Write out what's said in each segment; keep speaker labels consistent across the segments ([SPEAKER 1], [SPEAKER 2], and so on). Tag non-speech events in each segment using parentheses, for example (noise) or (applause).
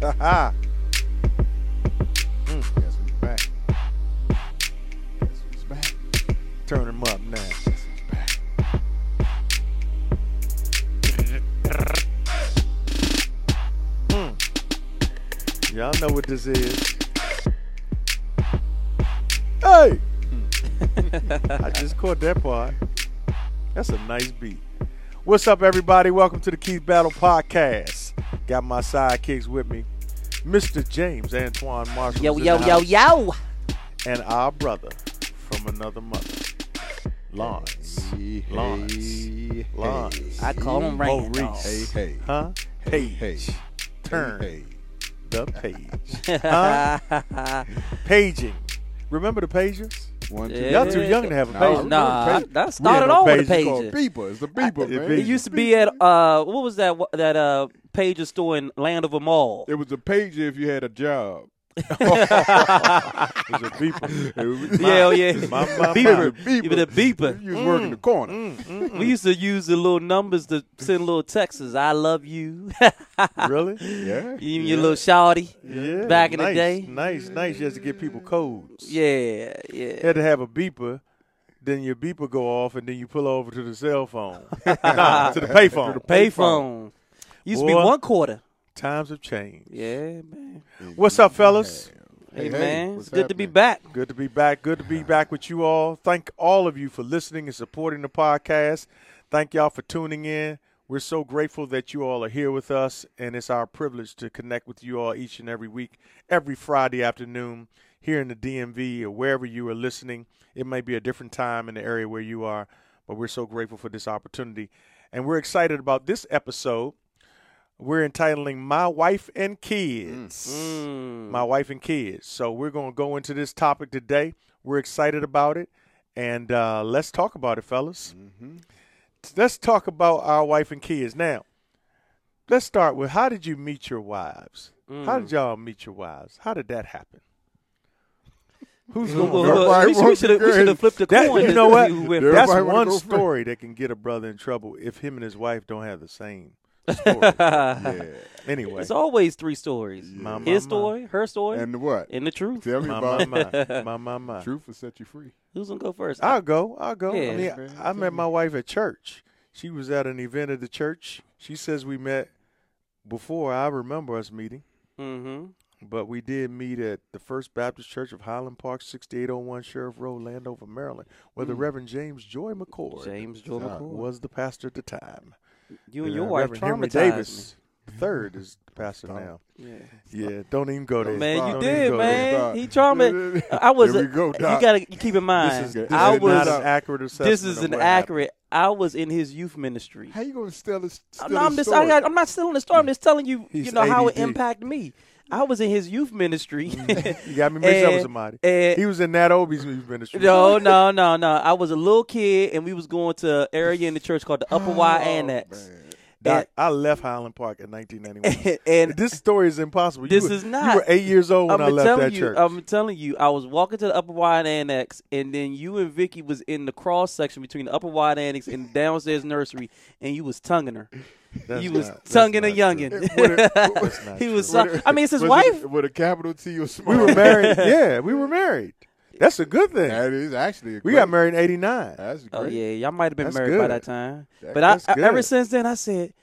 [SPEAKER 1] Ha ha. Mm, guess who's back? Guess who's back? Turn him up now. Guess who's back? Mm. Y'all know what this is. Hey! I just caught that part. That's a nice beat. What's up, everybody? Welcome to the Keith Battle Podcast. Got my sidekicks with me, Mr. James Antoine Marshall.
[SPEAKER 2] Yo, yo, yo, yo.
[SPEAKER 1] And our brother from another mother, Lawrence.
[SPEAKER 3] Hey,
[SPEAKER 1] Lawrence.
[SPEAKER 3] hey,
[SPEAKER 1] Lawrence.
[SPEAKER 2] I call him Rain
[SPEAKER 3] Hey,
[SPEAKER 2] Dog.
[SPEAKER 3] hey.
[SPEAKER 1] Huh?
[SPEAKER 3] Hey,
[SPEAKER 1] Page.
[SPEAKER 3] hey.
[SPEAKER 1] Turn
[SPEAKER 3] Hey,
[SPEAKER 1] the
[SPEAKER 2] (laughs)
[SPEAKER 1] page. huh? Paging. Remember the pagers?
[SPEAKER 3] One, two,
[SPEAKER 2] Yeah. Oh,
[SPEAKER 1] Y'all too young to have a
[SPEAKER 3] No,
[SPEAKER 1] pager.
[SPEAKER 2] Nah,
[SPEAKER 3] Page.
[SPEAKER 2] that
[SPEAKER 1] We had
[SPEAKER 2] started
[SPEAKER 1] no
[SPEAKER 2] all with a
[SPEAKER 1] pages called
[SPEAKER 3] three.
[SPEAKER 2] pager.
[SPEAKER 3] Beeper. It's a beeper,
[SPEAKER 1] It
[SPEAKER 3] man.
[SPEAKER 1] be-
[SPEAKER 2] It used to be at uh, what was that that uh pager store in Land of 'Em All?
[SPEAKER 3] It was a pager if you had a job.
[SPEAKER 1] It was a beeper.
[SPEAKER 3] It (laughs) was,
[SPEAKER 2] yeah, yeah.
[SPEAKER 1] (laughs) my, my,
[SPEAKER 2] beeper,
[SPEAKER 3] my.
[SPEAKER 2] beeper. Even
[SPEAKER 1] (laughs)
[SPEAKER 2] a beeper.
[SPEAKER 3] You was
[SPEAKER 1] Mm,
[SPEAKER 3] working the corner.
[SPEAKER 2] We used to use the little numbers to send little texts. I love you. (laughs)
[SPEAKER 1] really?
[SPEAKER 3] (laughs) Yeah.
[SPEAKER 2] you and your little shawty.
[SPEAKER 1] Yeah.
[SPEAKER 2] Back in the
[SPEAKER 1] nice,
[SPEAKER 2] day.
[SPEAKER 1] Nice, nice. You had to get people codes.
[SPEAKER 2] Yeah, yeah.
[SPEAKER 1] had to have a beeper. Then your beeper go off, and then you pull over to the cell phone, (laughs) nah, to the payphone.
[SPEAKER 2] Payphone. Used to be
[SPEAKER 1] Boy.
[SPEAKER 2] one quarter.
[SPEAKER 1] Times have changed.
[SPEAKER 2] Yeah, man.
[SPEAKER 1] What's up, fellas?
[SPEAKER 2] Hey,
[SPEAKER 3] Hey, hey,
[SPEAKER 2] man.
[SPEAKER 3] what's
[SPEAKER 2] It's good to be
[SPEAKER 3] happening?
[SPEAKER 2] back.
[SPEAKER 1] Good to be back. Good to be back with you all. Thank all of you for listening and supporting the podcast. Thank y'all for tuning in. We're so grateful that you all are here with us, and it's our privilege to connect with you all each and every week, every Friday afternoon here in the DMV or wherever you are listening. It may be a different time in the area where you are, but we're so grateful for this opportunity. And we're excited about this episode. We're entitling My Wife and Kids
[SPEAKER 2] Mm.
[SPEAKER 1] my wife and kids. So we're going to go into this topic today. We're excited about it, and uh, let's talk about it, fellas. Let's talk about our wife and kids now. Let's start with how did you meet your wives? How did y'all meet your wives? How did that happen? Who's
[SPEAKER 2] Well,
[SPEAKER 1] going?
[SPEAKER 2] well,
[SPEAKER 1] first?
[SPEAKER 2] well,
[SPEAKER 3] Everybody
[SPEAKER 2] we should- we
[SPEAKER 3] wants to
[SPEAKER 2] should have we
[SPEAKER 3] go
[SPEAKER 2] should have
[SPEAKER 3] ahead.
[SPEAKER 2] flipped the
[SPEAKER 1] That-
[SPEAKER 2] coin.
[SPEAKER 1] you
[SPEAKER 2] to
[SPEAKER 1] know
[SPEAKER 2] (laughs) see
[SPEAKER 1] what?
[SPEAKER 2] who went
[SPEAKER 3] Everybody
[SPEAKER 1] That's
[SPEAKER 3] wanna
[SPEAKER 1] one
[SPEAKER 3] go first.
[SPEAKER 1] story that can get a brother in trouble if him and his wife don't have the same story.
[SPEAKER 2] (laughs) first.
[SPEAKER 3] Yeah.
[SPEAKER 1] anyway,
[SPEAKER 2] It's always three stories.
[SPEAKER 1] My, my,
[SPEAKER 2] His
[SPEAKER 1] my.
[SPEAKER 2] story, her story, and,
[SPEAKER 3] And what?
[SPEAKER 2] the truth.
[SPEAKER 3] Tell me
[SPEAKER 1] my,
[SPEAKER 3] about
[SPEAKER 1] my,
[SPEAKER 3] it.
[SPEAKER 1] my, my, my, my.
[SPEAKER 3] Truth will set you free.
[SPEAKER 2] Who's gonna go first?
[SPEAKER 1] I'll go. I'll go.
[SPEAKER 2] Yeah.
[SPEAKER 1] I mean,
[SPEAKER 3] Man,
[SPEAKER 1] I met my wife at church. She was at an event at the church. She says we met before I remember us meeting,
[SPEAKER 2] mm-hmm.
[SPEAKER 1] but we did meet at the First Baptist Church of Highland Park, 6801 Sheriff Road, Landover, Maryland, where the Reverend James Joy McCord
[SPEAKER 2] Mm. James Joy
[SPEAKER 1] uh,
[SPEAKER 2] McCord.
[SPEAKER 1] was the pastor at the time.
[SPEAKER 2] You and
[SPEAKER 1] Uh,
[SPEAKER 2] your wife
[SPEAKER 1] Reverend Henry
[SPEAKER 2] traumatized
[SPEAKER 1] Davis Third is the pastor
[SPEAKER 3] Stop.
[SPEAKER 1] now.
[SPEAKER 2] me.
[SPEAKER 1] Yeah, don't even go there.
[SPEAKER 2] Oh, Man, you
[SPEAKER 1] Don't even
[SPEAKER 2] did,
[SPEAKER 1] go there.
[SPEAKER 2] man.
[SPEAKER 3] Doc.
[SPEAKER 2] He trauma. I was.
[SPEAKER 3] Here we go,
[SPEAKER 2] you
[SPEAKER 3] Doc.
[SPEAKER 2] gotta keep in mind.
[SPEAKER 1] This is, this
[SPEAKER 2] I
[SPEAKER 1] is not
[SPEAKER 2] was.
[SPEAKER 1] an accurate assessment.
[SPEAKER 2] This is
[SPEAKER 1] of
[SPEAKER 2] an
[SPEAKER 1] what happened.
[SPEAKER 2] accurate. I was in his youth ministry.
[SPEAKER 3] How you gonna steal this?
[SPEAKER 2] I'm not, I'm just, I got, I'm not stealing the story. I'm just telling you. you
[SPEAKER 1] He's
[SPEAKER 2] know how it
[SPEAKER 1] ADD.
[SPEAKER 2] impacted me. I was in his youth ministry.
[SPEAKER 1] Mm-hmm. You got me mixed up with
[SPEAKER 2] (laughs) And-
[SPEAKER 1] somebody.
[SPEAKER 2] and-
[SPEAKER 1] he was in that Obie's ministry.
[SPEAKER 2] (laughs) No, no, no, no. I was a little kid, and we was going to an area in the church called the Upper Y
[SPEAKER 3] Oh,
[SPEAKER 1] Oh,
[SPEAKER 2] Annex.
[SPEAKER 1] Doc, I left Highland Park in 1991.
[SPEAKER 2] And, (laughs) and
[SPEAKER 1] this story is impossible. You
[SPEAKER 2] This
[SPEAKER 1] were-
[SPEAKER 2] is not.
[SPEAKER 1] You were eight years old when
[SPEAKER 2] I'm
[SPEAKER 1] i left
[SPEAKER 2] telling
[SPEAKER 1] that
[SPEAKER 2] you,
[SPEAKER 1] church.
[SPEAKER 2] I'm telling you, I was walking to the Upper Y Annex, and then you and Vicky was in the cross section between the Upper Y Annex and downstairs nursery, and you tonguing her.
[SPEAKER 1] That's
[SPEAKER 2] you was
[SPEAKER 1] not- that's
[SPEAKER 2] tonguing a
[SPEAKER 1] not true.
[SPEAKER 2] youngin. (laughs)
[SPEAKER 1] That's not
[SPEAKER 2] he
[SPEAKER 1] true.
[SPEAKER 2] was. So, I mean, it's his wife.
[SPEAKER 3] with a capital T or small.
[SPEAKER 1] We were married.
[SPEAKER 2] (laughs)
[SPEAKER 1] Yeah, we were married. That's a good thing.
[SPEAKER 3] That is actually. A
[SPEAKER 1] We
[SPEAKER 3] great-
[SPEAKER 1] got married in '89.
[SPEAKER 3] That's great.
[SPEAKER 2] Oh yeah, y'all might have been
[SPEAKER 1] That's
[SPEAKER 2] married by
[SPEAKER 1] good.
[SPEAKER 2] that time.
[SPEAKER 3] That-
[SPEAKER 2] but I,
[SPEAKER 1] that's
[SPEAKER 2] I- ever
[SPEAKER 1] good. Oh.
[SPEAKER 2] since then, I said,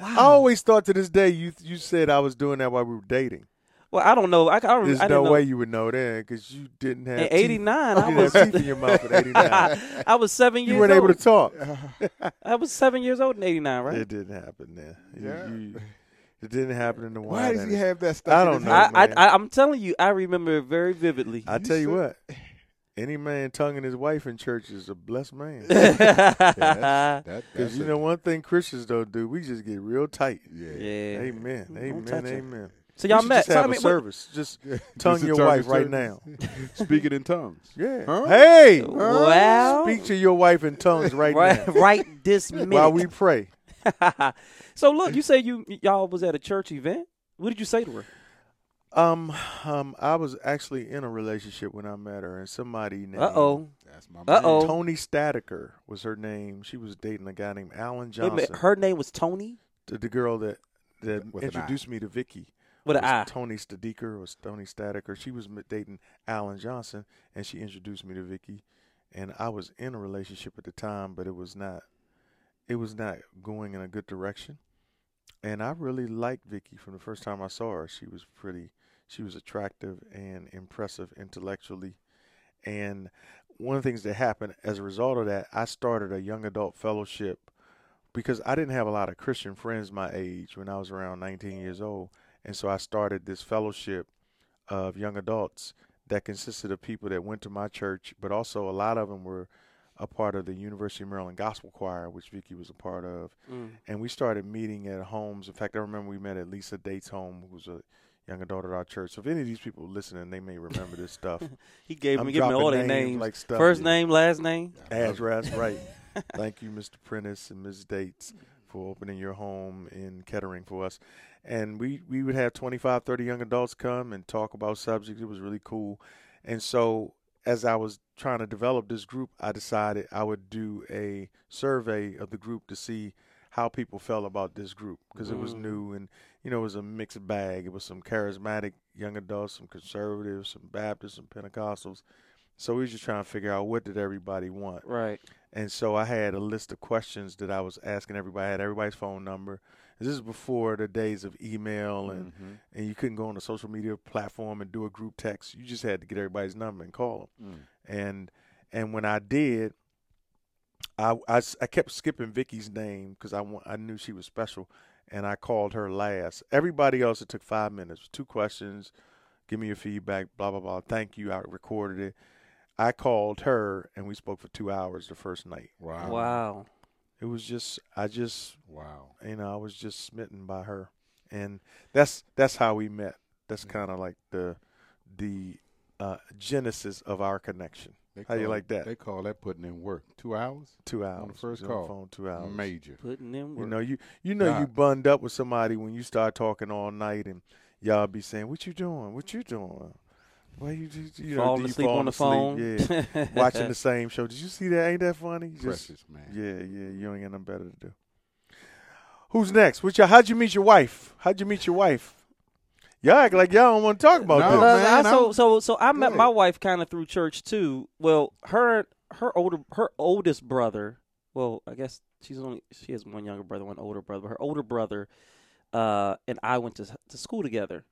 [SPEAKER 1] I always thought to this day you you said I was doing that while we were dating.
[SPEAKER 2] "Well, I don't know. I, I don't.
[SPEAKER 1] There's no
[SPEAKER 2] I didn't know.
[SPEAKER 1] way you Oh, would know then because you didn't have
[SPEAKER 2] In
[SPEAKER 1] teeth.
[SPEAKER 2] '89,
[SPEAKER 1] You
[SPEAKER 2] I
[SPEAKER 1] didn't (laughs)
[SPEAKER 2] was.
[SPEAKER 1] have teeth in your mouth at
[SPEAKER 2] (laughs)
[SPEAKER 1] '89.
[SPEAKER 2] I was seven years
[SPEAKER 1] you weren't
[SPEAKER 2] old.
[SPEAKER 1] able to talk.
[SPEAKER 3] (laughs)
[SPEAKER 2] I was seven years old in '89, right?
[SPEAKER 1] It didn't happen then. You-
[SPEAKER 3] Yeah.
[SPEAKER 1] you- it didn't happen in the
[SPEAKER 3] Why
[SPEAKER 1] wild
[SPEAKER 3] does he
[SPEAKER 1] animals.
[SPEAKER 3] have that stuff?
[SPEAKER 1] I
[SPEAKER 3] in
[SPEAKER 1] don't
[SPEAKER 3] his
[SPEAKER 1] know,
[SPEAKER 3] head?
[SPEAKER 2] I, I,
[SPEAKER 1] man.
[SPEAKER 2] I, I'm telling you, I remember it very vividly. (laughs)
[SPEAKER 1] I
[SPEAKER 3] You
[SPEAKER 1] tell you
[SPEAKER 3] should-
[SPEAKER 1] what, any man tonguing his wife in church is a blessed
[SPEAKER 2] (laughs)
[SPEAKER 1] man.
[SPEAKER 3] Yeah, that's-
[SPEAKER 1] (laughs)
[SPEAKER 3] that-
[SPEAKER 1] Because
[SPEAKER 3] that's
[SPEAKER 1] you
[SPEAKER 3] a-
[SPEAKER 1] know one thing Christians don't do, we just get real tight.
[SPEAKER 3] Yeah. (laughs)
[SPEAKER 2] yeah.
[SPEAKER 1] Amen,
[SPEAKER 2] touch
[SPEAKER 1] amen,
[SPEAKER 2] it.
[SPEAKER 1] amen.
[SPEAKER 2] So y'all
[SPEAKER 1] We should
[SPEAKER 2] met.
[SPEAKER 1] Just
[SPEAKER 2] So,
[SPEAKER 1] have
[SPEAKER 2] I mean,
[SPEAKER 1] a
[SPEAKER 2] what-
[SPEAKER 1] service. Just
[SPEAKER 3] Just
[SPEAKER 1] tongue
[SPEAKER 3] a
[SPEAKER 1] your
[SPEAKER 3] tongue
[SPEAKER 1] wife
[SPEAKER 3] in
[SPEAKER 1] right now.
[SPEAKER 3] (laughs) tongues. Speak it in tongues.
[SPEAKER 1] Yeah.
[SPEAKER 3] Huh?
[SPEAKER 1] Hey,
[SPEAKER 2] Wow.
[SPEAKER 1] speak to your wife in tongues right,
[SPEAKER 2] Oh. (laughs) right,
[SPEAKER 1] now
[SPEAKER 2] right this minute.
[SPEAKER 1] (laughs) while we pray.
[SPEAKER 2] (laughs) so look, you say you y'all was at a church event. What did you say to her?
[SPEAKER 1] Um, um, I was actually in a relationship when I met her, and somebody named
[SPEAKER 2] Uh oh.
[SPEAKER 3] That's my
[SPEAKER 2] Uh-oh.
[SPEAKER 1] Tony Statiker was her name. She was dating a guy named Alan
[SPEAKER 2] Wait a
[SPEAKER 1] Johnson.
[SPEAKER 2] minute. Her name was Tony.
[SPEAKER 1] the, the girl that that
[SPEAKER 3] With an eye.
[SPEAKER 1] introduced me to Vicky
[SPEAKER 2] With an
[SPEAKER 1] was
[SPEAKER 2] I.
[SPEAKER 1] Tony Stadiker or Tony Statiker. She was m- dating Alan Johnson, and she introduced me to Vicky. And I was in a relationship at the time, but it was not, it was not going in a good direction. And I really liked Vicky from the first time I saw her. She was pretty, she was attractive and impressive intellectually. And one of the things that happened as a result of that, I started a young adult fellowship because I didn't have a lot of Christian friends my age when I was around 19 years old. And so I started this fellowship of young adults that consisted of people that went to my church, but also a lot of them were a part of the University of Maryland Gospel Choir, which Vicky was a part of
[SPEAKER 2] Mm.
[SPEAKER 1] and we started meeting at homes. In fact, I remember we met at Lisa Dates' home, who was a young adult at our church. So if any of these people are listening, they may remember this
[SPEAKER 2] (laughs)
[SPEAKER 1] stuff.
[SPEAKER 2] He gave
[SPEAKER 1] I'm
[SPEAKER 2] me, giving me
[SPEAKER 1] dropping
[SPEAKER 2] all their
[SPEAKER 1] names
[SPEAKER 2] names.
[SPEAKER 1] like stuff.
[SPEAKER 2] First name, last name.
[SPEAKER 1] address, right? Thank you, Mr. Prentice and Ms. Dates, for opening your home in Kettering for us. And we we would have 25, 30 young adults come and talk about subjects. It was really cool. And so as I was trying to develop this group, I decided I would do a survey of the group to see how people felt about this group because it was
[SPEAKER 2] Mm.
[SPEAKER 1] new and you know it was a mixed bag. It was some charismatic young adults, some conservatives, some Baptists, some Pentecostals. So we was just trying to figure out what did everybody want.
[SPEAKER 2] Right.
[SPEAKER 1] And so I had a list of questions that I was asking everybody. I had everybody's phone number. This is before the days of email
[SPEAKER 2] Mm-hmm.
[SPEAKER 1] and,
[SPEAKER 3] Mhm.
[SPEAKER 1] and you couldn't go on a social media platform and do a group text. You just had to get everybody's number and call
[SPEAKER 3] Mm.
[SPEAKER 1] them. And and when I did, I I s- I kept skipping Vicky's name because I wa- I knew she was special, and I called her last. Everybody else it took five minutes, two questions, give me your feedback, blah blah blah. Thank you. I recorded it. I called her and we spoke for two hours the first night
[SPEAKER 3] Wow.
[SPEAKER 2] Wow.
[SPEAKER 1] it was just I just
[SPEAKER 3] Wow.
[SPEAKER 1] you know I was just smitten by her, and that's that's how we met. That's kind of like the the uh, genesis of our connection.
[SPEAKER 3] They
[SPEAKER 1] How you
[SPEAKER 3] call-
[SPEAKER 1] like that?
[SPEAKER 3] They call that putting in work. Two hours?
[SPEAKER 1] Two hours
[SPEAKER 3] the first
[SPEAKER 1] we was on
[SPEAKER 3] call.
[SPEAKER 1] phone two hours.
[SPEAKER 3] Major.
[SPEAKER 2] Putting them
[SPEAKER 1] You
[SPEAKER 2] work.
[SPEAKER 1] know you you know you
[SPEAKER 3] God.
[SPEAKER 1] bunned up with somebody when you start talking all night and y'all be saying what you doing what you doing why you do you know do
[SPEAKER 2] falling
[SPEAKER 1] you
[SPEAKER 2] asleep
[SPEAKER 1] fall
[SPEAKER 2] on the
[SPEAKER 1] asleep?
[SPEAKER 2] phone.
[SPEAKER 1] yeah
[SPEAKER 2] (laughs)
[SPEAKER 1] watching the same show did you see that ain't that funny Just-
[SPEAKER 3] Precious, man.
[SPEAKER 1] Yeah, yeah, you ain't got nothing better to do. Who's next? What you, how'd you meet your wife? How'd you meet your wife? Y'all act like y'all don't want to talk about
[SPEAKER 3] No,
[SPEAKER 1] this.
[SPEAKER 2] Well, I-
[SPEAKER 3] man,
[SPEAKER 2] so
[SPEAKER 3] I'm-
[SPEAKER 2] so so I
[SPEAKER 3] Go
[SPEAKER 2] met
[SPEAKER 3] ahead.
[SPEAKER 2] my wife kind of through church too. Well, her her older her oldest brother. Well, I guess she's only she has one younger brother, one older brother. But her older brother uh, and I went to to school together,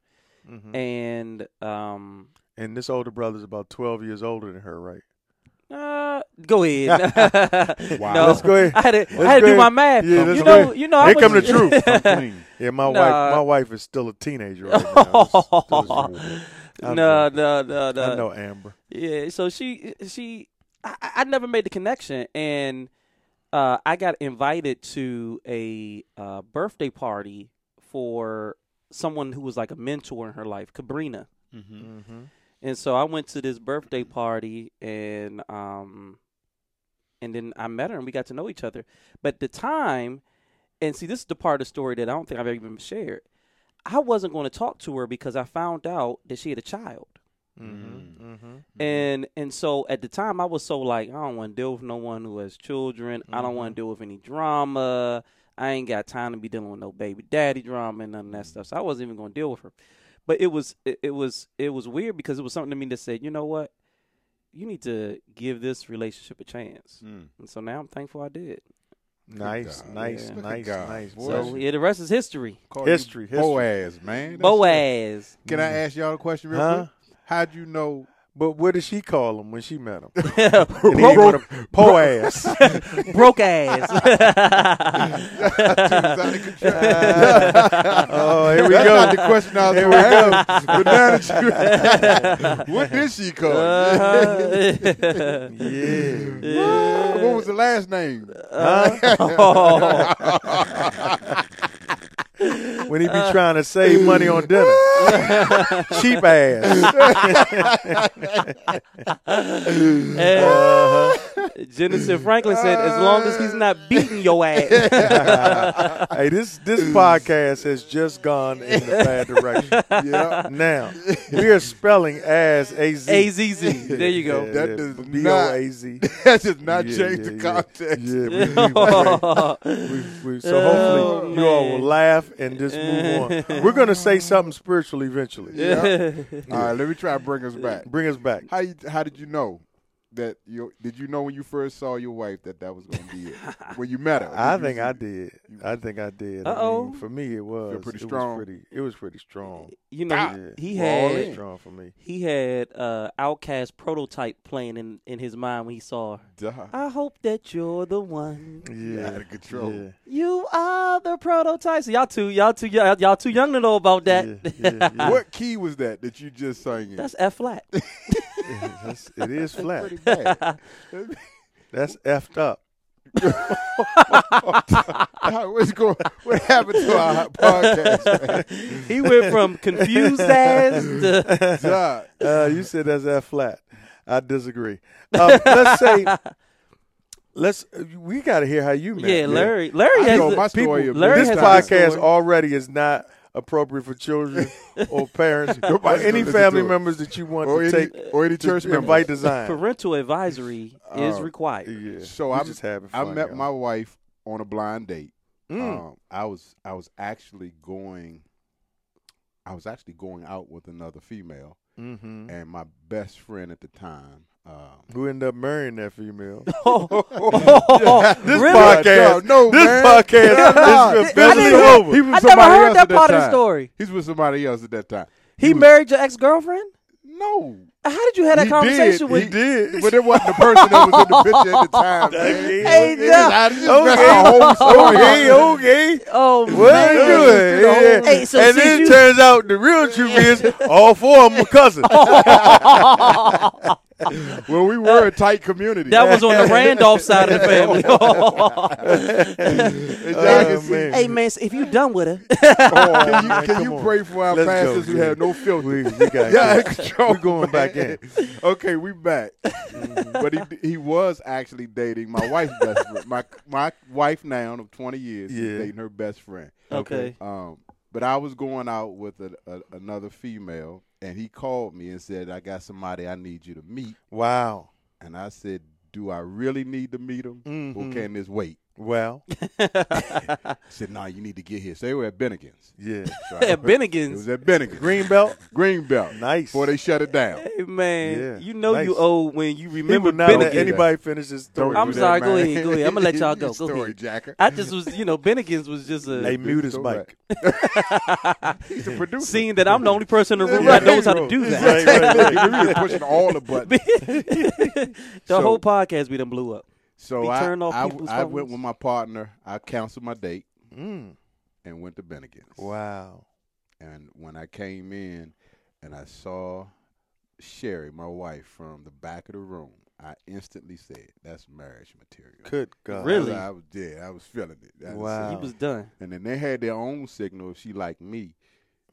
[SPEAKER 1] Mhm.
[SPEAKER 2] and um,
[SPEAKER 1] And this older brother's about 12 years older than her, right?
[SPEAKER 2] uh, go
[SPEAKER 1] (laughs)
[SPEAKER 2] ahead. (laughs)
[SPEAKER 3] Wow.
[SPEAKER 2] No,
[SPEAKER 1] Let's go ahead.
[SPEAKER 2] I had to, I
[SPEAKER 1] Let's
[SPEAKER 2] had to
[SPEAKER 1] go
[SPEAKER 2] do my
[SPEAKER 1] ahead.
[SPEAKER 2] math.
[SPEAKER 1] Yeah, let's go
[SPEAKER 2] you know,
[SPEAKER 1] ahead.
[SPEAKER 2] you know, I
[SPEAKER 1] Here
[SPEAKER 2] was-
[SPEAKER 1] come the
[SPEAKER 2] (laughs)
[SPEAKER 1] truth.
[SPEAKER 3] I'm clean.
[SPEAKER 1] Yeah, my wife
[SPEAKER 2] Nah.
[SPEAKER 1] my wife is still a teenager right
[SPEAKER 3] (laughs)
[SPEAKER 1] now. It's- it's- I'm
[SPEAKER 2] no,
[SPEAKER 1] joking.
[SPEAKER 2] no, no, no.
[SPEAKER 1] I know Amber.
[SPEAKER 2] Yeah, so she she I, I I never made the connection, and uh, I got invited to a uh, birthday party for someone who was like a mentor in her life, Cabrina.
[SPEAKER 1] (laughs)
[SPEAKER 3] Mm-hmm.
[SPEAKER 1] Mm-hmm.
[SPEAKER 2] And so I went to this birthday party, and um, and then I met her, and we got to know each other. But the time, and see, this is the part of the story that I don't think I've ever even shared. I wasn't going to talk to her because I found out that she had a child.
[SPEAKER 1] Mm-hmm. Mm-hmm.
[SPEAKER 2] And and so at the time I was so like I don't want to deal with no one who has children. I don't
[SPEAKER 3] Mm-hmm.
[SPEAKER 2] want to deal with any drama. I ain't got time to be dealing with no baby daddy drama and none of that stuff. So I wasn't even going to deal with her. But it was it, it was it was weird because it was something to me that said, you know what, you need to give this relationship a chance.
[SPEAKER 3] Mm.
[SPEAKER 2] And so now I'm thankful I did.
[SPEAKER 1] Nice,
[SPEAKER 3] God.
[SPEAKER 1] nice,
[SPEAKER 2] Yeah.
[SPEAKER 3] Look at
[SPEAKER 1] nice,
[SPEAKER 3] God.
[SPEAKER 1] nice.
[SPEAKER 3] Boy,
[SPEAKER 2] So
[SPEAKER 3] that's-
[SPEAKER 2] yeah, the rest is history.
[SPEAKER 3] Call
[SPEAKER 1] History,
[SPEAKER 3] you
[SPEAKER 1] history.
[SPEAKER 3] Boaz, man. That's-
[SPEAKER 2] Boaz.
[SPEAKER 3] Can I ask y'all a question real
[SPEAKER 1] Huh?
[SPEAKER 3] quick? How'd you know?
[SPEAKER 1] But what did she call him when she met
[SPEAKER 3] (laughs)
[SPEAKER 1] him?
[SPEAKER 2] Broke
[SPEAKER 1] And he went to po ass.
[SPEAKER 3] (laughs)
[SPEAKER 2] (laughs)
[SPEAKER 3] out of
[SPEAKER 1] (laughs)
[SPEAKER 3] control.
[SPEAKER 1] oh, here we
[SPEAKER 3] That's
[SPEAKER 1] go.
[SPEAKER 3] not the question I was
[SPEAKER 1] Here
[SPEAKER 3] going
[SPEAKER 1] we
[SPEAKER 3] to have. But now that
[SPEAKER 1] (laughs)
[SPEAKER 3] you, what did she call? you?
[SPEAKER 1] Uh-huh.
[SPEAKER 3] (laughs)
[SPEAKER 2] ass.
[SPEAKER 1] Yeah.
[SPEAKER 3] Woo! What was the last name?
[SPEAKER 2] (laughs) Oh.
[SPEAKER 1] when he be
[SPEAKER 3] Uh,
[SPEAKER 1] trying to save money on
[SPEAKER 3] (laughs)
[SPEAKER 1] dinner. Cheap
[SPEAKER 2] (laughs)
[SPEAKER 1] ass.
[SPEAKER 2] (laughs) Hey. Jennison Franklin said, as long as he's not beating your (laughs) ass.
[SPEAKER 1] hey, this this podcast has just gone in the bad direction.
[SPEAKER 3] Yeah.
[SPEAKER 1] Now we are spelling as a z
[SPEAKER 2] A Z Z. There you go.
[SPEAKER 3] That does not-
[SPEAKER 1] B O A Z.
[SPEAKER 3] that does not
[SPEAKER 1] Yeah,
[SPEAKER 3] change
[SPEAKER 1] yeah,
[SPEAKER 3] the
[SPEAKER 1] yeah.
[SPEAKER 3] context.
[SPEAKER 1] Yeah, we-
[SPEAKER 2] (laughs)
[SPEAKER 1] we- we- we- so hopefully
[SPEAKER 2] Oh,
[SPEAKER 1] you all will
[SPEAKER 2] man.
[SPEAKER 1] laugh and just move
[SPEAKER 2] (laughs)
[SPEAKER 1] on. We're gonna say something spiritual eventually.
[SPEAKER 3] All right, let me try to bring us back.
[SPEAKER 1] Bring us back.
[SPEAKER 3] How you, how did you know that you did you know when you first saw your wife that that was going to be it when you met her?
[SPEAKER 1] I
[SPEAKER 3] did you
[SPEAKER 1] think
[SPEAKER 3] see-
[SPEAKER 1] I did. I think I did. I
[SPEAKER 2] Uh-oh.
[SPEAKER 1] mean, for me, it was
[SPEAKER 3] pretty
[SPEAKER 1] it was
[SPEAKER 3] strong.
[SPEAKER 1] pretty- it was pretty strong.
[SPEAKER 2] (laughs) you know,
[SPEAKER 1] Ah.
[SPEAKER 2] he
[SPEAKER 1] Well, all
[SPEAKER 2] had
[SPEAKER 1] is strong for me.
[SPEAKER 2] he had uh, Outcast prototype playing in, in his mind when he saw her.
[SPEAKER 3] Duh.
[SPEAKER 2] I hope that you're the one.
[SPEAKER 1] Yeah,
[SPEAKER 3] out of control.
[SPEAKER 1] Yeah, (laughs)
[SPEAKER 2] You are the prototype. So y'all too, y'all too, y'all, y'all too young to know about that.
[SPEAKER 1] yeah, yeah, yeah.
[SPEAKER 3] what key was that that you just sang
[SPEAKER 2] (laughs)
[SPEAKER 3] in?
[SPEAKER 2] That's F flat.
[SPEAKER 1] That's- it is flat. (laughs)
[SPEAKER 3] pretty bad.
[SPEAKER 1] That's effed up.
[SPEAKER 3] How- What's going? What happened to our podcast?
[SPEAKER 1] (laughs)
[SPEAKER 3] man?
[SPEAKER 2] he went from confused ass to
[SPEAKER 3] Duh.
[SPEAKER 1] Uh, you said that's F flat. I disagree. Um, let's say, let's uh, we got to hear how you met.
[SPEAKER 2] yeah. Larry, Larry
[SPEAKER 3] I
[SPEAKER 2] has
[SPEAKER 3] know
[SPEAKER 2] the-
[SPEAKER 3] my story.
[SPEAKER 1] People,
[SPEAKER 3] of
[SPEAKER 2] Larry
[SPEAKER 1] this
[SPEAKER 2] has
[SPEAKER 3] business.
[SPEAKER 2] the
[SPEAKER 1] podcast
[SPEAKER 2] story.
[SPEAKER 1] already is not appropriate for children or parents or
[SPEAKER 3] Nobody's gonna
[SPEAKER 1] any
[SPEAKER 3] listen
[SPEAKER 1] family
[SPEAKER 3] to it.
[SPEAKER 1] members that you want to
[SPEAKER 3] or any,
[SPEAKER 1] take
[SPEAKER 3] or any
[SPEAKER 1] to
[SPEAKER 3] church member.
[SPEAKER 1] invite
[SPEAKER 2] (laughs)
[SPEAKER 1] design.
[SPEAKER 2] parental advisory is
[SPEAKER 3] Oh,
[SPEAKER 2] required.
[SPEAKER 1] Yeah.
[SPEAKER 3] So
[SPEAKER 1] We
[SPEAKER 3] I'm-
[SPEAKER 1] just having
[SPEAKER 3] I
[SPEAKER 1] fun.
[SPEAKER 3] met
[SPEAKER 1] y'all.
[SPEAKER 3] my wife on a blind date.
[SPEAKER 1] Mm.
[SPEAKER 3] Um, I was I was actually going. I was actually going out with another female,
[SPEAKER 1] Mm-hmm.
[SPEAKER 2] Mm.
[SPEAKER 3] and my best friend at the time. Um,
[SPEAKER 1] Who ended up marrying that female?
[SPEAKER 2] (laughs) Oh,
[SPEAKER 1] This
[SPEAKER 2] really?
[SPEAKER 1] podcast,
[SPEAKER 3] No, no,
[SPEAKER 1] this
[SPEAKER 3] man.
[SPEAKER 1] podcast
[SPEAKER 3] Nah.
[SPEAKER 1] is
[SPEAKER 2] I didn't
[SPEAKER 1] officially
[SPEAKER 2] hear-
[SPEAKER 1] over.
[SPEAKER 3] He was
[SPEAKER 2] I
[SPEAKER 3] somebody
[SPEAKER 2] never heard
[SPEAKER 3] else
[SPEAKER 2] that
[SPEAKER 3] at
[SPEAKER 2] part of the
[SPEAKER 3] time.
[SPEAKER 2] story.
[SPEAKER 3] He's with somebody else at that time.
[SPEAKER 2] He
[SPEAKER 3] was-
[SPEAKER 2] married your ex girlfriend.
[SPEAKER 3] No,
[SPEAKER 2] How did you have that
[SPEAKER 3] He
[SPEAKER 2] conversation
[SPEAKER 3] did.
[SPEAKER 2] with?
[SPEAKER 1] He did.
[SPEAKER 3] (laughs) but it wasn't the person that was in the picture at the time. man.
[SPEAKER 1] Hey,
[SPEAKER 3] It was- I just messed
[SPEAKER 1] Okay,
[SPEAKER 3] (laughs) my whole story.
[SPEAKER 1] okay, (laughs) okay.
[SPEAKER 2] Oh
[SPEAKER 1] What
[SPEAKER 2] man.
[SPEAKER 1] you doing?
[SPEAKER 3] Yeah.
[SPEAKER 1] Yeah.
[SPEAKER 2] Hey, so
[SPEAKER 1] and
[SPEAKER 2] since
[SPEAKER 1] then it
[SPEAKER 2] you-
[SPEAKER 1] turns out the real truth is all four of them are cousins.
[SPEAKER 3] Well, we were a tight community.
[SPEAKER 2] That
[SPEAKER 3] (laughs)
[SPEAKER 2] was on the Randolph side of the family.
[SPEAKER 3] And y'all can
[SPEAKER 1] Oh,
[SPEAKER 3] see-
[SPEAKER 1] man.
[SPEAKER 2] hey man, if you done with her, (laughs)
[SPEAKER 3] can you,
[SPEAKER 1] man,
[SPEAKER 3] can
[SPEAKER 1] come
[SPEAKER 3] you
[SPEAKER 1] on.
[SPEAKER 3] pray for our
[SPEAKER 1] Let's go,
[SPEAKER 3] pastors who
[SPEAKER 1] yeah.
[SPEAKER 3] have no filter?
[SPEAKER 1] we, we got
[SPEAKER 3] yeah,
[SPEAKER 1] yeah,
[SPEAKER 3] control.
[SPEAKER 1] We're going back in.
[SPEAKER 3] man. (laughs) Okay, we back. but he he was actually dating my wife's best friend. My my wife now of twenty years
[SPEAKER 1] Yeah.
[SPEAKER 3] is dating her best friend.
[SPEAKER 2] okay.
[SPEAKER 3] Um, but I was going out with a, a, another female, and he called me and said, "I got somebody I need you to meet."
[SPEAKER 1] Wow.
[SPEAKER 3] And I said, "Do I really need to meet him, or
[SPEAKER 2] Mm-hmm.
[SPEAKER 1] Mhm.
[SPEAKER 3] can this wait?"
[SPEAKER 1] Well,
[SPEAKER 3] He said, "No, you need to get here." So they were at
[SPEAKER 2] (laughs)
[SPEAKER 3] Bennigan's.
[SPEAKER 1] yeah.
[SPEAKER 3] So I-
[SPEAKER 2] At
[SPEAKER 3] It was
[SPEAKER 2] Bennigan's,
[SPEAKER 3] at Bennigan's.
[SPEAKER 1] Greenbelt,
[SPEAKER 3] Greenbelt.
[SPEAKER 1] nice.
[SPEAKER 3] Before they shut it down.
[SPEAKER 2] hey man,
[SPEAKER 1] Yeah,
[SPEAKER 2] you know you
[SPEAKER 1] nice.
[SPEAKER 2] old when you remember
[SPEAKER 1] People not let
[SPEAKER 2] Bennigan's.
[SPEAKER 1] anybody finish this story.
[SPEAKER 2] I'm
[SPEAKER 3] Do that,
[SPEAKER 2] sorry, go
[SPEAKER 3] man.
[SPEAKER 2] ahead, go
[SPEAKER 3] (laughs)
[SPEAKER 2] ahead. I'ma let y'all go. Go
[SPEAKER 3] Story
[SPEAKER 2] ahead. (laughs)
[SPEAKER 3] jacker.
[SPEAKER 2] I just was, you know, Bennigan's was just
[SPEAKER 1] They
[SPEAKER 2] a
[SPEAKER 1] mute his
[SPEAKER 3] so
[SPEAKER 1] mic.
[SPEAKER 3] right. He's a producer.
[SPEAKER 2] scene that I'm the only person in the room
[SPEAKER 3] Yeah,
[SPEAKER 2] that knows how to
[SPEAKER 1] right,
[SPEAKER 2] do
[SPEAKER 1] bro.
[SPEAKER 2] that.
[SPEAKER 1] Right, right, right.
[SPEAKER 3] You're
[SPEAKER 2] (laughs)
[SPEAKER 3] really pushing all the buttons.
[SPEAKER 2] the
[SPEAKER 3] So-
[SPEAKER 2] whole podcast we done blew up.
[SPEAKER 3] So
[SPEAKER 2] Be
[SPEAKER 3] I,
[SPEAKER 2] turned off
[SPEAKER 3] I,
[SPEAKER 2] people's
[SPEAKER 3] I
[SPEAKER 2] phones.
[SPEAKER 3] went with my partner. I canceled my date
[SPEAKER 1] Mm.
[SPEAKER 3] and went to Bennigan's.
[SPEAKER 1] Wow.
[SPEAKER 3] And when I came in and I saw Sherry, my wife, from the back of the room, I instantly said, that's marriage material.
[SPEAKER 1] Good God.
[SPEAKER 2] Really?
[SPEAKER 3] I, was dead. I was feeling it. I was
[SPEAKER 1] Wow.
[SPEAKER 2] He
[SPEAKER 1] Oh.
[SPEAKER 2] was done.
[SPEAKER 3] And then they had their own signal if she liked me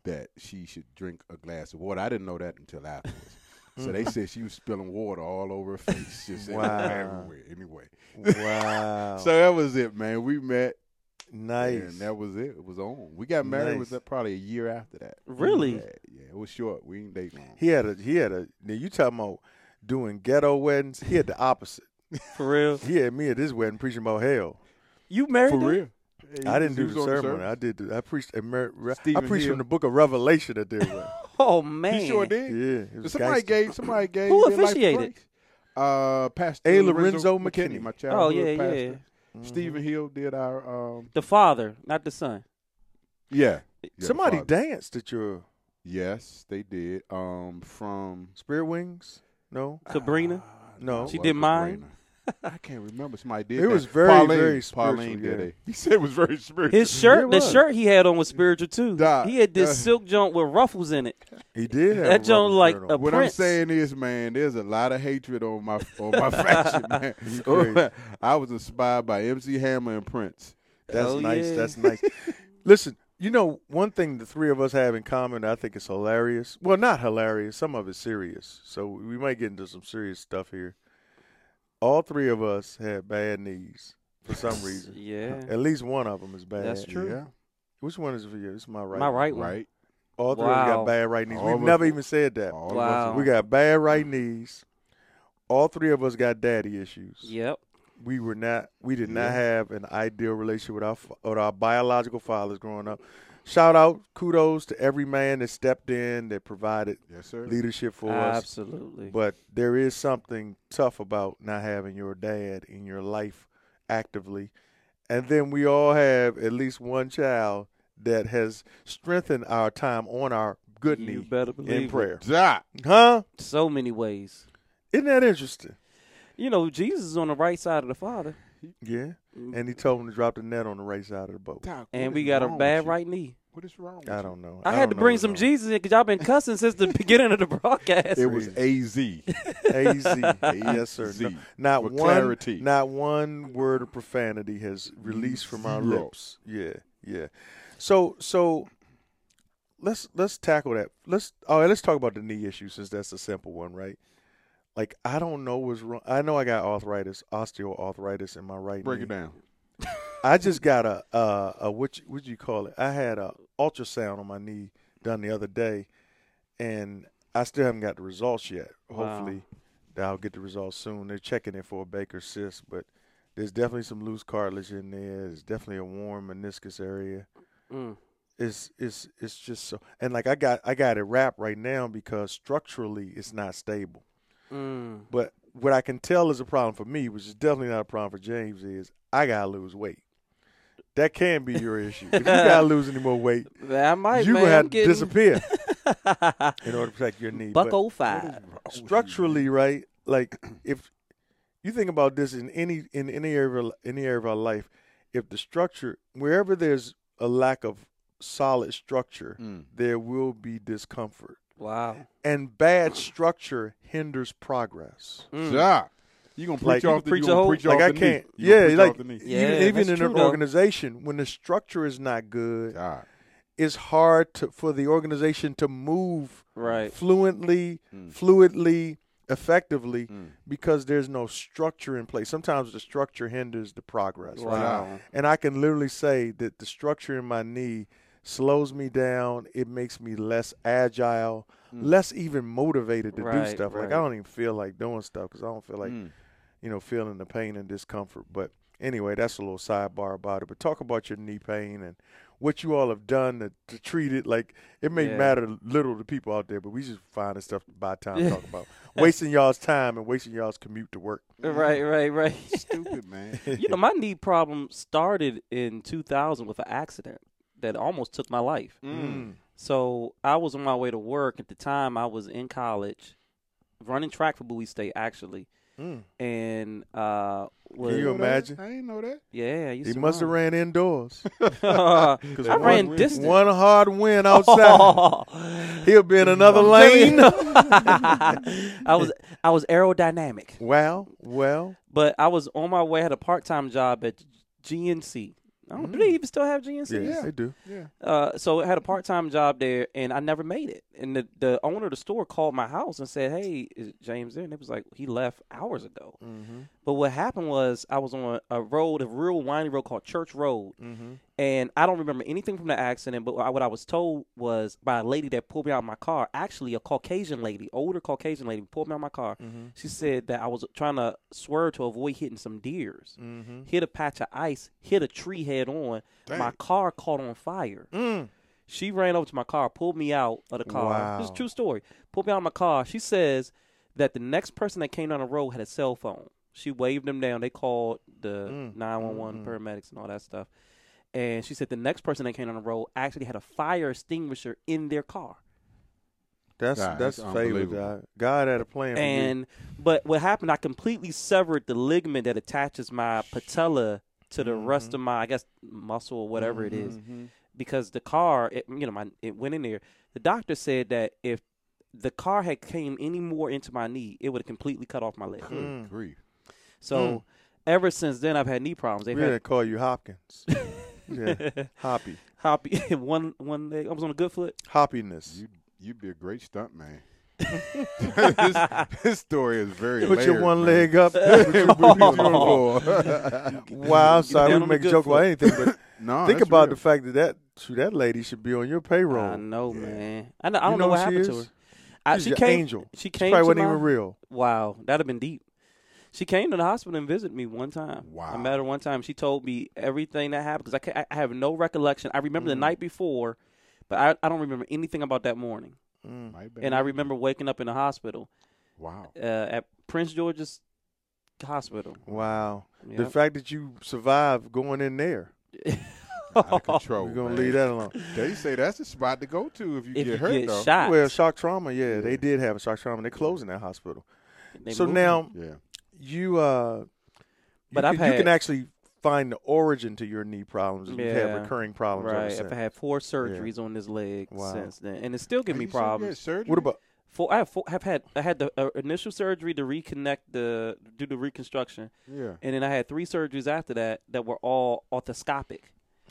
[SPEAKER 3] that she should drink a glass of water. I didn't know that until afterwards.
[SPEAKER 1] (laughs)
[SPEAKER 3] so they said she was spilling water all over her face, just
[SPEAKER 1] Wow. Oh.
[SPEAKER 3] everywhere. Anyway,
[SPEAKER 1] Wow.
[SPEAKER 3] so that was it, man. We met,
[SPEAKER 1] nice.
[SPEAKER 3] and that was it. It was on. We got married
[SPEAKER 1] Nice.
[SPEAKER 3] was that probably a year after that.
[SPEAKER 2] Really?
[SPEAKER 3] Yeah, yeah, it was short. We didn't date long.
[SPEAKER 1] He had a he had a now you talking about doing ghetto weddings. He had the opposite.
[SPEAKER 2] For real.
[SPEAKER 1] He had me at his wedding preaching about hell.
[SPEAKER 2] You married
[SPEAKER 3] For
[SPEAKER 2] him?
[SPEAKER 3] real.
[SPEAKER 1] I didn't
[SPEAKER 3] He
[SPEAKER 1] do
[SPEAKER 3] was
[SPEAKER 1] the
[SPEAKER 3] on the
[SPEAKER 1] ceremony. I
[SPEAKER 3] service.
[SPEAKER 1] did the, I preached a mer- re- I
[SPEAKER 3] Stephen
[SPEAKER 1] preached
[SPEAKER 3] Hill.
[SPEAKER 1] from the book of Revelation at their wedding.
[SPEAKER 2] Oh man.
[SPEAKER 3] He sure (laughs)
[SPEAKER 1] Yeah.
[SPEAKER 3] did.
[SPEAKER 1] it was
[SPEAKER 3] Somebody
[SPEAKER 1] gangsta. (laughs)
[SPEAKER 3] gave. Somebody gave.
[SPEAKER 2] Who
[SPEAKER 3] their life to
[SPEAKER 2] officiated?
[SPEAKER 3] Christ. Uh, Pastor
[SPEAKER 1] A. Lorenzo
[SPEAKER 3] McKinney,
[SPEAKER 1] McKinney.
[SPEAKER 3] my childhood
[SPEAKER 2] Oh yeah,
[SPEAKER 3] pastor.
[SPEAKER 2] yeah.
[SPEAKER 1] Mm-hmm.
[SPEAKER 3] Stephen Hill did our um
[SPEAKER 2] The father, not the son.
[SPEAKER 3] yeah.
[SPEAKER 1] Somebody
[SPEAKER 3] father.
[SPEAKER 1] danced at your
[SPEAKER 3] Yes, they did. Um from
[SPEAKER 1] Spirit Wings? No.
[SPEAKER 2] Sabrina?
[SPEAKER 3] Ah,
[SPEAKER 1] No.
[SPEAKER 3] it
[SPEAKER 1] She
[SPEAKER 3] wasn't
[SPEAKER 2] did mine?
[SPEAKER 3] Sabrina. I can't
[SPEAKER 1] (laughs)
[SPEAKER 3] remember. Somebody did.
[SPEAKER 1] It
[SPEAKER 3] that.
[SPEAKER 1] was very,
[SPEAKER 3] Pauline,
[SPEAKER 1] very spiritual,
[SPEAKER 3] Pauline
[SPEAKER 1] yeah.
[SPEAKER 3] did it. He said it was very (laughs) spiritual.
[SPEAKER 2] His shirt, the
[SPEAKER 1] was.
[SPEAKER 2] shirt he had on was spiritual too.
[SPEAKER 3] Dog,
[SPEAKER 2] He had this
[SPEAKER 3] uh,
[SPEAKER 2] silk joint with ruffles in it.
[SPEAKER 1] He did have
[SPEAKER 2] That
[SPEAKER 1] a
[SPEAKER 2] joint
[SPEAKER 1] rubber
[SPEAKER 2] like
[SPEAKER 1] shirt
[SPEAKER 2] a
[SPEAKER 1] on.
[SPEAKER 3] what
[SPEAKER 2] prince.
[SPEAKER 3] I'm saying is, man, there's a lot of hatred on my on my faction, man.
[SPEAKER 1] You crazy.
[SPEAKER 3] I was inspired by MC Hammer and Prince.
[SPEAKER 1] That's
[SPEAKER 2] Oh,
[SPEAKER 1] nice.
[SPEAKER 2] yeah. (laughs)
[SPEAKER 1] That's nice. Listen, you know, one thing the three of us have in common, I think is hilarious. Well, not hilarious. Some of it's serious. So we might get into some serious stuff here. all three of us had bad knees for
[SPEAKER 2] (laughs)
[SPEAKER 1] some reason.
[SPEAKER 2] Yeah.
[SPEAKER 1] At least one of them is bad.
[SPEAKER 2] That's true.
[SPEAKER 3] Yeah.
[SPEAKER 1] Which one is it for you? It's my right.
[SPEAKER 2] My right one.
[SPEAKER 3] Right.
[SPEAKER 1] All three of us
[SPEAKER 2] Wow.
[SPEAKER 1] got bad right knees.
[SPEAKER 3] All
[SPEAKER 1] We've
[SPEAKER 3] of
[SPEAKER 1] never
[SPEAKER 3] us.
[SPEAKER 1] even said that.
[SPEAKER 3] All of us
[SPEAKER 2] Wow.
[SPEAKER 3] are-
[SPEAKER 1] We got bad right knees. All three of us got daddy issues.
[SPEAKER 2] Yep.
[SPEAKER 1] We were not. We did not
[SPEAKER 3] Yeah.
[SPEAKER 1] have an ideal relationship with our f- with our biological fathers growing up. Shout out, kudos to every man that stepped in that provided
[SPEAKER 3] Yes, sir.
[SPEAKER 1] leadership for us.
[SPEAKER 2] Absolutely.
[SPEAKER 1] But there is something tough about not having your dad in your life actively. And then we all have at least one child that has strengthened our time on our good
[SPEAKER 2] you
[SPEAKER 1] knee
[SPEAKER 2] better believe
[SPEAKER 1] in
[SPEAKER 2] it.
[SPEAKER 1] prayer.
[SPEAKER 3] Ja.
[SPEAKER 1] Huh?
[SPEAKER 2] So many ways.
[SPEAKER 1] Isn't that interesting?
[SPEAKER 2] You know, Jesus is on the right side of the Father,
[SPEAKER 1] Yeah. And he told him to drop the net on the right side of the boat.
[SPEAKER 3] Doc, what
[SPEAKER 2] and
[SPEAKER 3] is
[SPEAKER 2] we got a
[SPEAKER 3] wrong
[SPEAKER 2] bad
[SPEAKER 3] with you?
[SPEAKER 2] right knee.
[SPEAKER 3] What is wrong? With
[SPEAKER 1] I
[SPEAKER 3] you?
[SPEAKER 1] don't know.
[SPEAKER 2] I, had to
[SPEAKER 1] don't know
[SPEAKER 2] bring
[SPEAKER 1] what's
[SPEAKER 2] some
[SPEAKER 1] wrong.
[SPEAKER 2] Jesus in because y'all been cussing since the beginning of the broadcast.
[SPEAKER 3] It was A Z.
[SPEAKER 1] AZ. yes,
[SPEAKER 2] (laughs)
[SPEAKER 1] sir. No,
[SPEAKER 3] Z.
[SPEAKER 1] not
[SPEAKER 3] For
[SPEAKER 1] one
[SPEAKER 3] clarity.
[SPEAKER 1] not one word of profanity has released from our
[SPEAKER 3] Zero.
[SPEAKER 1] lips. Yeah, yeah. So so let's let's tackle that. Let's all right, let's talk about the knee issue since that's a simple one, right? Like I don't know what's wrong. I know I got arthritis, osteoarthritis in my right
[SPEAKER 3] Break
[SPEAKER 1] knee.
[SPEAKER 3] it down.
[SPEAKER 1] I just got a uh a what you- what do you call it? I had a ultrasound on my knee done the other day, and I still haven't got the results yet.
[SPEAKER 2] Wow.
[SPEAKER 1] Hopefully, I'll get the results soon. They're checking it for a Baker cyst, but there's definitely some loose cartilage in there. There's definitely a warm meniscus area.
[SPEAKER 2] Mm.
[SPEAKER 1] It's it's it's just so and like I got I got it wrapped right now because structurally it's not stable.
[SPEAKER 2] (laughs) Mm.
[SPEAKER 1] But what I can tell is a problem for me, which is definitely not a problem for James, is I gotta lose weight. That can be your issue. If you gotta lose any more
[SPEAKER 2] (laughs)
[SPEAKER 1] weight,
[SPEAKER 2] That might
[SPEAKER 1] you
[SPEAKER 2] man,
[SPEAKER 1] gonna
[SPEAKER 2] I'm
[SPEAKER 1] have to
[SPEAKER 2] getting (laughs)
[SPEAKER 1] disappear in order to protect your knee.
[SPEAKER 2] Buck
[SPEAKER 1] But
[SPEAKER 2] 05.
[SPEAKER 1] structurally, right? Like if you think about this in any in any area of- any area of our life, if the structure wherever there's a lack of solid structure,
[SPEAKER 3] Mm.
[SPEAKER 1] there will be discomfort.
[SPEAKER 2] Wow.
[SPEAKER 1] And bad structure hinders progress.
[SPEAKER 2] Mm.
[SPEAKER 3] Ja. You gonna preach
[SPEAKER 1] Like-
[SPEAKER 3] off the
[SPEAKER 2] Preach
[SPEAKER 3] you
[SPEAKER 2] a
[SPEAKER 3] gonna
[SPEAKER 2] whole-
[SPEAKER 3] preach
[SPEAKER 1] like
[SPEAKER 3] off
[SPEAKER 1] I
[SPEAKER 3] the knee.
[SPEAKER 1] can't.
[SPEAKER 3] You gonna
[SPEAKER 1] Yeah,
[SPEAKER 3] preach
[SPEAKER 1] like
[SPEAKER 3] off the knee.
[SPEAKER 1] (laughs)
[SPEAKER 2] Yeah,
[SPEAKER 1] even, even
[SPEAKER 2] that's
[SPEAKER 1] in an
[SPEAKER 2] true, though.
[SPEAKER 1] organization, when the structure is not good,
[SPEAKER 3] God.
[SPEAKER 1] it's hard to, for the organization to move
[SPEAKER 2] Right.
[SPEAKER 1] fluently,
[SPEAKER 3] Mm.
[SPEAKER 1] fluidly, effectively
[SPEAKER 3] Mm.
[SPEAKER 1] because there's no structure in place. Sometimes the structure hinders the progress. right?
[SPEAKER 2] Wow.
[SPEAKER 1] And I can literally say that the structure in my knee slows me down. It makes me less agile, less even motivated to
[SPEAKER 2] Right,
[SPEAKER 1] do stuff. Like
[SPEAKER 2] right.
[SPEAKER 1] I don't even feel like doing stuff because I don't feel like
[SPEAKER 3] Mm.
[SPEAKER 1] you know, feeling the pain and discomfort. But anyway, that's a little sidebar about it. But talk about your knee pain and what you all have done to, to treat it. Like it may
[SPEAKER 2] Yeah.
[SPEAKER 1] matter little to people out there, but we just finding stuff to buy time to talk about, wasting y'all's time and wasting y'all's commute to work.
[SPEAKER 2] (laughs) Right, right,
[SPEAKER 1] (laughs)
[SPEAKER 2] right.
[SPEAKER 3] Stupid man. Mm.
[SPEAKER 2] you know, my knee problem started in 2000 with an accident that almost took my life.
[SPEAKER 3] Mm.
[SPEAKER 2] So I was on my way to work at the time. I was in college, running track for Bowie State actually,
[SPEAKER 1] Mm.
[SPEAKER 2] and uh, was,
[SPEAKER 1] Can you imagine?
[SPEAKER 3] I ain't know that.
[SPEAKER 2] yeah, I used
[SPEAKER 1] He
[SPEAKER 2] to
[SPEAKER 1] must have
[SPEAKER 2] run.
[SPEAKER 1] ran indoors.
[SPEAKER 2] (laughs)
[SPEAKER 1] (laughs)
[SPEAKER 2] I
[SPEAKER 1] one-
[SPEAKER 2] ran Oh. distance.
[SPEAKER 1] One hard win
[SPEAKER 2] (laughs)
[SPEAKER 1] outside. He'll be in another
[SPEAKER 2] Really?
[SPEAKER 1] lane.
[SPEAKER 2] (laughs) I was I was
[SPEAKER 1] (laughs)
[SPEAKER 2] aerodynamic,
[SPEAKER 1] well, well,
[SPEAKER 2] but I was on my way. I had a part time job at GNC. I don't, Do they even still have GNC?
[SPEAKER 1] yeah, they do.
[SPEAKER 3] Yeah.
[SPEAKER 2] Uh, so I had a part time job there, and I never made it. And the, the owner of the store called my house and said, "Hey, is James there?" And it was like he left hours ago.
[SPEAKER 1] Mm-hmm.
[SPEAKER 2] But what happened was I was on a road, a real windy road called Church Road,
[SPEAKER 1] Mm-hmm.
[SPEAKER 2] and I don't remember anything from the accident. But what I- what I was told was by a lady that pulled me out of my car, actually a Caucasian lady, older Caucasian lady, pulled me out of my car.
[SPEAKER 1] Mm-hmm.
[SPEAKER 2] She said that I was trying to swerve to avoid hitting some deers,
[SPEAKER 1] Mm-hmm.
[SPEAKER 2] hit a patch of ice, hit a tree head on. My car caught on fire.
[SPEAKER 1] Mm.
[SPEAKER 2] She ran over to my car, pulled me out of the car. This is a
[SPEAKER 1] Wow.
[SPEAKER 2] true story. Pulled me out of my car. She says that the next person that came down the road had a cell phone. She waved them down. They called the
[SPEAKER 1] Mm,
[SPEAKER 2] nine one
[SPEAKER 1] mm,
[SPEAKER 2] one
[SPEAKER 1] mm.
[SPEAKER 2] paramedics and all that stuff. And she said the next person that came down the road actually had a fire extinguisher in their car.
[SPEAKER 1] That's
[SPEAKER 3] God,
[SPEAKER 1] that's
[SPEAKER 3] that's
[SPEAKER 1] favor,
[SPEAKER 3] unbelievable.
[SPEAKER 1] God. God had a plan. for you.
[SPEAKER 2] And but what happened? I completely severed the ligament that attaches my patella to the
[SPEAKER 1] Mm-hmm.
[SPEAKER 2] rest of my, I guess, muscle or whatever it is. because the car, it, you know, my it went in there. The doctor said that if the car had came any more into my knee, it would have completely cut off my leg.
[SPEAKER 3] Good
[SPEAKER 1] Mm.
[SPEAKER 3] grief.
[SPEAKER 2] So ever since then, I've had knee problems. They've
[SPEAKER 1] we didn't call you
[SPEAKER 2] (laughs)
[SPEAKER 1] Hopkins. yeah,
[SPEAKER 2] had
[SPEAKER 1] Hoppy,
[SPEAKER 2] (laughs) hoppy one one leg. I was on a good foot.
[SPEAKER 1] Hoppiness.
[SPEAKER 2] (laughs)
[SPEAKER 3] You you'd be a great stunt man. (laughs) this, this story is very.
[SPEAKER 1] (laughs) Put your
[SPEAKER 3] layered,
[SPEAKER 1] one
[SPEAKER 3] man. (laughs)
[SPEAKER 1] leg
[SPEAKER 2] (laughs)
[SPEAKER 1] up. (laughs)
[SPEAKER 3] What you- what you doing
[SPEAKER 2] Oh.
[SPEAKER 3] for?
[SPEAKER 1] wow, I'm sorry.
[SPEAKER 2] down
[SPEAKER 1] We can
[SPEAKER 2] on the
[SPEAKER 1] make a
[SPEAKER 2] good
[SPEAKER 1] joke
[SPEAKER 2] (laughs)
[SPEAKER 1] about
[SPEAKER 2] foot.
[SPEAKER 1] anything, but
[SPEAKER 3] (laughs)
[SPEAKER 2] Oh,
[SPEAKER 3] no,
[SPEAKER 1] think
[SPEAKER 3] that's
[SPEAKER 1] about
[SPEAKER 3] real.
[SPEAKER 1] the fact that that, shoot, that lady should be on your payroll.
[SPEAKER 2] I know,
[SPEAKER 3] Yeah.
[SPEAKER 2] man. I, know, I
[SPEAKER 1] You
[SPEAKER 2] don't know,
[SPEAKER 1] know
[SPEAKER 2] what
[SPEAKER 1] who she
[SPEAKER 2] happened to her.
[SPEAKER 1] is?
[SPEAKER 2] I,
[SPEAKER 1] She's
[SPEAKER 2] she
[SPEAKER 1] an
[SPEAKER 2] came.
[SPEAKER 1] angel.
[SPEAKER 2] She
[SPEAKER 1] She
[SPEAKER 2] came.
[SPEAKER 1] probably
[SPEAKER 2] to
[SPEAKER 1] wasn't
[SPEAKER 2] my-
[SPEAKER 1] even real.
[SPEAKER 2] Wow, that'd have been deep. She came to the hospital and visited me one time.
[SPEAKER 3] Wow.
[SPEAKER 2] I met her one time. She told me everything that happened because I, ca- I have no recollection. I remember the night before, but I, I don't remember anything about that morning.
[SPEAKER 3] Might have been
[SPEAKER 2] And I
[SPEAKER 3] her.
[SPEAKER 2] remember waking up in the hospital (laughs)
[SPEAKER 3] Wow.
[SPEAKER 2] uh, at Prince George's Hospital.
[SPEAKER 1] Wow. The
[SPEAKER 2] Yep.
[SPEAKER 1] fact that you survived going in there,
[SPEAKER 3] Out
[SPEAKER 2] (laughs)
[SPEAKER 3] of control.
[SPEAKER 1] we're going
[SPEAKER 3] man.
[SPEAKER 1] to leave that alone.
[SPEAKER 3] They say that's the spot to go to if you
[SPEAKER 2] if
[SPEAKER 3] get
[SPEAKER 2] you
[SPEAKER 3] hurt,
[SPEAKER 2] get
[SPEAKER 3] though.
[SPEAKER 2] shot,
[SPEAKER 1] Well, shock trauma, yeah, they did have a shock trauma. They're closing that hospital.
[SPEAKER 2] they
[SPEAKER 1] so
[SPEAKER 2] move
[SPEAKER 1] now
[SPEAKER 3] Yeah.
[SPEAKER 1] you, uh,
[SPEAKER 2] But
[SPEAKER 1] you,
[SPEAKER 2] I've
[SPEAKER 1] can, you
[SPEAKER 2] had-
[SPEAKER 1] can actually find the origin to your knee problems. You've had
[SPEAKER 2] Yeah.
[SPEAKER 1] recurring
[SPEAKER 2] you.
[SPEAKER 1] problems. ever
[SPEAKER 2] right.
[SPEAKER 1] since.
[SPEAKER 2] I've had four surgeries on this leg
[SPEAKER 1] Wow.
[SPEAKER 2] since then, and it still give
[SPEAKER 3] Are
[SPEAKER 2] me
[SPEAKER 3] you saying you had
[SPEAKER 2] problems.
[SPEAKER 3] surgery?
[SPEAKER 1] What about
[SPEAKER 2] Four, I have four, have had I had the uh, initial surgery to reconnect the do the reconstruction,
[SPEAKER 3] Yeah.
[SPEAKER 2] and then I had three surgeries after that that were all orthoscopic.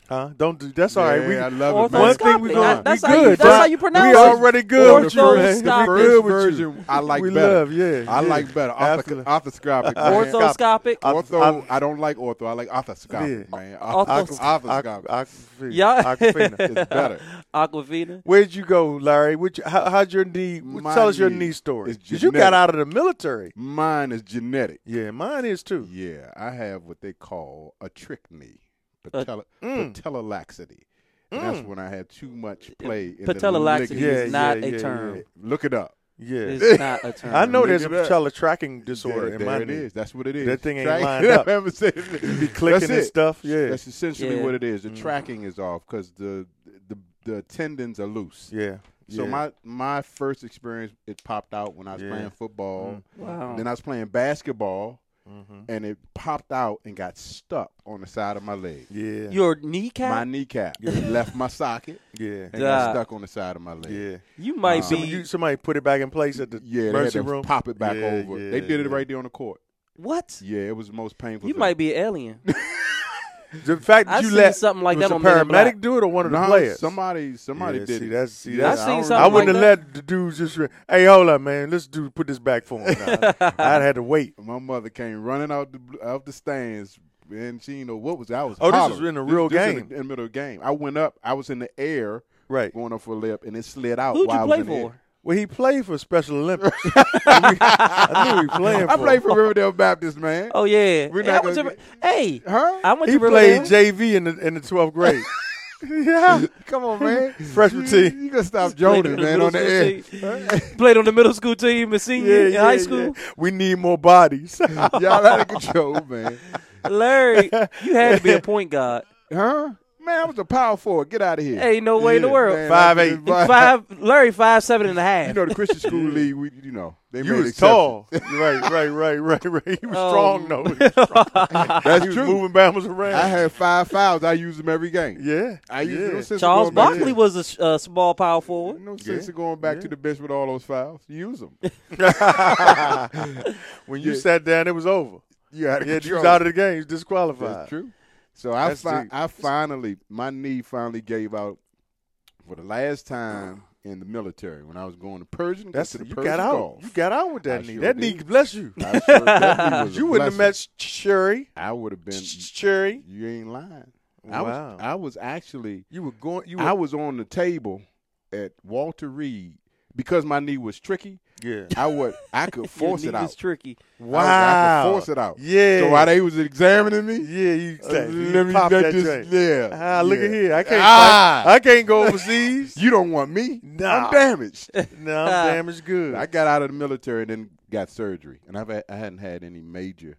[SPEAKER 1] huh? Don't do that's all right.
[SPEAKER 3] Yeah,
[SPEAKER 1] We,
[SPEAKER 3] I
[SPEAKER 2] Or
[SPEAKER 3] love it,
[SPEAKER 2] if I
[SPEAKER 1] one
[SPEAKER 3] man.
[SPEAKER 2] was
[SPEAKER 1] thing we
[SPEAKER 2] Orthoscopic.
[SPEAKER 1] gonna
[SPEAKER 2] I- that's
[SPEAKER 1] we
[SPEAKER 2] how you-
[SPEAKER 1] good.
[SPEAKER 2] that's
[SPEAKER 1] Doc.
[SPEAKER 2] how you pronounce
[SPEAKER 1] We
[SPEAKER 2] it.
[SPEAKER 1] already good. with you,
[SPEAKER 2] Ortho-
[SPEAKER 1] man.
[SPEAKER 2] stop
[SPEAKER 1] We
[SPEAKER 2] it.
[SPEAKER 1] good with you.
[SPEAKER 3] version
[SPEAKER 1] (laughs)
[SPEAKER 3] I like
[SPEAKER 1] we
[SPEAKER 3] better.
[SPEAKER 1] love, yeah.
[SPEAKER 3] I
[SPEAKER 1] yeah.
[SPEAKER 3] like better.
[SPEAKER 1] Absolutely.
[SPEAKER 3] Ortho-
[SPEAKER 1] (laughs)
[SPEAKER 3] Orthoscopic. man.
[SPEAKER 2] Orthoscopic.
[SPEAKER 3] Ortho.
[SPEAKER 1] I've-
[SPEAKER 3] I don't like ortho. I like orthoscopic,
[SPEAKER 1] Yeah.
[SPEAKER 3] man.
[SPEAKER 2] Orthos-
[SPEAKER 3] Orthoscopic.
[SPEAKER 1] Aquafina.
[SPEAKER 2] Yeah.
[SPEAKER 1] Aquafina.
[SPEAKER 2] (laughs)
[SPEAKER 3] It's better.
[SPEAKER 2] Aquafina.
[SPEAKER 1] Where'd you go, Larry? What you, how, how'd your knee? what-
[SPEAKER 3] My
[SPEAKER 1] tell us your
[SPEAKER 3] knee
[SPEAKER 1] knee story.
[SPEAKER 3] is
[SPEAKER 1] 'Cause you got
[SPEAKER 3] genetic.
[SPEAKER 1] out of the military.
[SPEAKER 3] Mine is genetic.
[SPEAKER 1] Yeah, mine is too.
[SPEAKER 3] Yeah, I have what they call a trick knee,
[SPEAKER 2] A-
[SPEAKER 3] patella,
[SPEAKER 1] Mm.
[SPEAKER 3] patella laxity. And That's when I had too much play. in the
[SPEAKER 2] Patella laxity
[SPEAKER 3] ligament.
[SPEAKER 2] is
[SPEAKER 1] Yeah,
[SPEAKER 2] not
[SPEAKER 1] yeah,
[SPEAKER 2] a
[SPEAKER 1] yeah,
[SPEAKER 2] term.
[SPEAKER 1] yeah.
[SPEAKER 3] Look it up.
[SPEAKER 1] Yeah,
[SPEAKER 2] It's
[SPEAKER 1] (laughs)
[SPEAKER 2] not a term.
[SPEAKER 1] I know
[SPEAKER 3] Look
[SPEAKER 1] there's a
[SPEAKER 3] it up.
[SPEAKER 1] patella tracking disorder
[SPEAKER 3] there,
[SPEAKER 1] in my
[SPEAKER 3] there it
[SPEAKER 1] knee.
[SPEAKER 3] is. That's what it is.
[SPEAKER 1] That thing ain't
[SPEAKER 3] Track- (laughs)
[SPEAKER 1] lined up.
[SPEAKER 3] I remember saying it.
[SPEAKER 1] Be clicking
[SPEAKER 3] That's
[SPEAKER 1] and
[SPEAKER 3] it.
[SPEAKER 1] stuff. Yeah,
[SPEAKER 3] That's essentially
[SPEAKER 2] Yeah. Mm.
[SPEAKER 3] what it is. The tracking is off because the, the the tendons are loose.
[SPEAKER 1] yeah.
[SPEAKER 3] So
[SPEAKER 1] yeah.
[SPEAKER 3] my my first experience, it popped out when I was
[SPEAKER 1] Yeah. Mm.
[SPEAKER 3] playing football.
[SPEAKER 2] Wow.
[SPEAKER 3] Then I was playing basketball,
[SPEAKER 2] Mm-hmm.
[SPEAKER 1] Mhm.
[SPEAKER 3] and it popped out and got stuck on the side of my leg.
[SPEAKER 1] yeah,
[SPEAKER 2] Your
[SPEAKER 3] My
[SPEAKER 2] kneecap.
[SPEAKER 3] kneecap It left my socket
[SPEAKER 1] yeah,
[SPEAKER 3] and got
[SPEAKER 2] Duh.
[SPEAKER 3] stuck on the side of my leg.
[SPEAKER 1] yeah.
[SPEAKER 2] you might
[SPEAKER 3] Uh,
[SPEAKER 1] Some-
[SPEAKER 2] be.
[SPEAKER 1] you- somebody put it back in place at the
[SPEAKER 3] Yeah, they had
[SPEAKER 1] mercy
[SPEAKER 3] to
[SPEAKER 1] room.
[SPEAKER 3] pop it back
[SPEAKER 1] Yeah,
[SPEAKER 3] over.
[SPEAKER 1] yeah,
[SPEAKER 3] they did it
[SPEAKER 1] yeah.
[SPEAKER 3] right there on the court.
[SPEAKER 2] what?
[SPEAKER 3] Yeah, it was the most painful.
[SPEAKER 2] You
[SPEAKER 3] thing.
[SPEAKER 2] might be
[SPEAKER 1] (laughs)
[SPEAKER 2] an alien.
[SPEAKER 1] The fact that
[SPEAKER 2] I
[SPEAKER 1] you
[SPEAKER 2] seen
[SPEAKER 1] let
[SPEAKER 2] something like
[SPEAKER 1] was
[SPEAKER 2] that
[SPEAKER 1] a
[SPEAKER 2] on Men in Black.
[SPEAKER 1] paramedic do it or one of the
[SPEAKER 3] No,
[SPEAKER 1] players.
[SPEAKER 3] Somebody, somebody
[SPEAKER 1] Yeah,
[SPEAKER 3] did
[SPEAKER 1] see,
[SPEAKER 3] it.
[SPEAKER 1] that's- see,
[SPEAKER 3] Yeah,
[SPEAKER 1] that's-
[SPEAKER 2] I
[SPEAKER 3] don't
[SPEAKER 2] seen
[SPEAKER 3] remember.
[SPEAKER 1] I
[SPEAKER 2] something like
[SPEAKER 1] wouldn't have let the dudes just. Re- hey, hold up, man. Let's do put this back for him.
[SPEAKER 3] (laughs)
[SPEAKER 1] Nah, I'd had to wait.
[SPEAKER 3] My mother came running out the bl- out the stands, and she didn't know what was. I was.
[SPEAKER 1] Oh, this was
[SPEAKER 3] hollering.
[SPEAKER 1] in a real
[SPEAKER 3] this
[SPEAKER 1] game.
[SPEAKER 3] in the, in the middle of the game. I went up. I was in the air,
[SPEAKER 1] Right.
[SPEAKER 3] going up for a layup, and it slid out.
[SPEAKER 2] Who'd
[SPEAKER 3] while
[SPEAKER 2] you
[SPEAKER 3] I was
[SPEAKER 2] play
[SPEAKER 3] in the air.
[SPEAKER 2] for?
[SPEAKER 1] Well, he played for Special
[SPEAKER 3] (laughs)
[SPEAKER 1] Olympics. I knew he playing. For.
[SPEAKER 3] I
[SPEAKER 2] (laughs)
[SPEAKER 3] played for Riverdale Baptist, man.
[SPEAKER 2] Oh yeah.
[SPEAKER 3] We're
[SPEAKER 2] Hey,
[SPEAKER 3] not
[SPEAKER 2] I went
[SPEAKER 3] gonna
[SPEAKER 2] to- hey,
[SPEAKER 3] Huh?
[SPEAKER 2] I went
[SPEAKER 1] He
[SPEAKER 2] to
[SPEAKER 1] played
[SPEAKER 2] Riverdale.
[SPEAKER 1] JV in the in the twelfth grade. yeah.
[SPEAKER 3] (laughs) Come on, man.
[SPEAKER 1] Freshman
[SPEAKER 3] you,
[SPEAKER 1] team.
[SPEAKER 3] You gonna
[SPEAKER 2] Played
[SPEAKER 3] stop joking, man? On the air.
[SPEAKER 2] middle school team. Played on the middle school team and senior in high school.
[SPEAKER 1] yeah. We need more
[SPEAKER 3] (laughs)
[SPEAKER 1] bodies.
[SPEAKER 3] (laughs)
[SPEAKER 1] (laughs)
[SPEAKER 3] Y'all out of control, man.
[SPEAKER 2] Larry, you had to
[SPEAKER 1] (laughs)
[SPEAKER 2] be a point guard.
[SPEAKER 3] Huh? Man, I was a power forward. Get out of here.
[SPEAKER 2] Ain't no way in the
[SPEAKER 3] Yeah,
[SPEAKER 2] world.
[SPEAKER 3] man,
[SPEAKER 1] Five
[SPEAKER 3] I- (laughs)
[SPEAKER 1] eight.
[SPEAKER 2] Five, Larry, five seven and a half.
[SPEAKER 3] You know the Christian School League. We, you know they
[SPEAKER 1] you
[SPEAKER 3] made
[SPEAKER 1] was tall. right, right, right, right, right. He was
[SPEAKER 2] Oh.
[SPEAKER 1] strong though. He was
[SPEAKER 3] exceptions. (laughs) That's
[SPEAKER 1] was
[SPEAKER 3] true.
[SPEAKER 1] moving bouncers around.
[SPEAKER 3] I had five fouls. I used them every game.
[SPEAKER 1] yeah.
[SPEAKER 3] I used
[SPEAKER 1] yeah.
[SPEAKER 3] no sense of
[SPEAKER 2] Charles
[SPEAKER 3] going back-
[SPEAKER 2] Barkley was a sh- uh, small power forward.
[SPEAKER 3] No sense of going back to the bench with all those fouls. Use them.
[SPEAKER 1] when you
[SPEAKER 3] Yeah.
[SPEAKER 1] sat down, it was over.
[SPEAKER 3] You had
[SPEAKER 1] Yeah, you was out of the game. He's disqualified.
[SPEAKER 3] That's true. So I
[SPEAKER 1] That's
[SPEAKER 3] fi-
[SPEAKER 1] deep.
[SPEAKER 3] I finally my knee finally gave out for the last time in the military when I was going to Persian.
[SPEAKER 1] That's
[SPEAKER 3] to the
[SPEAKER 1] you
[SPEAKER 3] Persian
[SPEAKER 1] got out.
[SPEAKER 3] Gulf.
[SPEAKER 1] You got out with that
[SPEAKER 3] I
[SPEAKER 1] knee.
[SPEAKER 3] sure
[SPEAKER 1] that
[SPEAKER 3] did.
[SPEAKER 1] knee, bless you.
[SPEAKER 3] (laughs) I sure- that
[SPEAKER 1] (laughs)
[SPEAKER 3] knee was a
[SPEAKER 1] You wouldn't have
[SPEAKER 3] blessing.
[SPEAKER 1] met Sherry.
[SPEAKER 3] I would have been.
[SPEAKER 1] Sherry.
[SPEAKER 3] You ain't lying. I
[SPEAKER 1] Wow.
[SPEAKER 3] was I was actually
[SPEAKER 1] You were going. You were.
[SPEAKER 3] I was on the table at Walter Reed because my knee was tricky.
[SPEAKER 1] yeah.
[SPEAKER 3] I would
[SPEAKER 1] (laughs)
[SPEAKER 3] I could force
[SPEAKER 2] Your
[SPEAKER 3] it
[SPEAKER 2] knee is
[SPEAKER 3] out.
[SPEAKER 2] tricky.
[SPEAKER 1] Wow.
[SPEAKER 3] I could force it out.
[SPEAKER 1] Yeah.
[SPEAKER 3] So while they was examining me,
[SPEAKER 1] yeah, you,
[SPEAKER 3] uh,
[SPEAKER 1] that,
[SPEAKER 3] let me
[SPEAKER 1] pop
[SPEAKER 3] let
[SPEAKER 1] that
[SPEAKER 3] this-
[SPEAKER 1] joint.
[SPEAKER 3] yeah.
[SPEAKER 1] Ah, look
[SPEAKER 3] yeah.
[SPEAKER 1] at here. I can't.
[SPEAKER 3] Ah.
[SPEAKER 1] fight. I can't go
[SPEAKER 3] (laughs)
[SPEAKER 1] overseas.
[SPEAKER 3] You don't want me.
[SPEAKER 1] Nah. (laughs)
[SPEAKER 3] I'm damaged.
[SPEAKER 1] no, I'm damaged good.
[SPEAKER 3] I got out of the military and then got surgery, and I've had, I hadn't had any major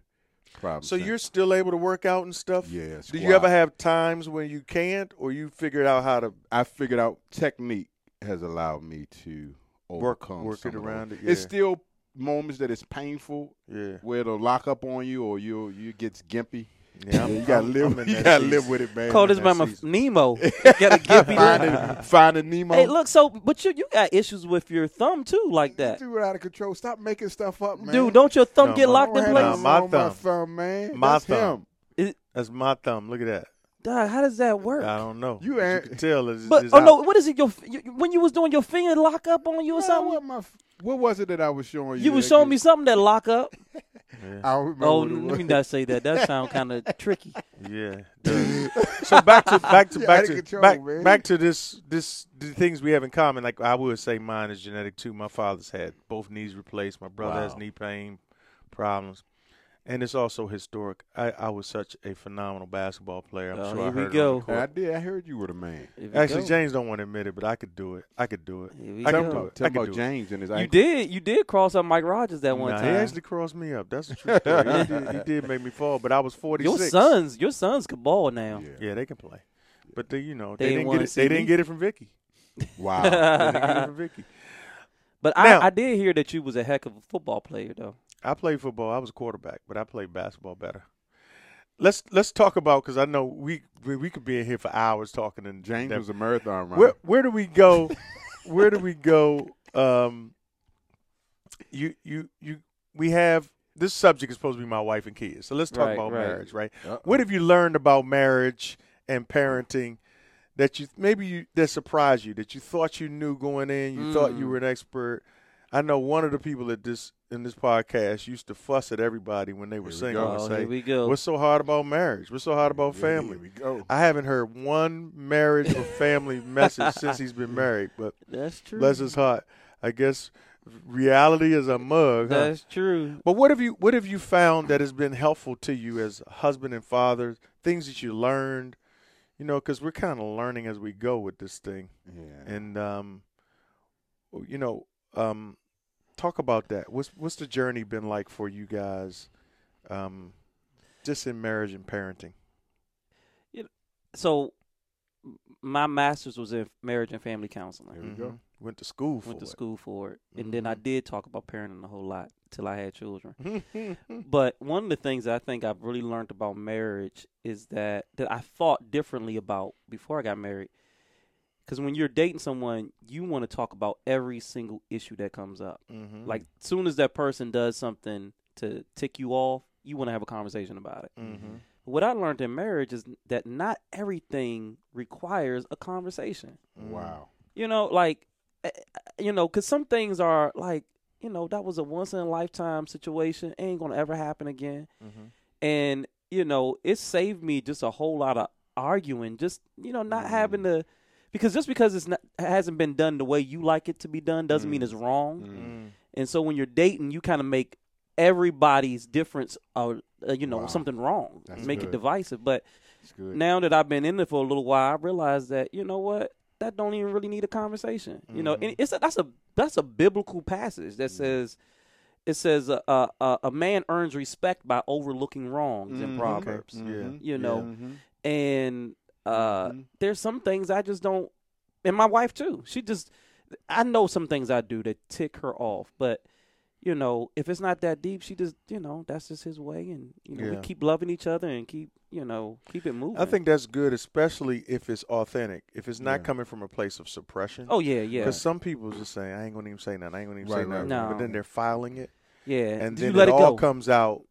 [SPEAKER 3] problems.
[SPEAKER 1] so
[SPEAKER 3] since.
[SPEAKER 1] you're still able to work out and stuff.
[SPEAKER 3] yeah.
[SPEAKER 1] Do
[SPEAKER 3] Squat.
[SPEAKER 1] you ever have times when you can't, or you figured out how to?
[SPEAKER 3] I figured out technique has allowed me to
[SPEAKER 1] Work-
[SPEAKER 3] overcome
[SPEAKER 1] work it
[SPEAKER 3] some of those.
[SPEAKER 1] around it,
[SPEAKER 3] It's
[SPEAKER 1] yeah.
[SPEAKER 3] still moments that it's painful
[SPEAKER 1] Yeah.
[SPEAKER 3] where it'll lock up on you or you you gets gimpy.
[SPEAKER 1] Yeah. I'm-
[SPEAKER 3] you gotta
[SPEAKER 1] I'm-
[SPEAKER 3] live.
[SPEAKER 1] I'm in
[SPEAKER 3] you
[SPEAKER 1] that
[SPEAKER 3] gotta
[SPEAKER 1] season.
[SPEAKER 3] live with it, man.
[SPEAKER 2] Call this
[SPEAKER 3] I'm
[SPEAKER 2] by
[SPEAKER 3] in
[SPEAKER 2] my
[SPEAKER 3] that
[SPEAKER 2] f-
[SPEAKER 3] season.
[SPEAKER 2] Nemo. Gotta give me that.
[SPEAKER 3] (laughs) finding, (laughs) finding Nemo.
[SPEAKER 2] Hey, look. So, but you you got issues with your thumb too, like that,
[SPEAKER 3] Dude, out of control. Stop making stuff up, man.
[SPEAKER 2] dude. Don't your thumb
[SPEAKER 1] No,
[SPEAKER 2] get
[SPEAKER 1] my-
[SPEAKER 2] locked in
[SPEAKER 1] Nah,
[SPEAKER 2] place?
[SPEAKER 1] my
[SPEAKER 3] my, thumb. my
[SPEAKER 1] thumb.
[SPEAKER 3] thumb, man.
[SPEAKER 1] My
[SPEAKER 3] That's
[SPEAKER 1] thumb.
[SPEAKER 3] him.
[SPEAKER 1] That's my thumb. Look at that.
[SPEAKER 2] Dog, how does that work?
[SPEAKER 1] I don't know.
[SPEAKER 3] You
[SPEAKER 1] But
[SPEAKER 3] ain't-
[SPEAKER 1] can tell. It's,
[SPEAKER 2] But
[SPEAKER 1] it's
[SPEAKER 2] oh
[SPEAKER 1] out.
[SPEAKER 2] no, what is it? Your you, when you was doing your finger lock up on you or
[SPEAKER 3] Man,
[SPEAKER 2] something?
[SPEAKER 3] what my f- What was it that I was showing you?
[SPEAKER 2] You were
[SPEAKER 3] that
[SPEAKER 2] showing me
[SPEAKER 3] could-
[SPEAKER 2] something that lock up.
[SPEAKER 3] I don't remember.
[SPEAKER 2] Oh,
[SPEAKER 3] what it
[SPEAKER 2] n-
[SPEAKER 3] was.
[SPEAKER 2] let (laughs) me not say that. That sound kind of tricky.
[SPEAKER 1] Yeah. so back to back to
[SPEAKER 3] (laughs) Yeah,
[SPEAKER 1] back
[SPEAKER 3] outta
[SPEAKER 1] to
[SPEAKER 3] control,
[SPEAKER 1] back,
[SPEAKER 3] man.
[SPEAKER 1] back to this this the things we have in common. Like I would say, mine is genetic too. My father's had both knees replaced. My brother has
[SPEAKER 3] Wow.
[SPEAKER 1] knee pain problems, and it's also historic. I, I was such a phenomenal basketball player. I'm
[SPEAKER 2] Oh,
[SPEAKER 1] sure I
[SPEAKER 2] here
[SPEAKER 1] heard
[SPEAKER 2] we
[SPEAKER 1] it on the
[SPEAKER 2] go.
[SPEAKER 1] court.
[SPEAKER 3] I did. I heard you were the man.
[SPEAKER 2] If you
[SPEAKER 1] Actually,
[SPEAKER 2] go.
[SPEAKER 1] James don't want to admit it, but I could do it. I could do it.
[SPEAKER 2] Here we
[SPEAKER 1] I can
[SPEAKER 3] Tell
[SPEAKER 2] go.
[SPEAKER 1] do
[SPEAKER 3] about,
[SPEAKER 1] it.
[SPEAKER 3] tell
[SPEAKER 1] I can
[SPEAKER 3] about
[SPEAKER 1] do it.
[SPEAKER 3] James and his
[SPEAKER 2] you
[SPEAKER 3] ankle.
[SPEAKER 2] did. You did cross up Mike Rogers that one
[SPEAKER 1] Nah,
[SPEAKER 2] time.
[SPEAKER 1] He actually crossed me up. That's the true story. he, did, he did make me fall, but I was 46.
[SPEAKER 2] your sons, your sons could ball now.
[SPEAKER 3] Yeah.
[SPEAKER 1] Yeah, they can play. But they, you know,
[SPEAKER 2] They
[SPEAKER 1] they,
[SPEAKER 2] didn't
[SPEAKER 1] didn't
[SPEAKER 2] wanna
[SPEAKER 1] get it.
[SPEAKER 2] see
[SPEAKER 1] They
[SPEAKER 2] me.
[SPEAKER 1] didn't get it from Vicky.
[SPEAKER 3] Wow.
[SPEAKER 1] They didn't get it
[SPEAKER 2] (laughs)
[SPEAKER 1] from Vicky.
[SPEAKER 2] but
[SPEAKER 1] Now-
[SPEAKER 2] I, I did hear that you was a heck of a football player though.
[SPEAKER 1] I played football. I was a quarterback, but I played basketball better. Let's let's talk about because I know we we we could be in here for hours talking. And
[SPEAKER 3] James was a marathon runner.
[SPEAKER 1] where where do we go? where do we go? Um, you you you we have this subject is supposed to be my wife and kids. So let's talk
[SPEAKER 2] Right,
[SPEAKER 1] about
[SPEAKER 2] right.
[SPEAKER 1] marriage, right?
[SPEAKER 3] Uh-oh.
[SPEAKER 1] What have you learned about marriage and parenting that you maybe you that surprised you that you thought you knew going in? You thought you
[SPEAKER 2] Mm.
[SPEAKER 1] were an expert. I know one of the people at this in this podcast used to fuss at everybody when they were
[SPEAKER 3] Here we
[SPEAKER 1] single
[SPEAKER 3] go.
[SPEAKER 1] and
[SPEAKER 2] Oh, here
[SPEAKER 1] say,
[SPEAKER 2] we go.
[SPEAKER 1] "What's so hard about marriage? What's so hard about
[SPEAKER 3] Yeah,
[SPEAKER 1] family?"
[SPEAKER 3] Here we go.
[SPEAKER 1] I haven't heard one marriage or family
[SPEAKER 2] (laughs)
[SPEAKER 1] message since he's been married, but
[SPEAKER 2] That's true.
[SPEAKER 1] bless his heart. I guess reality is a mug. Huh?
[SPEAKER 2] That's true.
[SPEAKER 1] But what have you what have you found that has been helpful to you as a husband and father? Things that you learned, you know, because we're kind of learning as we go with this thing,
[SPEAKER 3] Yeah.
[SPEAKER 1] and um, you know, um, talk about that. What's what's the journey been like for you guys, um, just in marriage and parenting?
[SPEAKER 2] So m- my master's was in marriage and family counseling.
[SPEAKER 3] Here we go.
[SPEAKER 1] Mhm. Went to school for
[SPEAKER 2] Mm-hmm. Went to
[SPEAKER 1] it.
[SPEAKER 2] school for it, and then I did talk about parenting a whole lot till I had children.
[SPEAKER 1] mm-hmm.
[SPEAKER 2] But one of the things I think I've really learned about marriage is that that I thought differently about before I got married. Because when you're dating someone, you want to talk about every single issue that comes up.
[SPEAKER 3] Mm-hmm.
[SPEAKER 2] Like, soon as that person does something to tick you off, you want to have a conversation about it.
[SPEAKER 1] mm-hmm.
[SPEAKER 2] What I learned in marriage is that not everything requires a conversation.
[SPEAKER 3] Wow.
[SPEAKER 2] You know, like, eh, eh, you know, because some things are like, you know, that was a once in a lifetime situation. It ain't going to ever happen again
[SPEAKER 1] Mm-hmm.
[SPEAKER 2] and you know it saved me just a whole lot of arguing just you know not
[SPEAKER 3] Mm.
[SPEAKER 2] having to because just because it's not hasn't been done the way you like it to be done doesn't mean
[SPEAKER 3] Mm.
[SPEAKER 2] it's wrong
[SPEAKER 3] Mm.
[SPEAKER 2] and so when you're dating you kind of make everybody's difference or uh, you know
[SPEAKER 3] Wow.
[SPEAKER 2] something wrong
[SPEAKER 3] That's
[SPEAKER 2] make it
[SPEAKER 3] good.
[SPEAKER 2] divisive but
[SPEAKER 3] It's good.
[SPEAKER 2] now that I've been in it for a little while I realize that you know what that don't even really need a conversation you know and
[SPEAKER 3] Mm-hmm.
[SPEAKER 1] Mhm.
[SPEAKER 2] it's a, that's a that's a biblical passage that
[SPEAKER 3] Mm.
[SPEAKER 2] says it says uh, uh, uh, a man earns respect by overlooking wrongs in
[SPEAKER 3] Mhm.
[SPEAKER 2] proverbs
[SPEAKER 1] Mhm.
[SPEAKER 2] you
[SPEAKER 1] Yeah.
[SPEAKER 2] know
[SPEAKER 3] Mhm.
[SPEAKER 2] and uh
[SPEAKER 3] Mhm.
[SPEAKER 2] there's some things i just don't and my wife too she just i know some things i do that tick her off but you know if it's not that deep she just you know that's just his way and you know we
[SPEAKER 1] Yeah.
[SPEAKER 2] keep loving each other and keep you know keep it moving
[SPEAKER 1] I think that's good, especially if it's authentic. If it's not
[SPEAKER 3] Yeah.
[SPEAKER 1] coming from a place of suppression.
[SPEAKER 2] oh yeah yeah
[SPEAKER 1] Because some people just saying, "I ain't gonna even say nothing. I ain't gonna even say
[SPEAKER 3] Right, right,
[SPEAKER 1] nothing."
[SPEAKER 2] right.
[SPEAKER 1] But then they're filing it,
[SPEAKER 2] yeah
[SPEAKER 1] and,
[SPEAKER 2] Do
[SPEAKER 1] then
[SPEAKER 2] you let
[SPEAKER 1] it,
[SPEAKER 2] it
[SPEAKER 1] all
[SPEAKER 2] go
[SPEAKER 1] comes out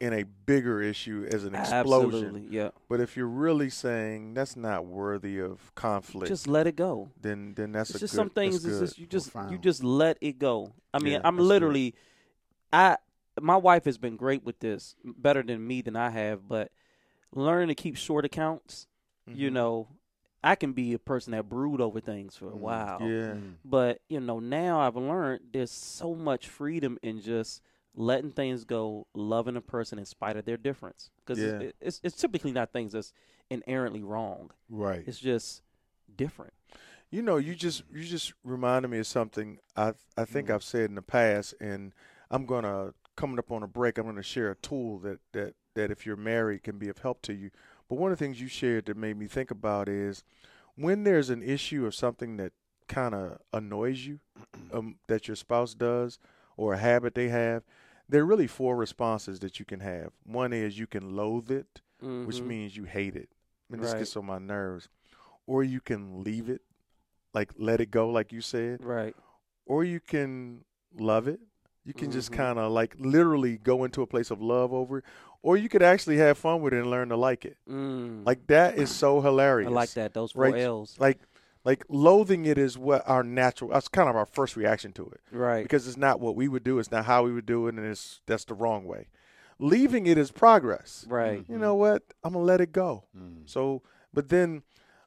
[SPEAKER 1] in a bigger issue as an explosion.
[SPEAKER 2] absolutely yeah
[SPEAKER 1] But if you're really saying that's not worthy of conflict,
[SPEAKER 2] just let it go
[SPEAKER 1] then then that's
[SPEAKER 2] it's
[SPEAKER 1] a
[SPEAKER 2] just
[SPEAKER 1] good,
[SPEAKER 2] some things
[SPEAKER 1] that's
[SPEAKER 2] is
[SPEAKER 1] good.
[SPEAKER 2] just you just you
[SPEAKER 3] Profound.
[SPEAKER 2] just let it go. I mean,
[SPEAKER 1] Yeah,
[SPEAKER 2] I'm
[SPEAKER 1] that's good.
[SPEAKER 2] literally I my wife has been great with this, better than me than I have, but learning to keep short accounts, you
[SPEAKER 1] Mhm.
[SPEAKER 2] know, I can be a person that brood over things for a
[SPEAKER 3] Mm,
[SPEAKER 2] while.
[SPEAKER 1] Yeah.
[SPEAKER 3] Mm.
[SPEAKER 2] But, you know, now I've learned there's so much freedom in just letting things go, loving a person in spite of their difference because
[SPEAKER 1] Yeah.
[SPEAKER 2] it's, it's it's typically not things that's inherently wrong.
[SPEAKER 3] Right.
[SPEAKER 2] It's just different.
[SPEAKER 1] You know, you just you just reminded me of something I I think
[SPEAKER 3] Mm.
[SPEAKER 1] I've said in the past, and I'm gonna coming up on a break. I'm gonna share a tool that that that if you're married can be of help to you. But one of the things you shared that made me think about is when there's an issue or something that kind of annoys you, um, that your spouse does or a habit they have. There are really four responses that you can have. One is you can loathe it, which
[SPEAKER 2] Mhm.
[SPEAKER 1] means you hate it. I mean, this
[SPEAKER 2] Right.
[SPEAKER 1] gets on my nerves. Or you can leave it, like let it go, like you said.
[SPEAKER 2] right.
[SPEAKER 1] Or you can love it. You can just
[SPEAKER 2] Mhm.
[SPEAKER 1] kind of like literally go into a place of love over it. Or you could actually have fun with it and learn to like it.
[SPEAKER 2] Mm.
[SPEAKER 1] Like that is so hilarious.
[SPEAKER 2] I like that. Those four
[SPEAKER 1] Right.
[SPEAKER 2] L's.
[SPEAKER 1] Like Like loathing it is what our natural. That's kind of our first reaction to it
[SPEAKER 2] Right.
[SPEAKER 1] because it's not what we would do. It's not how we would do it, and it's that's the wrong way. Leaving it is progress.
[SPEAKER 2] Right.
[SPEAKER 1] You know what? I'm gonna let it go.
[SPEAKER 3] Mm.
[SPEAKER 1] So, but then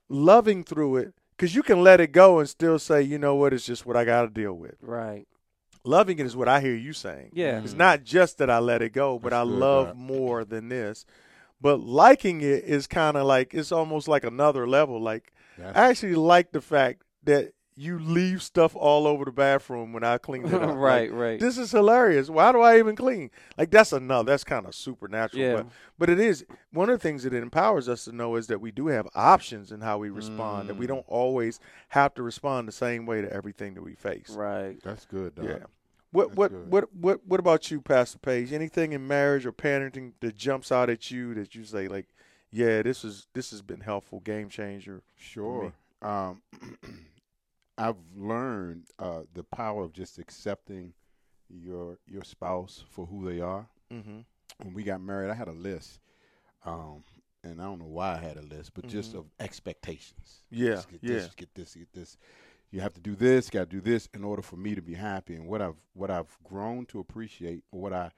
[SPEAKER 1] loving through it, because you can let it go and still say, you know what? It's just what I got to deal with.
[SPEAKER 2] Right.
[SPEAKER 1] (laughs) Loving it is what I hear you saying.
[SPEAKER 2] Yeah.
[SPEAKER 1] It's
[SPEAKER 3] Mm.
[SPEAKER 1] not just that I let it go, but
[SPEAKER 3] That's
[SPEAKER 1] I
[SPEAKER 3] good,
[SPEAKER 1] love
[SPEAKER 3] Doc.
[SPEAKER 1] more than this. But liking it is kind of like it's almost like another level. Like
[SPEAKER 3] That's-
[SPEAKER 1] I actually like the fact that you leave stuff all over the bathroom when I clean it up.
[SPEAKER 2] (laughs)
[SPEAKER 1] Like,
[SPEAKER 2] right. Right.
[SPEAKER 1] this is hilarious. Why do I even clean? Like that's another. That's kind of supernatural.
[SPEAKER 2] Yeah.
[SPEAKER 1] But but it is one of the things that it empowers us to know is that we do have options in how we respond. That we
[SPEAKER 3] Mm.
[SPEAKER 1] don't always have to respond the same way to everything that we face.
[SPEAKER 2] Right.
[SPEAKER 3] That's good, Doc.
[SPEAKER 1] Yeah. What
[SPEAKER 3] That's
[SPEAKER 1] what,
[SPEAKER 3] good.
[SPEAKER 1] what what what about you, Pastor Page? Anything in marriage or parenting that jumps out at you that you say like, yeah, this is this has been helpful, game changer.
[SPEAKER 3] Sure. Um, (clears throat) I've learned uh, the power of just accepting your your spouse for who they are.
[SPEAKER 1] Mm-hmm.
[SPEAKER 3] When we got married, I had a list, um, and I don't know why I had a list, but just
[SPEAKER 1] Mhm.
[SPEAKER 3] of expectations.
[SPEAKER 1] Yeah,
[SPEAKER 3] Just get
[SPEAKER 1] yeah.
[SPEAKER 3] this, get this, get this. You have to do this, got to do this in order for me to be happy. And what I've what I've grown to appreciate, what I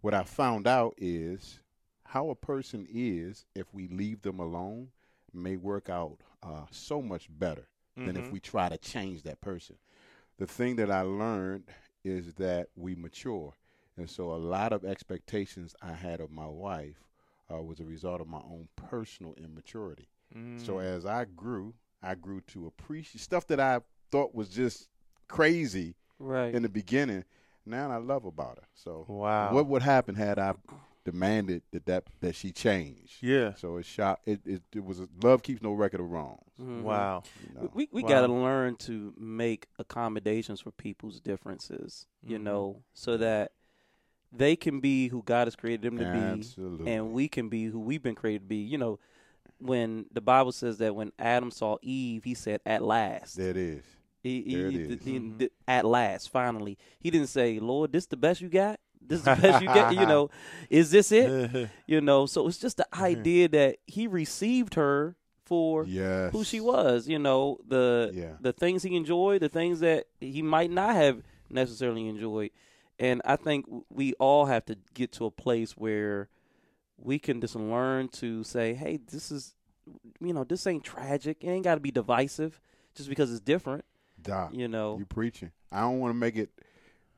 [SPEAKER 3] what I found out is how a person is if we leave them alone may work out uh, so much better than if
[SPEAKER 1] Mhm.
[SPEAKER 3] we try to change that person. The thing that I learned is that we mature, and so a lot of expectations I had of my wife uh, was a result of my own personal immaturity. So
[SPEAKER 1] Mm.
[SPEAKER 3] as I grew, I grew to appreciate stuff that I thought was just crazy
[SPEAKER 2] Right.
[SPEAKER 3] in the beginning. Now I love about her. So
[SPEAKER 1] wow.
[SPEAKER 3] what would happen had I demanded that that, that she change?
[SPEAKER 1] yeah.
[SPEAKER 3] So it shot. It, it it was a, love keeps no record of wrongs.
[SPEAKER 2] Mhm.
[SPEAKER 1] Wow.
[SPEAKER 3] You
[SPEAKER 2] We-
[SPEAKER 3] know?
[SPEAKER 2] We we
[SPEAKER 1] Wow.
[SPEAKER 2] gotta learn to make accommodations for people's differences, you
[SPEAKER 3] Mm-hmm.
[SPEAKER 1] Mhm.
[SPEAKER 2] know, so that they can be who God has created them to
[SPEAKER 3] Absolutely.
[SPEAKER 2] be, and we can be who we've been created to be. You know, when the Bible says that when Adam saw Eve, he said, "At last."
[SPEAKER 3] There it is.
[SPEAKER 2] He, he,
[SPEAKER 3] There it
[SPEAKER 2] he-
[SPEAKER 3] is.
[SPEAKER 2] he-
[SPEAKER 1] Mhm.
[SPEAKER 2] th- at last, finally, he didn't say, "Lord, this the best you got. This the best you
[SPEAKER 3] (laughs)
[SPEAKER 2] get." You know, is this it? You know, so it's just the idea that he received her for
[SPEAKER 3] Yes.
[SPEAKER 2] who she was. You know, the
[SPEAKER 3] Yeah.
[SPEAKER 2] the things he enjoyed, the things that he might not have necessarily enjoyed, and I think w- we all have to get to a place where we can just learn to say, "Hey, this is." You know, this ain't tragic. It ain't got to be divisive just because it's different
[SPEAKER 1] Ah,
[SPEAKER 3] Doc,
[SPEAKER 2] you know
[SPEAKER 3] you preaching. I don't want to make it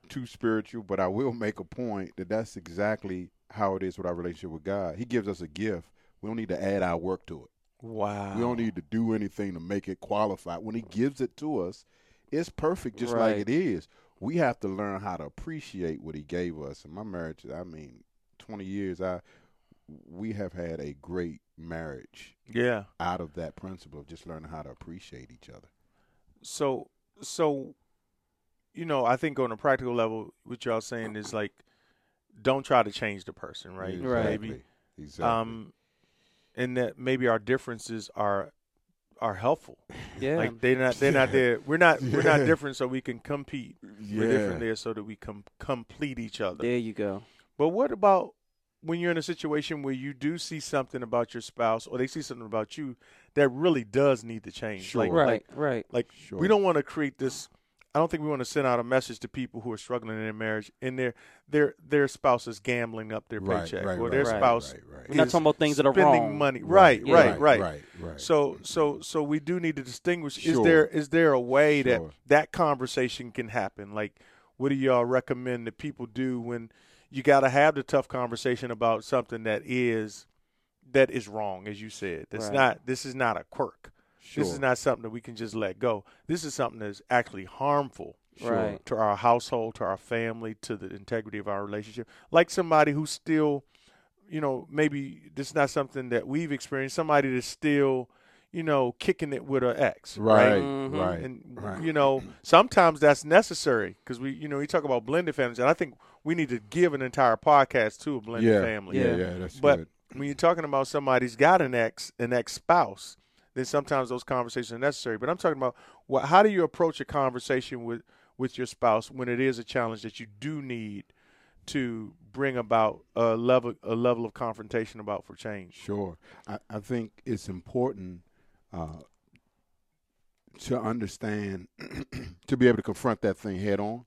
[SPEAKER 3] too spiritual, but I will make a point that that's exactly how it is with our relationship with God. He gives us a gift. We don't need to add our work to it.
[SPEAKER 1] (laughs) Wow.
[SPEAKER 3] We don't need to do anything to make it qualify. When he gives it to us, it's perfect just like
[SPEAKER 2] Right.
[SPEAKER 3] it is. We have to learn how to appreciate what he gave us. And my marriage, I mean, 20 years, I we have had a great marriage
[SPEAKER 1] Yeah.
[SPEAKER 3] out of that principle of just learning how to appreciate each other.
[SPEAKER 1] So so you know, I think on a practical level what y'all saying is like don't try to change the person, right?
[SPEAKER 2] Right.
[SPEAKER 1] Maybe.
[SPEAKER 3] Exactly. Exactly.
[SPEAKER 1] (laughs) Um and that maybe our differences are are helpful.
[SPEAKER 2] yeah
[SPEAKER 1] Like they're not they're not there. We're not we're not
[SPEAKER 3] (laughs) Yeah.
[SPEAKER 1] different so we can compete.
[SPEAKER 3] yeah.
[SPEAKER 1] We're different there so that we can complete each other.
[SPEAKER 2] there you go
[SPEAKER 1] But what about when you're in a situation where you do see something about your spouse or they see something about you that really does need to change?
[SPEAKER 3] Sure.
[SPEAKER 1] Like,
[SPEAKER 2] right
[SPEAKER 1] like
[SPEAKER 2] right
[SPEAKER 1] like
[SPEAKER 3] Sure.
[SPEAKER 1] we don't want to create this. I don't think we want to send out a message to people who are struggling in their marriage and their their their spouse is gambling up their
[SPEAKER 3] right,
[SPEAKER 1] paycheck
[SPEAKER 3] right,
[SPEAKER 1] or
[SPEAKER 3] right,
[SPEAKER 1] their
[SPEAKER 3] right,
[SPEAKER 1] spouse
[SPEAKER 3] right, right,
[SPEAKER 2] we're not
[SPEAKER 1] is
[SPEAKER 2] talking about things that are
[SPEAKER 1] spending
[SPEAKER 2] wrong
[SPEAKER 1] money. Right,
[SPEAKER 2] Yeah.
[SPEAKER 1] right, right.
[SPEAKER 3] right, right.
[SPEAKER 1] So so so we do need to distinguish. Is
[SPEAKER 3] Sure.
[SPEAKER 1] there is there a way that
[SPEAKER 3] Sure.
[SPEAKER 1] that conversation can happen? Like, what do y'all recommend that people do when you got to have the tough conversation about something that is that is wrong, as you said. That's
[SPEAKER 2] Right.
[SPEAKER 1] not. This is not a quirk.
[SPEAKER 3] sure.
[SPEAKER 1] This is not something that we can just let go. This is something that's actually harmful
[SPEAKER 3] sure.
[SPEAKER 2] right
[SPEAKER 1] to our household, to our family, to the integrity of our relationship. Like somebody who's still, you know, maybe this is not something that we've experienced. Somebody that's still, you know, kicking it with an ex,
[SPEAKER 3] right,
[SPEAKER 1] right?
[SPEAKER 2] Mhm.
[SPEAKER 3] right.
[SPEAKER 1] And
[SPEAKER 3] right.
[SPEAKER 1] you know, sometimes that's necessary because we, you know, we talk about blended families, and I think we need to give an entire podcast to a blended
[SPEAKER 3] yeah,
[SPEAKER 1] family.
[SPEAKER 3] yeah,
[SPEAKER 2] Yeah.
[SPEAKER 3] yeah, that's
[SPEAKER 1] But-
[SPEAKER 3] good.
[SPEAKER 1] When you're talking about somebody's got an ex, an ex spouse, then sometimes those conversations are necessary. But I'm talking about what, how do you approach a conversation with with your spouse when it is a challenge that you do need to bring about a level a level of confrontation about for change.
[SPEAKER 3] Sure. I, I think it's important uh, to understand, (clears throat) to be able to confront that thing head on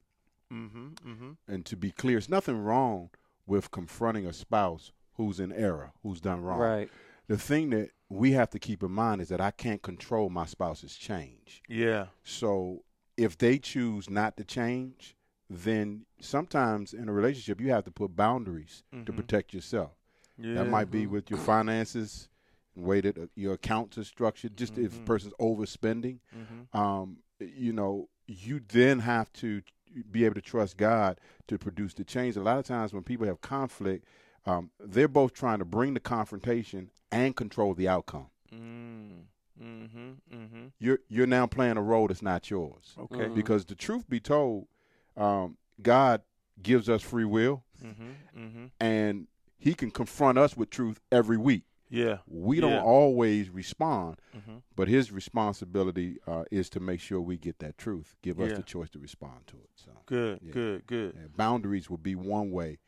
[SPEAKER 1] Mm-hmm. Mm-hmm.
[SPEAKER 3] and to be clear. It's nothing wrong with confronting a spouse who's in error, who's done wrong.
[SPEAKER 2] Right.
[SPEAKER 3] The thing that we have to keep in mind is that I can't control my spouse's change.
[SPEAKER 1] Yeah.
[SPEAKER 3] So if they choose not to change, then sometimes in a relationship you have to put boundaries to
[SPEAKER 1] Mhm.
[SPEAKER 3] protect yourself.
[SPEAKER 1] Yeah.
[SPEAKER 3] That might be with your finances, the way that uh, your accounts are structured. Just if a
[SPEAKER 1] Mhm.
[SPEAKER 3] person's overspending,
[SPEAKER 1] Mm-hmm.
[SPEAKER 3] um, you know, you then have to be able to trust God to produce the change. A lot of times when people have conflict, um, they're both trying to bring the confrontation and control the outcome.
[SPEAKER 1] Mm-hmm. Mm-hmm.
[SPEAKER 3] You're you're now playing a role that's not yours.
[SPEAKER 1] Okay.
[SPEAKER 2] Mhm.
[SPEAKER 3] Because the truth be told, um, God gives us free will,
[SPEAKER 1] Mm-hmm. Mm-hmm.
[SPEAKER 3] and He can confront us with truth every week.
[SPEAKER 1] Yeah.
[SPEAKER 3] We don't
[SPEAKER 1] Yeah.
[SPEAKER 3] always respond,
[SPEAKER 1] Mm-hmm.
[SPEAKER 3] but His responsibility uh, is to make sure we get that truth. Give us
[SPEAKER 1] Yeah.
[SPEAKER 3] the choice to respond to it. So.
[SPEAKER 1] Good.
[SPEAKER 3] Yeah.
[SPEAKER 1] Good. Good.
[SPEAKER 3] And boundaries will be one way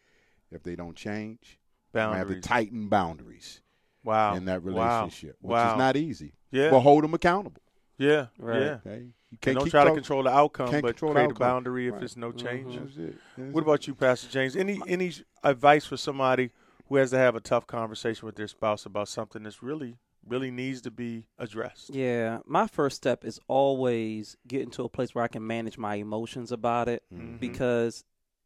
[SPEAKER 3] if they don't change. I have to
[SPEAKER 1] Boundaries.
[SPEAKER 3] tighten boundaries
[SPEAKER 1] wow.
[SPEAKER 3] in that
[SPEAKER 1] Wow.
[SPEAKER 3] relationship, which
[SPEAKER 1] Wow.
[SPEAKER 3] is not easy.
[SPEAKER 1] Yeah.
[SPEAKER 3] But hold them accountable.
[SPEAKER 1] yeah.
[SPEAKER 2] Right.
[SPEAKER 1] Yeah.
[SPEAKER 3] Okay, you
[SPEAKER 1] And don't
[SPEAKER 3] keep
[SPEAKER 1] try to
[SPEAKER 3] talking-
[SPEAKER 1] control the outcome,
[SPEAKER 3] can't
[SPEAKER 1] but
[SPEAKER 3] control the
[SPEAKER 1] create
[SPEAKER 3] outcome.
[SPEAKER 1] a boundary if
[SPEAKER 3] Right.
[SPEAKER 1] it's no change.
[SPEAKER 2] Mhm.
[SPEAKER 3] That's it. That's
[SPEAKER 1] What
[SPEAKER 3] it.
[SPEAKER 1] about you, Pastor James? Any any advice for somebody who has to have a tough conversation with their spouse about something that's really really needs to be addressed?
[SPEAKER 2] Yeah, my first step is always getting to a place where I can manage my emotions about it
[SPEAKER 3] Mm-hmm.
[SPEAKER 1] Mhm.
[SPEAKER 2] because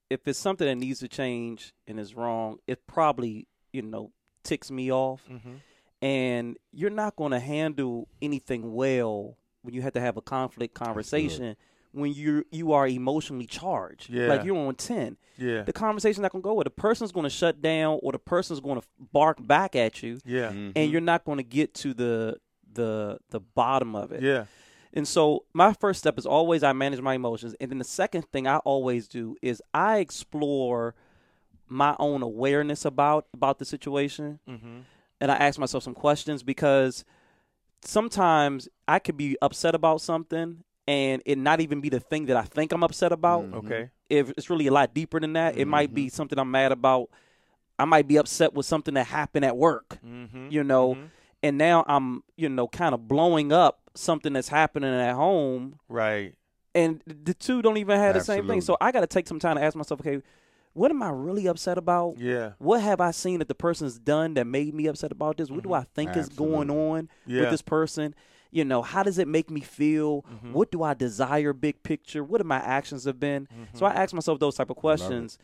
[SPEAKER 2] if it's something that needs to change and is wrong, it probably, you know, ticks me off.
[SPEAKER 1] Mm-hmm.
[SPEAKER 2] And you're not going to handle anything well when you have to have a conflict conversation when you you are emotionally charged.
[SPEAKER 1] Yeah.
[SPEAKER 2] Like you're on 10.
[SPEAKER 1] Yeah.
[SPEAKER 2] The conversation's not going to go well. The person's going to shut down or the person's going to bark back at you
[SPEAKER 1] Yeah.
[SPEAKER 3] Mhm.
[SPEAKER 2] and you're not going to get to the the the bottom of it.
[SPEAKER 1] Yeah.
[SPEAKER 2] And so my first step is always I manage my emotions. And then the second thing I always do is I explore my own awareness about about the situation
[SPEAKER 1] Mm-hmm.
[SPEAKER 2] and I ask myself some questions because sometimes I could be upset about something and it not even be the thing that I think I'm upset about.
[SPEAKER 3] Mm. Mhm.
[SPEAKER 1] Okay.
[SPEAKER 2] If it's really a lot deeper than that, it might be something I'm mad about. I might be upset with something that happened at work
[SPEAKER 1] Mm-hmm.
[SPEAKER 2] you know, and now I'm, you know, kind of blowing up something that's happening at home,
[SPEAKER 1] Right.
[SPEAKER 2] and the two don't even have the same thing.
[SPEAKER 3] Absolutely.
[SPEAKER 2] So I got to take some time to ask myself, okay, what am I really upset about?
[SPEAKER 1] Yeah.
[SPEAKER 2] What have I seen that the person's done that made me upset about this? What do I think is going
[SPEAKER 3] Mm-hmm. Absolutely.
[SPEAKER 2] on
[SPEAKER 1] Yeah.
[SPEAKER 2] with this person? You know, how does it make me feel?
[SPEAKER 3] Mm-hmm.
[SPEAKER 1] Mhm.
[SPEAKER 2] What do I desire big picture? What have my actions have been? So I ask myself those type of
[SPEAKER 3] Mm-hmm. Love it.
[SPEAKER 2] questions.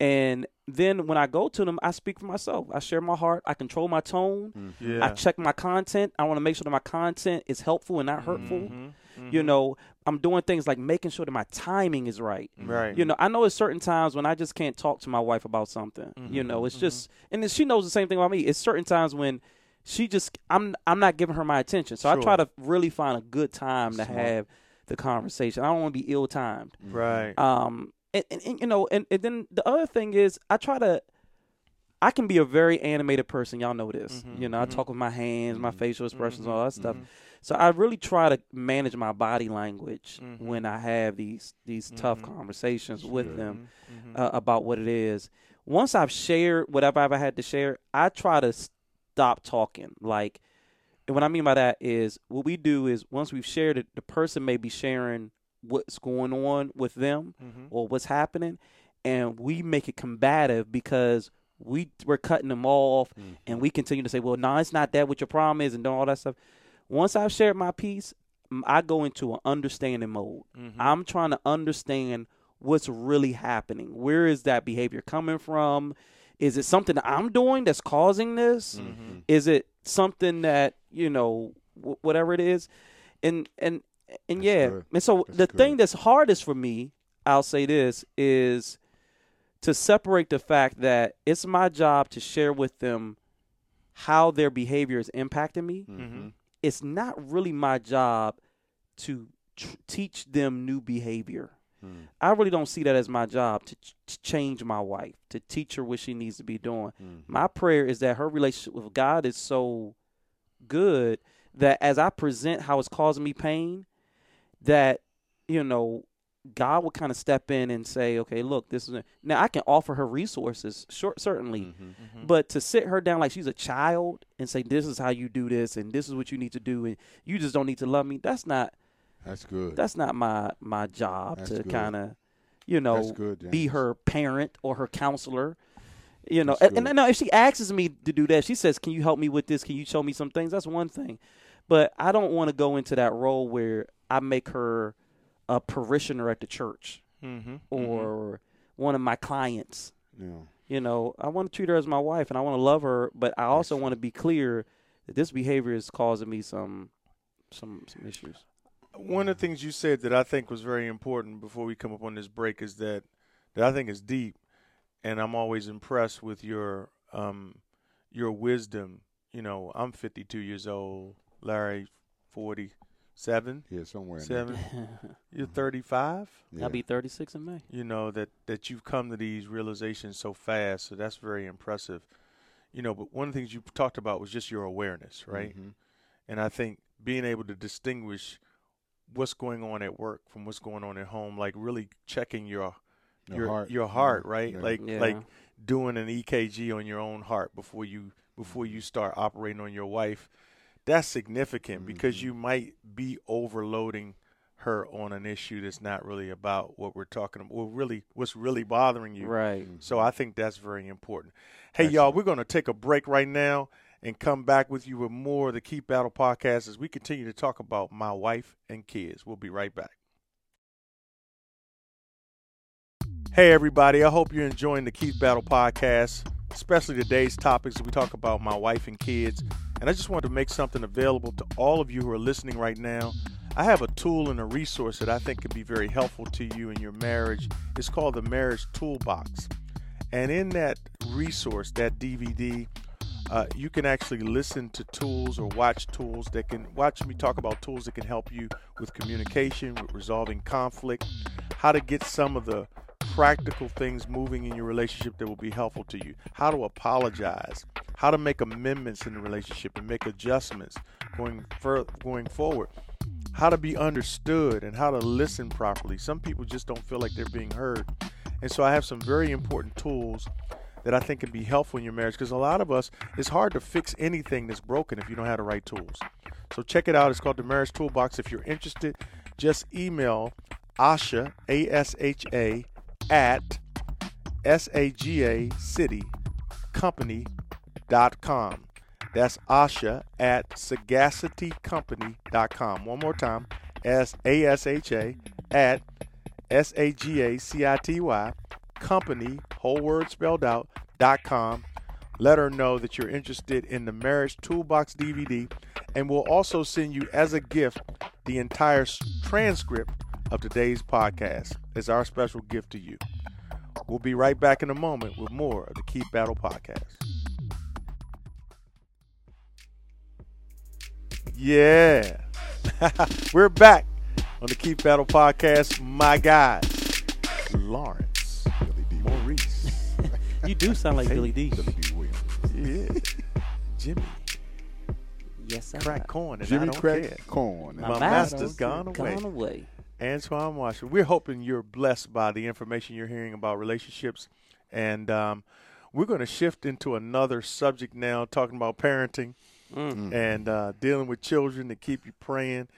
[SPEAKER 2] And then when I go to them, I speak for myself. I share my heart. I control my tone.
[SPEAKER 3] Mhm.
[SPEAKER 1] yeah.
[SPEAKER 2] I check my content. I want to make sure that my content is helpful and not hurtful.
[SPEAKER 3] Mm-hmm.
[SPEAKER 1] Mhm.
[SPEAKER 2] You
[SPEAKER 1] Mhm.
[SPEAKER 2] know, I'm doing things like making sure that my timing is right.
[SPEAKER 1] Right.
[SPEAKER 2] You know, I know at certain times when I just can't talk to my wife about something. You know, it's just and then she knows the same thing about me. It's certain times when she just I'm I'm not giving her my attention. So I try
[SPEAKER 1] Sure.
[SPEAKER 2] to really find a good time to
[SPEAKER 3] Smart.
[SPEAKER 2] have the conversation. I don't want to be ill timed.
[SPEAKER 1] Right.
[SPEAKER 2] Um and, and, and, you know, and, and then the other thing is I try to I can be a very animated person, y'all know this.
[SPEAKER 1] Mhm,
[SPEAKER 2] You know, I
[SPEAKER 1] mhm.
[SPEAKER 2] talk with my hands, my
[SPEAKER 3] Mhm,
[SPEAKER 2] facial expressions,
[SPEAKER 1] mhm,
[SPEAKER 2] all that stuff.
[SPEAKER 1] mhm.
[SPEAKER 2] So I really try to manage my body language
[SPEAKER 1] Mhm.
[SPEAKER 2] when I have these these tough
[SPEAKER 1] Mhm.
[SPEAKER 2] conversations with
[SPEAKER 3] Sure.
[SPEAKER 2] them
[SPEAKER 1] Mhm.
[SPEAKER 2] uh, about what it is. Once I've shared whatever I've had to share, I try to stop talking. Like, and what I mean by that is, what we do is once we've shared it, the person may be sharing what's going on with them
[SPEAKER 1] Mhm.
[SPEAKER 2] or what's happening, and we make it combative because we we're cutting them off
[SPEAKER 3] Mhm.
[SPEAKER 2] and we continue to say, well, no, it's not that what your problem is and all that stuff. Once I've shared my piece, m- I go into an understanding mode.
[SPEAKER 1] Mhm.
[SPEAKER 2] I'm trying to understand what's really happening. Where is that behavior coming from? Is it something that I'm doing that's causing this?
[SPEAKER 3] Mhm.
[SPEAKER 2] Is it something that, you know, w- whatever it is? And and and
[SPEAKER 3] That's
[SPEAKER 2] yeah.
[SPEAKER 3] good.
[SPEAKER 2] And so
[SPEAKER 3] That's
[SPEAKER 2] the
[SPEAKER 3] good.
[SPEAKER 2] thing that's hardest for me, I'll say this, is to separate the fact that it's my job to share with them how their behavior is impacting me.
[SPEAKER 1] Mm-hmm.
[SPEAKER 3] Mhm.
[SPEAKER 2] It's not really my job to tr- teach them new behavior.
[SPEAKER 3] Mhm.
[SPEAKER 2] I really don't see that as my job to ch- to change my wife, to teach her what she needs to be doing.
[SPEAKER 3] Mhm.
[SPEAKER 1] Mm-hmm.
[SPEAKER 2] My prayer is that her relationship with God is so good that as I present how it's causing me pain, that you know, God will kind of step in and say, "Okay, look, this is a-" now I can offer her resources, sure, certainly,
[SPEAKER 3] Mhm.
[SPEAKER 1] Mhm.
[SPEAKER 2] but to sit her down like she's a child and say, "This is how you do this, and this is what you need to do, and you just don't need to love me," that's not
[SPEAKER 3] That's good.
[SPEAKER 2] That's not my my job
[SPEAKER 3] That's
[SPEAKER 2] to
[SPEAKER 3] good.
[SPEAKER 2] kind of, you
[SPEAKER 3] That's
[SPEAKER 2] know,
[SPEAKER 3] good,
[SPEAKER 2] be
[SPEAKER 3] James.
[SPEAKER 2] her parent or her counselor. You know,
[SPEAKER 3] That's
[SPEAKER 2] and,
[SPEAKER 3] good.
[SPEAKER 2] and now if she asks me to do that, she says, "Can you help me with this? Can you show me some things?" That's one thing, but I don't want to go into that role where I make her a parishioner at the church
[SPEAKER 1] Mm-hmm.
[SPEAKER 2] or one of my clients.
[SPEAKER 3] Yeah.
[SPEAKER 2] You know, I want to treat her as my wife and I want to love her, but I also want to be clear that this behavior is causing me some some some issues.
[SPEAKER 1] (laughs) One of the things you said that I think was very important before we come up on this break is that that I think is deep, and I'm always impressed with your um your wisdom. You know, I'm 52 years old, Larry 47,
[SPEAKER 3] Yeah, somewhere. in there.
[SPEAKER 1] seven. You're 35.
[SPEAKER 3] Yeah.
[SPEAKER 2] I'll be 36 in May.
[SPEAKER 1] You know that that you've come to these realizations so fast, so that's very impressive. You know, but one of the things you talked about was just your awareness, right?
[SPEAKER 3] Mhm.
[SPEAKER 1] And I think being able to distinguish what's going on at work from what's going on at home, like really checking your
[SPEAKER 3] Your
[SPEAKER 1] your your heart,
[SPEAKER 3] heart. Yeah.
[SPEAKER 1] right?
[SPEAKER 3] Yeah.
[SPEAKER 1] Like
[SPEAKER 2] Yeah.
[SPEAKER 1] like doing an EKG on your own heart before you before you start operating on your wife. That's significant because you might be overloading her on an issue that's not really about what we're talking about. Well, really, what's really bothering you?
[SPEAKER 2] Right.
[SPEAKER 1] So I think that's very important. Hey, y'all, we're going to take a break right now and come back with you with more of the Keep Battle podcast as we continue to talk about my wife and kids. We'll be right back. Hey, everybody, I hope you're enjoying the Keep Battle podcast, especially today's topics. We talk about my wife and kids. And I just wanted to make something available to all of you who are listening right now. I have a tool and a resource that I think could be very helpful to you in your marriage. It's called the Marriage Toolbox. And in that resource, that DVD, uh, you can actually listen to tools or watch tools that can watch me talk about tools that can help you with communication, with resolving conflict, how to get some of the practical things moving in your relationship that will be helpful to you, how to apologize, how to make amendments in the relationship and make adjustments going fur- going forward how to be understood and how to listen properly. Some people just don't feel like they're being heard. And so I have some very important tools that I think can be helpful in your marriage because a lot of us, it's hard to fix anything that's broken if you don't have the right tools. So check it out. It's called the Marriage Toolbox. If you're interested, just email Asha, A S H A, at S A G A City Company.com. That's Asha at sagacitycompany.com. One more time, S A S H A at S A G A C I T Y company, whole word spelled out, dot com. Let her know that you're interested in the Marriage Toolbox DVD, and we'll also send you as a gift the entire s- transcript of today's podcast as our special gift to you. We'll be right back in a moment with more of the Keep Battle Podcast. Yeah. (laughs) We're back on the Keep Battle Podcast. My guys, Lawrence.
[SPEAKER 3] Billy D. (laughs) Maurice.
[SPEAKER 1] Mm.
[SPEAKER 2] You do sound like Billy D.
[SPEAKER 3] Billy D. Williams.
[SPEAKER 1] Yeah. Jimmy,
[SPEAKER 2] Yes, I
[SPEAKER 1] crack corn. And I
[SPEAKER 3] Jimmy
[SPEAKER 1] don't care.
[SPEAKER 3] Crack Corn.
[SPEAKER 1] My
[SPEAKER 2] master's
[SPEAKER 1] master's gone away.
[SPEAKER 2] Gone away.
[SPEAKER 1] Antoine Washington. We're hoping you're blessed by the information you're hearing about relationships. And um, we're going to shift into another subject now, talking about parenting
[SPEAKER 2] Mm.
[SPEAKER 3] Mm.
[SPEAKER 1] and uh, dealing with children to keep you praying.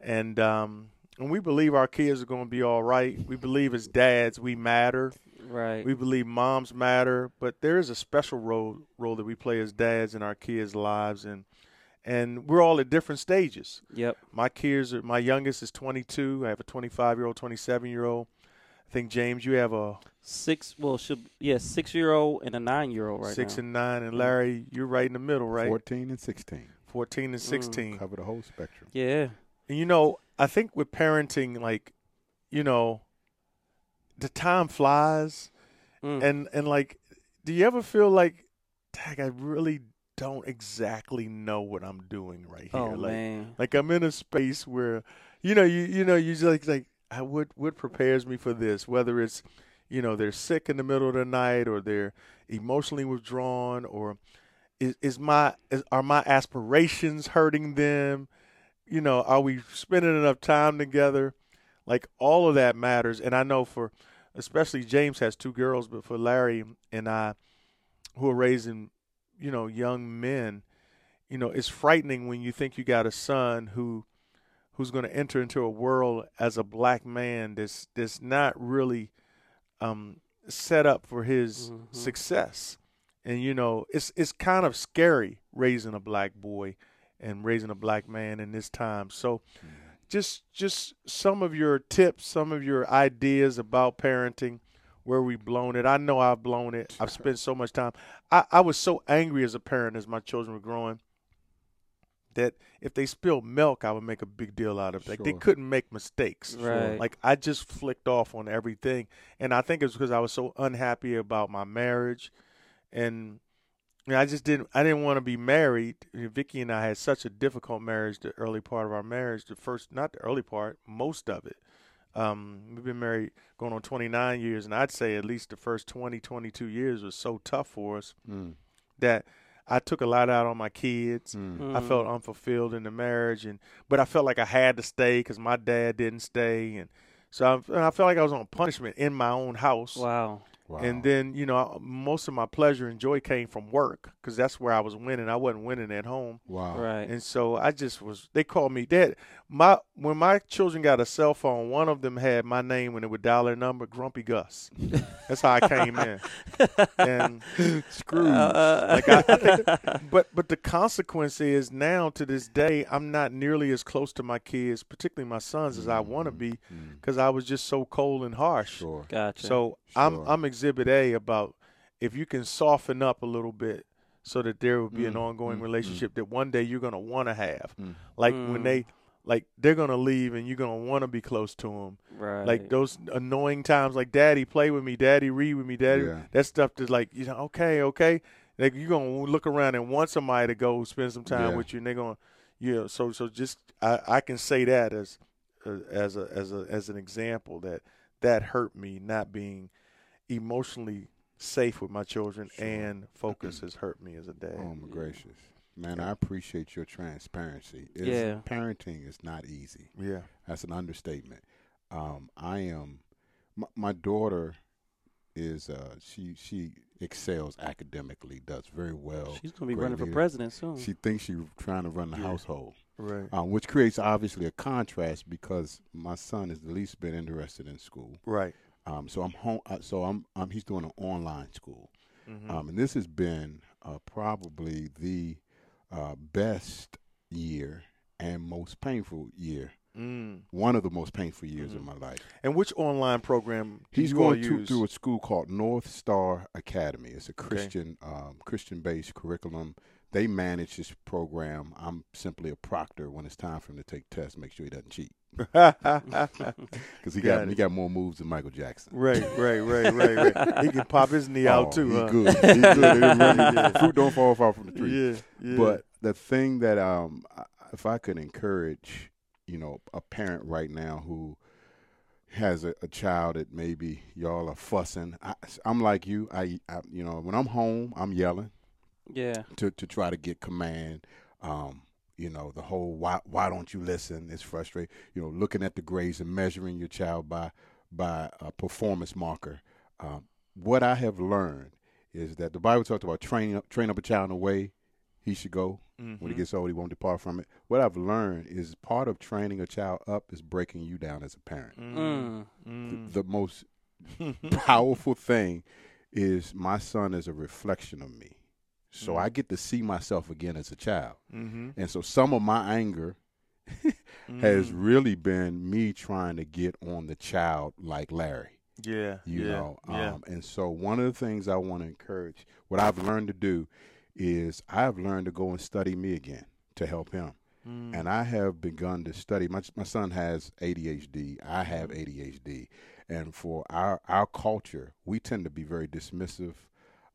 [SPEAKER 1] And, um, and we believe our kids are going to be all right. We believe as dads, we matter.
[SPEAKER 2] Right.
[SPEAKER 1] We believe moms matter, but there is a special role role that we play as dads in our kids' lives, and and we're all at different stages.
[SPEAKER 2] yep.
[SPEAKER 1] My kids are my youngest is 22. I have a 25 year old, 27 year old. I think James, you have a
[SPEAKER 2] Six. Well, should yeah, six year old and a nine year old right
[SPEAKER 1] six
[SPEAKER 2] now.
[SPEAKER 1] and nine, and Larry, you're right in the middle, right? Mm.
[SPEAKER 3] 14 and 16.
[SPEAKER 1] 14
[SPEAKER 2] Mm,
[SPEAKER 1] and 16.
[SPEAKER 3] Cover the whole spectrum.
[SPEAKER 2] yeah.
[SPEAKER 1] And you know, I think with parenting, like, you know, the time flies,
[SPEAKER 2] Mm.
[SPEAKER 1] and and like, do you ever feel like, dang, I really don't exactly know what I'm doing right here?
[SPEAKER 2] oh
[SPEAKER 1] like,
[SPEAKER 2] man.
[SPEAKER 1] like I'm in a space where, you know, you you know, you just like like I, what what prepares me for this? Whether it's, you know, they're sick in the middle of the night, or they're emotionally withdrawn, or is is my is, are my aspirations hurting them? You know, are we spending enough time together? Like all of that matters, and I know for especially James has two girls, but for Larry and I, who are raising, you know, young men, you know, it's frightening when you think you got a son who who's going to enter into a world as a black man that's that's not really um, set up for his
[SPEAKER 2] Mhm.
[SPEAKER 1] success. And you know, it's it's kind of scary raising a black boy and raising a black man in this time. So just just some of your tips, some of your ideas about parenting, where we've blown it. I know I've blown it. I've spent so much time. I, I was so angry as a parent as my children were growing that if they spilled milk, I would make a big deal out of it. Like they
[SPEAKER 3] Sure.
[SPEAKER 1] couldn't make mistakes.
[SPEAKER 2] Right.
[SPEAKER 1] Like I just flicked off on everything, and I think it's because I was so unhappy about my marriage, and you know, I just didn't. I didn't want to be married. You know, Vicky and I had such a difficult marriage. The early part of our marriage, the first, not the early part, most of it. Um, we've been married going on 29 years, and I'd say at least the first 20, 22 years was so tough for us
[SPEAKER 3] Mm.
[SPEAKER 1] that I took a lot out on my kids.
[SPEAKER 3] Mm.
[SPEAKER 1] I
[SPEAKER 2] Mm-hmm.
[SPEAKER 1] felt unfulfilled in the marriage, and but I felt like I had to stay because my dad didn't stay, and so I, and I felt like I was on punishment in my own house.
[SPEAKER 2] Wow.
[SPEAKER 3] Wow.
[SPEAKER 1] And then you know, I- most of my pleasure and joy came from work because that's where I was winning. I wasn't winning at home,
[SPEAKER 3] wow.
[SPEAKER 2] Right.
[SPEAKER 1] Oh, and so I just was. They called me dad. My when my children got a cell phone, one of them had my name when it would dial their number, Grumpy Gus. That's how I came
[SPEAKER 2] (laughs)
[SPEAKER 1] in, and (laughs)
[SPEAKER 3] Scrooge.
[SPEAKER 2] Uh,
[SPEAKER 1] Uh, like I, I
[SPEAKER 3] (laughs)
[SPEAKER 1] think, but but the consequence is now to this day I'm not nearly as close to my kids, particularly my sons, as I want to be,
[SPEAKER 3] Mm.
[SPEAKER 1] because I was just so cold and harsh.
[SPEAKER 3] Sure.
[SPEAKER 2] gotcha.
[SPEAKER 1] So I'm
[SPEAKER 3] Sure.
[SPEAKER 1] I'm Exhibit A about if you can soften up a little bit so that there will be
[SPEAKER 3] Mm-hmm.
[SPEAKER 1] an ongoing relationship that one day you're gonna want to have, like when
[SPEAKER 2] Mm.
[SPEAKER 1] they like they're gonna leave and you're gonna want to be close to them.
[SPEAKER 2] right.
[SPEAKER 1] Like those annoying times, like Daddy play with me, Daddy read with me, Daddy.
[SPEAKER 3] Yeah.
[SPEAKER 1] That stuff that's like you know, okay, okay. Like you're gonna look around and want somebody to go spend some time
[SPEAKER 3] Yeah.
[SPEAKER 1] with you, and they're gonna, you know. So so just I I can say that as uh, as a as a as an example that that hurt me not being emotionally safe with my children
[SPEAKER 3] Sure.
[SPEAKER 1] and focus has hurt me as a dad.
[SPEAKER 3] Oh my gracious, man! I appreciate your transparency. It's,
[SPEAKER 2] Yeah.
[SPEAKER 3] Parenting is not easy.
[SPEAKER 1] Yeah.
[SPEAKER 3] That's an understatement. Um, I am. My, my daughter is. Uh, she she excels academically. Does very well.
[SPEAKER 2] she's gonna be
[SPEAKER 3] Oh, great
[SPEAKER 2] running for
[SPEAKER 3] leader.
[SPEAKER 2] president soon.
[SPEAKER 3] She thinks she's trying to run the household,
[SPEAKER 1] Right.
[SPEAKER 3] um, which creates obviously a contrast because my son is the least bit interested in school.
[SPEAKER 1] Right.
[SPEAKER 3] Um, so I'm home. uh, So I'm. Um, he's doing an online school.
[SPEAKER 1] Mhm.
[SPEAKER 3] Um, and this has been uh, probably the uh, best year and most painful year.
[SPEAKER 1] mm.
[SPEAKER 3] One of the most painful years of my life.
[SPEAKER 1] And which online program do
[SPEAKER 3] He's
[SPEAKER 1] you all
[SPEAKER 3] going to,
[SPEAKER 1] use?
[SPEAKER 3] through a school called North Star Academy. It's a Christian um, Christian based curriculum. They manage this program. I'm simply a proctor when it's time for him to take tests. Make sure he doesn't cheat because he got,
[SPEAKER 1] Got it.
[SPEAKER 3] he got more moves than Michael Jackson.
[SPEAKER 1] (laughs) Right, right, right, right, right. He can pop his knee
[SPEAKER 3] (laughs) Oh,
[SPEAKER 1] out too,
[SPEAKER 3] he
[SPEAKER 1] huh? (laughs)
[SPEAKER 3] good. He good. He really
[SPEAKER 1] Yeah.
[SPEAKER 3] good. Fruit don't fall far from the tree.
[SPEAKER 1] Yeah, yeah.
[SPEAKER 3] But the thing that um, I- if I could encourage, you know, a parent right now who has a, a child that maybe y'all are fussing. I, I'm like you. I, I, you know, when I'm home, I'm yelling
[SPEAKER 2] yeah.
[SPEAKER 3] to to try to get command. Um, you know, the whole why why don't you listen? It's frustrating. You know, looking at the grades and measuring your child by by a performance marker. Um, what I have learned is that the Bible talks about train up train up a child in the way he should go. When
[SPEAKER 1] Mm-hmm.
[SPEAKER 3] he gets old, he won't depart from it. What I've learned is part of training a child up is breaking you down as a parent.
[SPEAKER 2] Mm.
[SPEAKER 1] Mm. (laughs)
[SPEAKER 3] The most powerful thing is my son is a reflection of me. So I get to see myself again as a child.
[SPEAKER 1] Mm-hmm.
[SPEAKER 3] And so some of my anger (laughs) has
[SPEAKER 1] Mm-hmm.
[SPEAKER 3] really been me trying to get on the child like Larry,
[SPEAKER 1] yeah,
[SPEAKER 3] you
[SPEAKER 1] yeah,
[SPEAKER 3] know.
[SPEAKER 1] yeah.
[SPEAKER 3] Um, and so one of the things I want to encourage, what I've learned to do is I've learned to go and study me again to help him.
[SPEAKER 1] Mm.
[SPEAKER 3] And I have begun to study. My, my son has ADHD. I have ADHD. And for our, our culture, we tend to be very dismissive.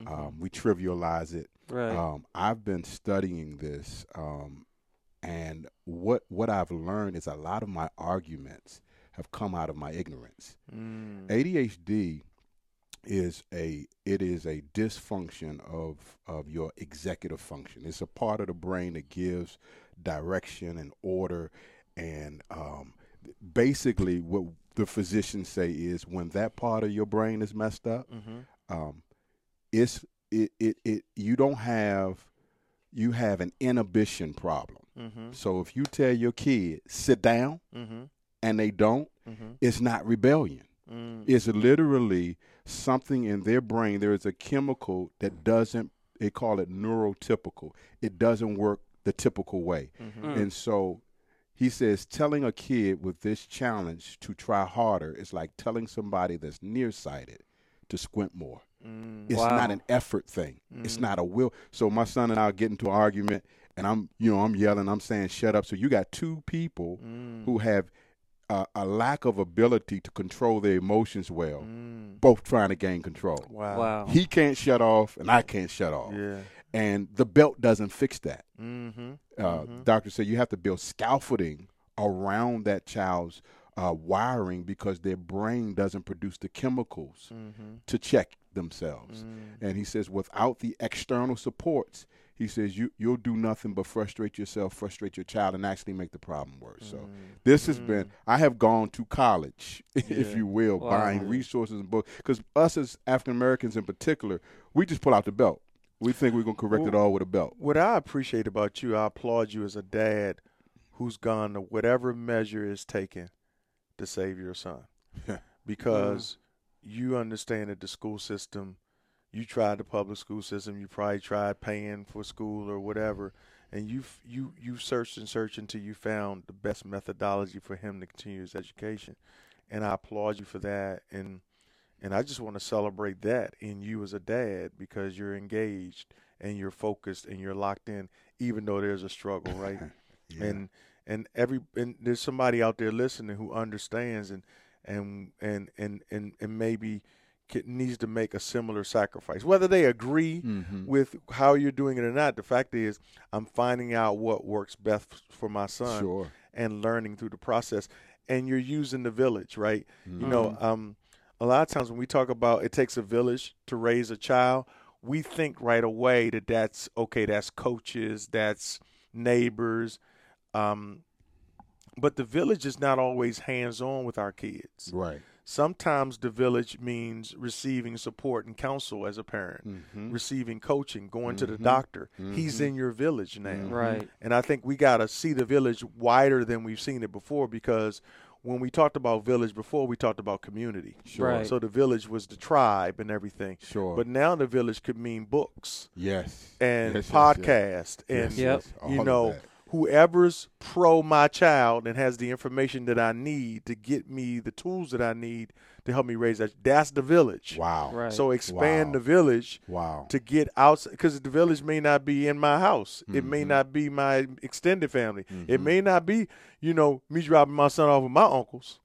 [SPEAKER 1] Mm-hmm.
[SPEAKER 3] Um, we trivialize it.
[SPEAKER 2] Right.
[SPEAKER 3] Um, I've been studying this, um, and what what I've learned is a lot of my arguments have come out of my ignorance.
[SPEAKER 1] Mm.
[SPEAKER 3] ADHD is a it is a dysfunction of of your executive function. It's a part of the brain that gives direction and order, and um, basically what the physicians say is when that part of your brain is messed up,
[SPEAKER 1] Mhm.
[SPEAKER 3] um, it's it, it it you don't have you have an inhibition problem.
[SPEAKER 1] Mm-hmm.
[SPEAKER 3] So if you tell your kid sit down
[SPEAKER 1] Mm-hmm.
[SPEAKER 3] and they don't,
[SPEAKER 1] Mm-hmm.
[SPEAKER 3] it's not rebellion.
[SPEAKER 1] Mm-hmm.
[SPEAKER 3] It's literally something in their brain. There is a chemical that doesn't. They call it neurotypical. It doesn't work the typical way.
[SPEAKER 1] Mm-hmm.
[SPEAKER 2] Mm.
[SPEAKER 3] And so he says telling a kid with this challenge to try harder is like telling somebody that's nearsighted to squint more. It's
[SPEAKER 2] Wow.
[SPEAKER 3] not an effort thing. It's not a will. So my son and I get into an argument and I'm you know, I'm yelling, I'm saying shut up. So you got two people
[SPEAKER 1] Hmm.
[SPEAKER 3] who have uh, a lack of ability to control their emotions well, both trying to gain control.
[SPEAKER 1] Mm-hmm. Wow.
[SPEAKER 2] Wow.
[SPEAKER 3] He can't shut off and I can't shut off.
[SPEAKER 1] Yeah.
[SPEAKER 3] And the belt doesn't fix that
[SPEAKER 1] Mm-hmm.
[SPEAKER 3] uh, doctor said you have to build scaffolding around that child's uh, wiring because their brain doesn't produce the chemicals
[SPEAKER 1] Mm. Mm-hmm.
[SPEAKER 3] to check themselves. And he says without the external supports, he says you you'll do nothing but frustrate yourself, frustrate your child, and actually make the problem worse. So
[SPEAKER 1] Mm-hmm.
[SPEAKER 3] this has been
[SPEAKER 1] Mm.
[SPEAKER 3] I have gone to college, (laughs) if you will,
[SPEAKER 2] Wow.
[SPEAKER 3] buying resources and books because us as African Americans in particular, we just pull out the belt. We think we're gonna correct it all with a belt.
[SPEAKER 1] What I appreciate about you, I applaud you as a dad who's gone to whatever measure is taken to save your son. because you understand that the school system, you tried the public school system, you probably tried paying for school or whatever, and you f- you you searched and searched until you found the best methodology for him to continue his education. And I applaud you for that and and I just want to celebrate that in you as a dad because you're engaged and you're focused and you're locked in, even though there's a struggle, right? And and every and there's somebody out there listening who understands and and and and and, and maybe ca- needs to make a similar sacrifice, whether they agree
[SPEAKER 3] Mhm.
[SPEAKER 1] with how you're doing it or not. The fact is, I'm finding out what works best f- for my son
[SPEAKER 3] Sure.
[SPEAKER 1] and learning through the process. And you're using the village, right? You know, um, a lot of times when we talk about it takes a village to raise a child, we think right away that that's okay, that's coaches, that's neighbors. Um, but the village is not always hands on with our kids.
[SPEAKER 3] Right.
[SPEAKER 1] Sometimes the village means receiving support and counsel as a parent,
[SPEAKER 3] Mm-hmm.
[SPEAKER 1] receiving coaching, going to the doctor. He's in your village now.
[SPEAKER 2] Right.
[SPEAKER 1] And I think we got to see the village wider than we've seen it before because when we talked about village before, we talked about community.
[SPEAKER 3] Sure.
[SPEAKER 2] Right.
[SPEAKER 1] So the village was the tribe and everything.
[SPEAKER 3] Sure.
[SPEAKER 1] But now the village could mean books
[SPEAKER 3] yes.
[SPEAKER 1] and
[SPEAKER 3] Yes, yes, yes.
[SPEAKER 1] podcast and
[SPEAKER 3] Yes,
[SPEAKER 2] Yep.
[SPEAKER 3] yes. All
[SPEAKER 1] you
[SPEAKER 3] of
[SPEAKER 1] know
[SPEAKER 3] that.
[SPEAKER 1] whoever's pro my child and has the information that I need to get me the tools that I need to help me raise that. That's the village.
[SPEAKER 3] Wow.
[SPEAKER 2] Right.
[SPEAKER 1] So expand
[SPEAKER 3] Wow.
[SPEAKER 1] the village
[SPEAKER 3] Wow.
[SPEAKER 1] to get out because the village may not be in my house. It
[SPEAKER 3] Mm-hmm.
[SPEAKER 1] may not be my extended family. It may not be, you know, me dropping my son off with my
[SPEAKER 3] (laughs)
[SPEAKER 1] uncles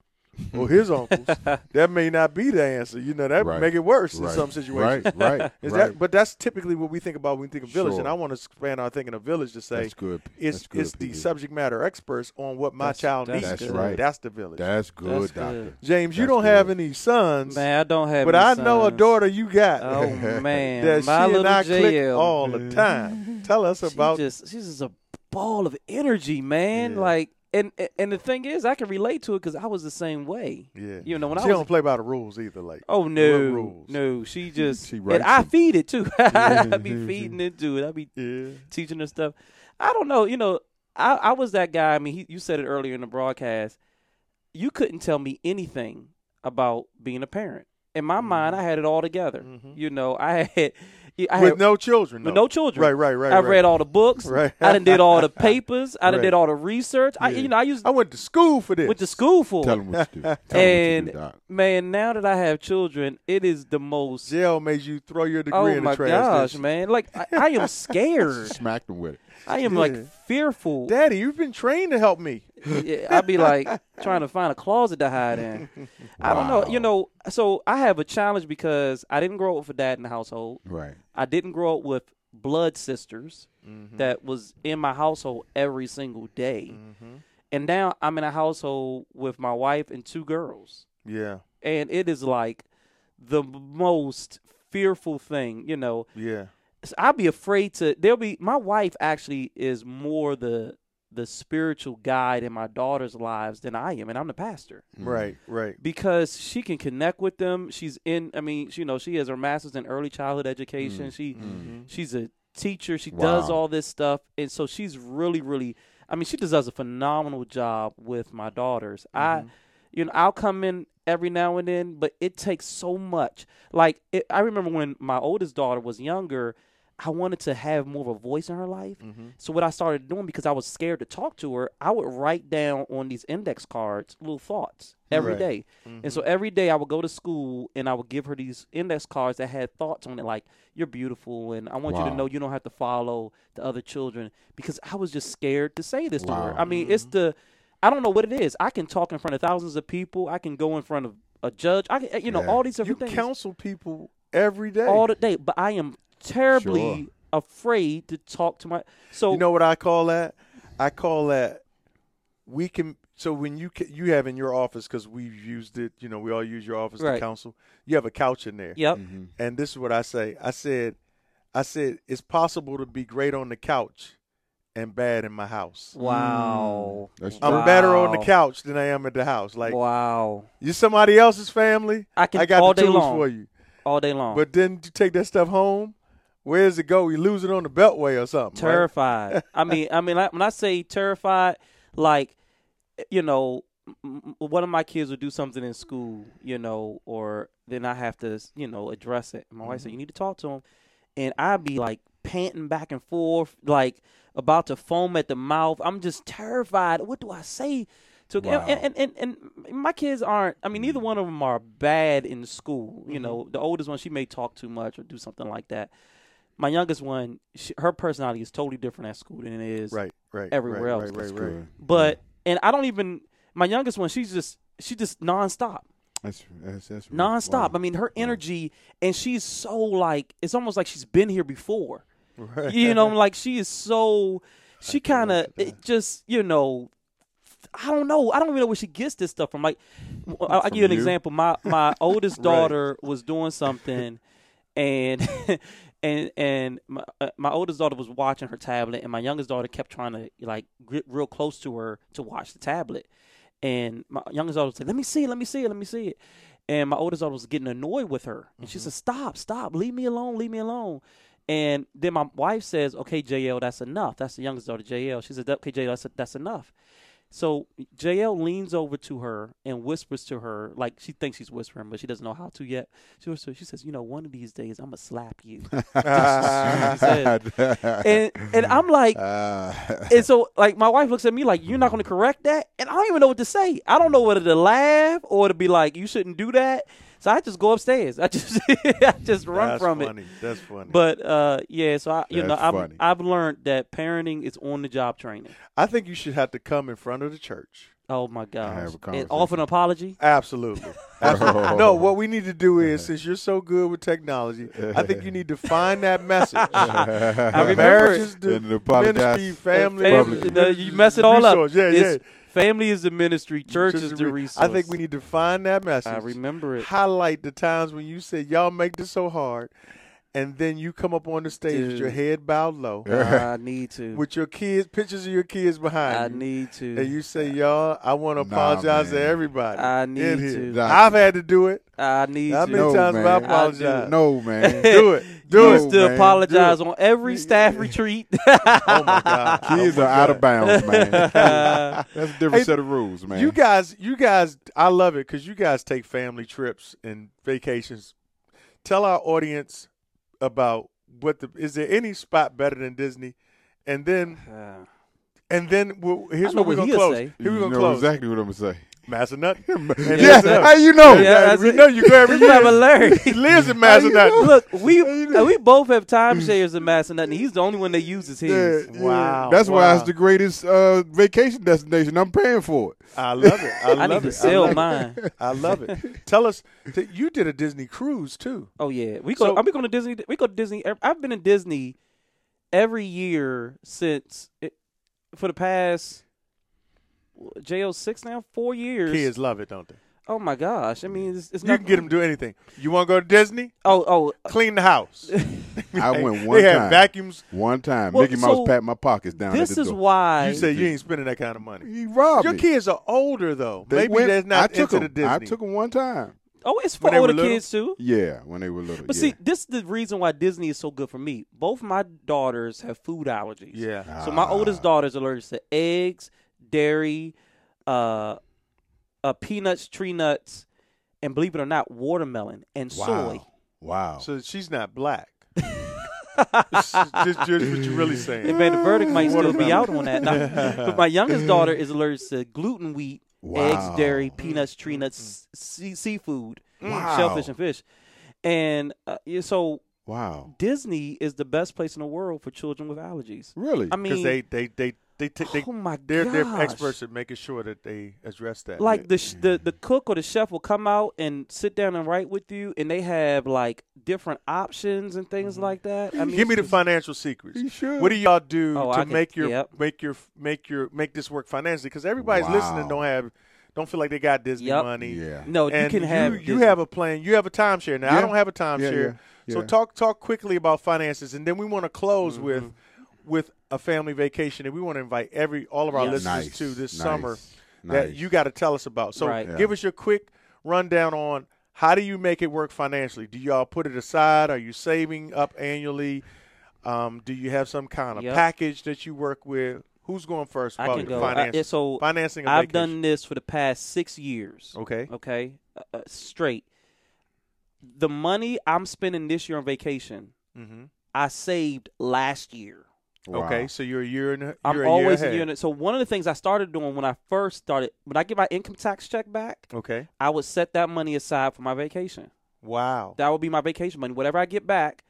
[SPEAKER 1] or his uncles. That may not be the answer. You know, that
[SPEAKER 3] Right.
[SPEAKER 1] make it worse in
[SPEAKER 3] Right.
[SPEAKER 1] some situations.
[SPEAKER 3] Right. Right.
[SPEAKER 1] (laughs) Is
[SPEAKER 3] right.
[SPEAKER 1] that? But that's typically what we think about when we think of village. And
[SPEAKER 3] Sure.
[SPEAKER 1] I want to expand our thinking of village to say
[SPEAKER 3] That's good.
[SPEAKER 1] it's
[SPEAKER 3] That's good,
[SPEAKER 1] it's the
[SPEAKER 3] PB.
[SPEAKER 1] subject matter experts on what my
[SPEAKER 2] That's-
[SPEAKER 1] child
[SPEAKER 2] that's
[SPEAKER 1] needs.
[SPEAKER 3] That's good. right.
[SPEAKER 1] That's the village.
[SPEAKER 3] That's good,
[SPEAKER 2] That's
[SPEAKER 3] doctor.
[SPEAKER 2] good.
[SPEAKER 1] James, you
[SPEAKER 3] that's
[SPEAKER 1] don't have
[SPEAKER 3] good.
[SPEAKER 1] any sons,
[SPEAKER 2] Man, I don't have.
[SPEAKER 1] but
[SPEAKER 2] any
[SPEAKER 1] I know a
[SPEAKER 2] sons.
[SPEAKER 1] daughter you got.
[SPEAKER 3] (laughs)
[SPEAKER 2] Oh man,
[SPEAKER 1] that
[SPEAKER 2] my
[SPEAKER 1] she
[SPEAKER 2] little
[SPEAKER 1] and I click
[SPEAKER 2] JL.
[SPEAKER 1] all
[SPEAKER 2] (laughs)
[SPEAKER 1] the time. Tell us
[SPEAKER 2] She
[SPEAKER 1] about
[SPEAKER 2] just she's just a ball of energy, man.
[SPEAKER 1] Yeah.
[SPEAKER 2] Like and and the thing is, I can relate to it because I was the same way.
[SPEAKER 1] yeah.
[SPEAKER 2] You know when
[SPEAKER 1] she
[SPEAKER 2] I was.
[SPEAKER 1] don't play by the rules either. Like
[SPEAKER 2] Oh
[SPEAKER 1] the
[SPEAKER 2] no,
[SPEAKER 1] rules.
[SPEAKER 2] no!
[SPEAKER 1] (laughs)
[SPEAKER 2] She just
[SPEAKER 3] She
[SPEAKER 2] and
[SPEAKER 3] writes
[SPEAKER 2] I
[SPEAKER 3] them.
[SPEAKER 2] feed it too. (laughs) I be feeding into it. I be
[SPEAKER 1] yeah,
[SPEAKER 2] teaching her stuff. I don't know. You know, I, I was that guy. I mean, he, you said it earlier in the broadcast. You couldn't tell me anything about being a parent. In my mind, I had it all together. You know, I had, I
[SPEAKER 1] Mm-hmm. with
[SPEAKER 2] had
[SPEAKER 1] no children.
[SPEAKER 2] with
[SPEAKER 1] though.
[SPEAKER 2] no children.
[SPEAKER 1] Right, right, right.
[SPEAKER 2] I
[SPEAKER 1] right.
[SPEAKER 2] read all the
[SPEAKER 1] (laughs)
[SPEAKER 2] books.
[SPEAKER 1] Right.
[SPEAKER 2] I done did all the papers. I done
[SPEAKER 1] Right.
[SPEAKER 2] did all the research. I,
[SPEAKER 1] Yeah. Oh,
[SPEAKER 2] you know, I used
[SPEAKER 1] I went to school for this.
[SPEAKER 2] went to school for it.
[SPEAKER 3] Tell
[SPEAKER 1] (laughs)
[SPEAKER 3] him what to do. Tell 'em what to do,
[SPEAKER 2] And
[SPEAKER 3] doc.
[SPEAKER 2] man, now that I have children, it is the most.
[SPEAKER 1] Jail made you throw your degree
[SPEAKER 2] Oh
[SPEAKER 1] in the
[SPEAKER 2] my
[SPEAKER 1] trash.
[SPEAKER 2] gosh,
[SPEAKER 1] didn't you?
[SPEAKER 2] man! Like I,
[SPEAKER 1] (laughs)
[SPEAKER 2] I am scared.
[SPEAKER 3] Smacked him with it.
[SPEAKER 2] I am
[SPEAKER 1] Yeah.
[SPEAKER 2] like fearful.
[SPEAKER 1] Daddy, you've been trained to help me.
[SPEAKER 2] yeah, I'd
[SPEAKER 1] (laughs)
[SPEAKER 2] be like trying to find a closet to hide in. I don't know. You
[SPEAKER 3] Wow.
[SPEAKER 2] know, so I have a challenge because I didn't grow up with a dad in the household.
[SPEAKER 3] Right.
[SPEAKER 2] I didn't grow up with blood sisters
[SPEAKER 1] Hmm.
[SPEAKER 2] that was in my household every single day. And now I'm in a household with my wife and two girls.
[SPEAKER 1] Yeah,
[SPEAKER 2] And it is like the most fearful thing, you know.
[SPEAKER 1] yeah.
[SPEAKER 2] So I'll be afraid to. There'll be my wife actually is more the the spiritual guide in my daughter's lives than I am, and I'm the pastor
[SPEAKER 3] Mm, Mm-hmm.
[SPEAKER 1] Right, right.
[SPEAKER 2] because she can connect with them. She's in. I mean, she- you know, she has her master's in early childhood education. She she's a teacher. She does
[SPEAKER 3] Wow.
[SPEAKER 2] all this stuff, and so she's really, really. I mean, she does a phenomenal job with my daughters. I,
[SPEAKER 3] Mm-hmm.
[SPEAKER 2] you know, I'll come in every now and then, but it takes so much. Like it, I remember when my oldest daughter was younger, I wanted to have more of a voice in her life.
[SPEAKER 3] Mm-hmm.
[SPEAKER 2] So what I started doing because I was scared to talk to her, I would write down on these index cards little thoughts every
[SPEAKER 3] Right. Mm-hmm.
[SPEAKER 2] day. And so every day I would go to school and I would give her these index cards that had thoughts on it like you're beautiful and I want you
[SPEAKER 3] Wow.
[SPEAKER 2] to know Oh, you don't have to follow the other children because I was just scared to say this to
[SPEAKER 3] Wow.
[SPEAKER 2] her. I mean,
[SPEAKER 1] Mm-hmm.
[SPEAKER 2] it's the I don't know what it is. I can talk in front of thousands of people. I can go in front of a judge. I can, eh, you know,
[SPEAKER 3] Yeah.
[SPEAKER 2] all these
[SPEAKER 1] You
[SPEAKER 2] different things
[SPEAKER 1] counsel people every day.
[SPEAKER 2] all the day, but I am terribly
[SPEAKER 3] Sure.
[SPEAKER 2] afraid to talk to my so
[SPEAKER 1] You know what I call that? I call that we can. So when you ca- you have in your office because we've used it, you know, we all use your office to
[SPEAKER 2] Right.
[SPEAKER 1] counsel. You have a couch in there,
[SPEAKER 2] yep.
[SPEAKER 3] mm-hmm.
[SPEAKER 1] and this is what I say. I said, I said it's possible to be great on the couch and bad in my house.
[SPEAKER 2] Wow.
[SPEAKER 3] Mm-hmm. That's
[SPEAKER 1] I'm
[SPEAKER 3] true.
[SPEAKER 2] Wow.
[SPEAKER 1] better on the couch than I am at the house. Like
[SPEAKER 2] wow.
[SPEAKER 1] you're somebody else's family.
[SPEAKER 2] I can
[SPEAKER 1] I got
[SPEAKER 2] all
[SPEAKER 1] the
[SPEAKER 2] day
[SPEAKER 1] tools
[SPEAKER 2] long.
[SPEAKER 1] for you,
[SPEAKER 2] All day long.
[SPEAKER 1] but then you take that stuff home. Where does it go? You lose it on the beltway or something. right?
[SPEAKER 2] terrified. I mean, I mean, like, when I say terrified, like, you know, m- m- one of my kids would do something in school, you know, or then I have to, you know, address it. My wife said, "You need to talk to him," and I'd be like panting back and forth, like about to foam at the mouth. I'm just terrified. What do I say? To,
[SPEAKER 3] Wow.
[SPEAKER 2] and, and, and and my kids aren't. I mean, neither one of them are bad in school. You know, the oldest one she may talk too much or do something like that my youngest one, she, her personality is totally different at school than it is.
[SPEAKER 1] Right, right.
[SPEAKER 2] everywhere
[SPEAKER 1] right,
[SPEAKER 2] else.
[SPEAKER 1] Right,
[SPEAKER 3] That's
[SPEAKER 1] right, right.
[SPEAKER 3] good.
[SPEAKER 2] But and I don't even my youngest one. She's just she just nonstop,
[SPEAKER 3] That's that's that's real.
[SPEAKER 2] nonstop. I
[SPEAKER 3] Wow.
[SPEAKER 2] mean, her energy and she's so like it's almost like she's been here before. You know, like she is
[SPEAKER 3] (laughs)
[SPEAKER 2] so she kind of it just you know. I don't know. I don't even know where she gets this stuff from. Like, w- I'll, I'll give you an
[SPEAKER 3] you?
[SPEAKER 2] example. My (laughs) my oldest
[SPEAKER 1] Right.
[SPEAKER 2] daughter was doing something, and (laughs) and and my, uh, my oldest daughter was watching her tablet, and my youngest daughter kept trying to like get real close to her to watch the tablet, and my youngest daughter said, "Let me see it, let me see it, let me see it," and my oldest daughter was getting annoyed with her, and she said, "Stop, stop, leave me alone, leave me alone." And then my wife says, "Okay, JL, that's enough." That's the youngest daughter, JL. She said, "Okay, JL, that's that's enough." So JL leans over to her and whispers to her, like she thinks she's whispering, but she doesn't know how to yet. She, whispers- she says, "You know, one of these days, I'm gonna slap
[SPEAKER 3] (laughs)
[SPEAKER 2] you." and and I'm
[SPEAKER 3] (laughs)
[SPEAKER 2] like,
[SPEAKER 3] Ah. (laughs)
[SPEAKER 2] and so like my wife looks at me like, "You're not gonna correct that," and I don't even know what to say. I don't know whether to laugh or to be like, "You shouldn't do that." So I just go upstairs. I just (laughs) I just run
[SPEAKER 1] That's
[SPEAKER 2] from it.
[SPEAKER 1] funny. That's funny.
[SPEAKER 2] But uh, yeah, so I, you know,
[SPEAKER 3] That's
[SPEAKER 2] I've,
[SPEAKER 3] funny.
[SPEAKER 2] I've learned that parenting is on the job training.
[SPEAKER 1] I think you should have to come in front of the church.
[SPEAKER 2] Oh my
[SPEAKER 3] have
[SPEAKER 2] gosh!
[SPEAKER 3] a
[SPEAKER 2] And
[SPEAKER 3] conversation.
[SPEAKER 2] offer an apology.
[SPEAKER 1] (laughs) Absolutely. Absolutely. no, what we need to do (laughs) is, since you're so good with technology, I think you (laughs) need to find that message.
[SPEAKER 2] I remember
[SPEAKER 1] (laughs) Marriages,
[SPEAKER 3] it.
[SPEAKER 1] the
[SPEAKER 3] And apologize
[SPEAKER 1] ministry, family,
[SPEAKER 2] Fam-
[SPEAKER 3] Public.
[SPEAKER 2] the- you mess it all
[SPEAKER 1] resource.
[SPEAKER 2] up.
[SPEAKER 1] Yeah,
[SPEAKER 2] It's- Family is the ministry.
[SPEAKER 1] yeah.
[SPEAKER 2] Church is
[SPEAKER 1] Just
[SPEAKER 2] the
[SPEAKER 1] re-
[SPEAKER 2] resource.
[SPEAKER 1] I think we need to find that message.
[SPEAKER 2] I remember it.
[SPEAKER 3] (laughs)
[SPEAKER 1] Highlight the times when you said, "Y'all make this so hard," and then you come up on the stage with
[SPEAKER 2] Dude.
[SPEAKER 1] your head bowed low,
[SPEAKER 2] I need to.
[SPEAKER 1] with your kids, pictures of your kids behind
[SPEAKER 2] I
[SPEAKER 1] you.
[SPEAKER 2] need to.
[SPEAKER 1] And you say, y'all, I want to
[SPEAKER 3] Nah,
[SPEAKER 1] apologize to
[SPEAKER 3] man.
[SPEAKER 1] everybody.
[SPEAKER 2] I
[SPEAKER 1] in
[SPEAKER 2] need
[SPEAKER 1] here.
[SPEAKER 2] to.
[SPEAKER 3] Nah.
[SPEAKER 1] I've had to do it.
[SPEAKER 2] I need
[SPEAKER 1] How
[SPEAKER 2] to.
[SPEAKER 1] many
[SPEAKER 3] No,
[SPEAKER 1] times have I
[SPEAKER 3] man.
[SPEAKER 2] I do.
[SPEAKER 1] apologized? (laughs)
[SPEAKER 3] no man.
[SPEAKER 1] Do
[SPEAKER 3] (laughs)
[SPEAKER 1] it. Do
[SPEAKER 2] You
[SPEAKER 3] No,
[SPEAKER 1] it.
[SPEAKER 2] used to
[SPEAKER 3] man.
[SPEAKER 2] apologize
[SPEAKER 1] Do
[SPEAKER 2] on every staff retreat.
[SPEAKER 1] (laughs) Oh, my God.
[SPEAKER 2] (laughs)
[SPEAKER 3] Kids
[SPEAKER 1] Oh,
[SPEAKER 3] are
[SPEAKER 1] my
[SPEAKER 3] out
[SPEAKER 1] God.
[SPEAKER 3] of bounds,
[SPEAKER 1] (laughs)
[SPEAKER 3] man. That's a different
[SPEAKER 1] Hey,
[SPEAKER 3] set of rules, man.
[SPEAKER 1] You guys, you guys, I love it because you guys take family trips and vacations. Tell our audience about what the is there any spot better than Disney? And then, and then we'll, here's
[SPEAKER 2] I know
[SPEAKER 1] what we're
[SPEAKER 2] what
[SPEAKER 1] gonna
[SPEAKER 2] he'll
[SPEAKER 1] close.
[SPEAKER 2] say.
[SPEAKER 1] Here we're
[SPEAKER 3] You
[SPEAKER 1] gonna
[SPEAKER 3] know
[SPEAKER 1] close.
[SPEAKER 3] exactly what I'm
[SPEAKER 1] (laughs)
[SPEAKER 3] gonna say.
[SPEAKER 1] Massanutten.
[SPEAKER 3] (laughs) yeah,
[SPEAKER 1] that's it.
[SPEAKER 3] how you know?
[SPEAKER 2] Yeah, that's
[SPEAKER 1] we
[SPEAKER 2] it.
[SPEAKER 1] know you go every
[SPEAKER 2] You
[SPEAKER 1] year. (laughs)
[SPEAKER 2] never learned.
[SPEAKER 1] He lives
[SPEAKER 2] (laughs)
[SPEAKER 1] in
[SPEAKER 3] How you know?
[SPEAKER 1] Massanutten.
[SPEAKER 2] Look, we we both have
[SPEAKER 1] Mm.
[SPEAKER 2] timeshares in Massanutten. He's the only one that uses
[SPEAKER 3] Yeah,
[SPEAKER 2] his.
[SPEAKER 3] yeah.
[SPEAKER 1] Wow,
[SPEAKER 3] That's why
[SPEAKER 1] wow.
[SPEAKER 3] it's the greatest uh, vacation destination. I'm paying for it.
[SPEAKER 1] I love it. I love it.
[SPEAKER 2] I need to
[SPEAKER 1] I love
[SPEAKER 2] sell
[SPEAKER 1] it.
[SPEAKER 2] mine.
[SPEAKER 1] I love
[SPEAKER 2] (laughs)
[SPEAKER 1] it. Tell us that you did a Disney cruise too.
[SPEAKER 2] Oh yeah, we go.
[SPEAKER 1] So-
[SPEAKER 2] are we going to Disney? We go to Disney. ev- I've been in Disney every year since it, for the past JL six now four years.
[SPEAKER 1] Kids love it, don't they?
[SPEAKER 2] Oh my gosh! I mean, it's, it's
[SPEAKER 1] You
[SPEAKER 2] not,
[SPEAKER 1] can get them to do anything. You want to go to Disney?
[SPEAKER 2] Oh oh,
[SPEAKER 1] Clean the house.
[SPEAKER 3] I went
[SPEAKER 1] (laughs)
[SPEAKER 3] one
[SPEAKER 1] They had
[SPEAKER 3] time.
[SPEAKER 1] vacuums.
[SPEAKER 3] One time,
[SPEAKER 2] Well,
[SPEAKER 3] Mickey Mouse
[SPEAKER 2] so
[SPEAKER 3] pat my pockets down. at
[SPEAKER 2] this
[SPEAKER 3] the
[SPEAKER 2] is
[SPEAKER 3] door.
[SPEAKER 2] why.
[SPEAKER 1] You say you ain't spending that kind of money.
[SPEAKER 3] he robbed
[SPEAKER 1] Your
[SPEAKER 3] me.
[SPEAKER 1] kids are older though.
[SPEAKER 3] They
[SPEAKER 1] Maybe
[SPEAKER 3] went-
[SPEAKER 1] they're not
[SPEAKER 3] I took
[SPEAKER 1] into
[SPEAKER 3] him.
[SPEAKER 1] the Disney.
[SPEAKER 3] I took him one time.
[SPEAKER 2] Oh, it's
[SPEAKER 1] When
[SPEAKER 2] for
[SPEAKER 1] they were
[SPEAKER 2] older
[SPEAKER 1] little?
[SPEAKER 2] kids too.
[SPEAKER 3] Yeah, when they were little.
[SPEAKER 2] But
[SPEAKER 3] yeah.
[SPEAKER 2] see, this is the reason why Disney is so good for me. Both my daughters have food allergies.
[SPEAKER 1] Yeah.
[SPEAKER 3] Ah,
[SPEAKER 2] So my oldest daughter's allergic to eggs, dairy, uh, uh, peanuts, tree nuts, and believe it or not, watermelon and soy.
[SPEAKER 3] Wow. Wow.
[SPEAKER 1] So she's not
[SPEAKER 2] (laughs)
[SPEAKER 1] black. That's just what you're really
[SPEAKER 2] And
[SPEAKER 1] saying.
[SPEAKER 2] man, the verdict might still be
[SPEAKER 1] Watermelon.
[SPEAKER 2] out on that.
[SPEAKER 1] (laughs)
[SPEAKER 2] Now, but my youngest daughter is allergic to gluten, wheat,
[SPEAKER 3] Wow.
[SPEAKER 2] eggs, dairy, peanuts, tree
[SPEAKER 1] Mm.
[SPEAKER 2] nuts, sea- seafood,
[SPEAKER 3] Wow.
[SPEAKER 2] shellfish, and fish. And uh, yeah, so
[SPEAKER 3] wow.
[SPEAKER 2] Disney is the best place in the world for children with allergies.
[SPEAKER 3] Really?
[SPEAKER 2] I
[SPEAKER 1] Because
[SPEAKER 2] mean,
[SPEAKER 1] they, they, they, they, ta- they,
[SPEAKER 2] oh my
[SPEAKER 1] they're, they're
[SPEAKER 2] gosh.
[SPEAKER 1] experts at making sure that they address that.
[SPEAKER 2] Like the, sh- the the cook or the chef will come out and sit down and write with you, and they have like different options and things like that. I mean,
[SPEAKER 1] Mm-hmm. Give me the
[SPEAKER 2] it's
[SPEAKER 1] financial secrets.
[SPEAKER 3] You should.
[SPEAKER 1] What do y'all do to
[SPEAKER 2] Oh, I can-
[SPEAKER 1] make your
[SPEAKER 2] yep.
[SPEAKER 1] make your make your make this work financially? Because everybody's
[SPEAKER 3] Wow.
[SPEAKER 1] listening don't have don't feel like they got Disney
[SPEAKER 2] Yep.
[SPEAKER 1] money.
[SPEAKER 3] yeah.
[SPEAKER 2] just- no,
[SPEAKER 1] And
[SPEAKER 2] Oh, you can have
[SPEAKER 1] you,
[SPEAKER 2] Disney.
[SPEAKER 1] have a plan. You have a timeshare. Now I
[SPEAKER 3] Yeah.
[SPEAKER 1] don't have a timeshare.
[SPEAKER 3] yeah,
[SPEAKER 1] So
[SPEAKER 3] yeah.
[SPEAKER 1] talk talk quickly about finances, and then we want to close
[SPEAKER 2] Mm-hmm.
[SPEAKER 1] with with a family vacation, and we want to invite every all of our
[SPEAKER 2] Yeah.
[SPEAKER 1] listeners
[SPEAKER 3] Nice,
[SPEAKER 1] to this
[SPEAKER 3] nice,
[SPEAKER 1] summer that
[SPEAKER 3] nice.
[SPEAKER 1] you got to tell us about. So
[SPEAKER 2] Right.
[SPEAKER 1] give us your quick rundown on how do you make it work financially? Do y'all put it aside? Are you saving up annually? Um, do you have some kind of
[SPEAKER 2] Yep.
[SPEAKER 1] package that you work with? Who's going first?
[SPEAKER 2] I
[SPEAKER 1] about
[SPEAKER 2] can go. I-
[SPEAKER 1] Finances.
[SPEAKER 2] yeah, so
[SPEAKER 1] financing. a
[SPEAKER 2] I've
[SPEAKER 1] vacation.
[SPEAKER 2] done this for the past six years.
[SPEAKER 1] Okay.
[SPEAKER 2] okay, uh, uh, straight. The money I'm spending this year on vacation,
[SPEAKER 1] hmm
[SPEAKER 2] I saved last year.
[SPEAKER 3] Wow.
[SPEAKER 1] Okay. So you're a year and a-
[SPEAKER 2] I'm
[SPEAKER 1] you're
[SPEAKER 2] always
[SPEAKER 1] a year ahead.
[SPEAKER 2] in. So one of the things I started doing when I first started, when I get my income tax check back,
[SPEAKER 1] Okay.
[SPEAKER 2] I would set that money aside for my vacation.
[SPEAKER 1] Wow.
[SPEAKER 2] That would be my vacation money. Whatever I get back,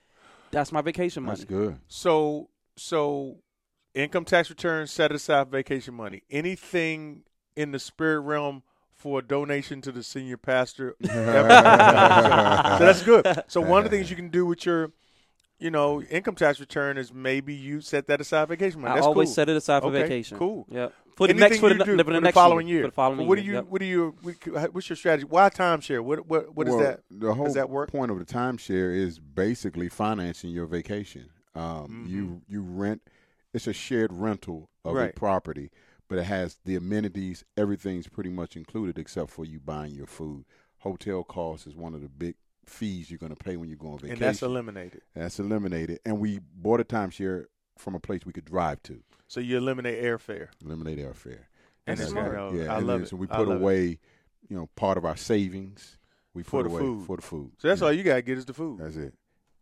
[SPEAKER 2] that's my vacation money.
[SPEAKER 3] That's good.
[SPEAKER 1] So so income tax return set aside vacation money. Anything in the spirit realm for a donation to the senior
[SPEAKER 3] (laughs)
[SPEAKER 1] pastor. effort. so, so that's good. So one of the things you can do with your you know, income tax return is maybe you set that aside vacation money.
[SPEAKER 2] I
[SPEAKER 1] That's
[SPEAKER 2] always
[SPEAKER 1] cool.
[SPEAKER 2] set it aside for
[SPEAKER 1] Okay,
[SPEAKER 2] vacation.
[SPEAKER 1] cool.
[SPEAKER 2] Yep. For the
[SPEAKER 1] Anything
[SPEAKER 2] next for the,
[SPEAKER 1] you do
[SPEAKER 2] ne- for the next
[SPEAKER 1] following
[SPEAKER 2] year. For the following
[SPEAKER 1] But what
[SPEAKER 2] year.
[SPEAKER 1] do you?
[SPEAKER 2] yep.
[SPEAKER 1] What do you? what- What's your strategy? Why timeshare? What? What? What is
[SPEAKER 3] Well,
[SPEAKER 1] that?
[SPEAKER 3] The whole
[SPEAKER 1] that work?
[SPEAKER 3] point of the timeshare is basically financing your vacation. Um,
[SPEAKER 1] Mm-hmm.
[SPEAKER 3] You you rent. It's a shared rental of
[SPEAKER 1] Right.
[SPEAKER 3] a property, but it has the amenities. Everything's pretty much included except for you buying your food. Hotel costs is one of the big fees you're going to pay when you go on vacation.
[SPEAKER 1] And that's eliminated.
[SPEAKER 3] That's eliminated. And we bought a timeshare from a place we could drive to.
[SPEAKER 1] So you eliminate airfare.
[SPEAKER 3] eliminate our fare.
[SPEAKER 1] That's
[SPEAKER 3] And
[SPEAKER 1] smart.
[SPEAKER 3] that-
[SPEAKER 1] Yeah, I
[SPEAKER 3] and
[SPEAKER 1] love
[SPEAKER 3] then-
[SPEAKER 1] it.
[SPEAKER 3] So we
[SPEAKER 1] I
[SPEAKER 3] put
[SPEAKER 1] love it.
[SPEAKER 3] away, you know, part of our savings. We
[SPEAKER 1] For
[SPEAKER 3] put
[SPEAKER 1] the
[SPEAKER 3] away
[SPEAKER 1] food.
[SPEAKER 3] for the food.
[SPEAKER 1] So that's
[SPEAKER 3] Yeah,
[SPEAKER 1] all you gotta get is the food.
[SPEAKER 3] That's it.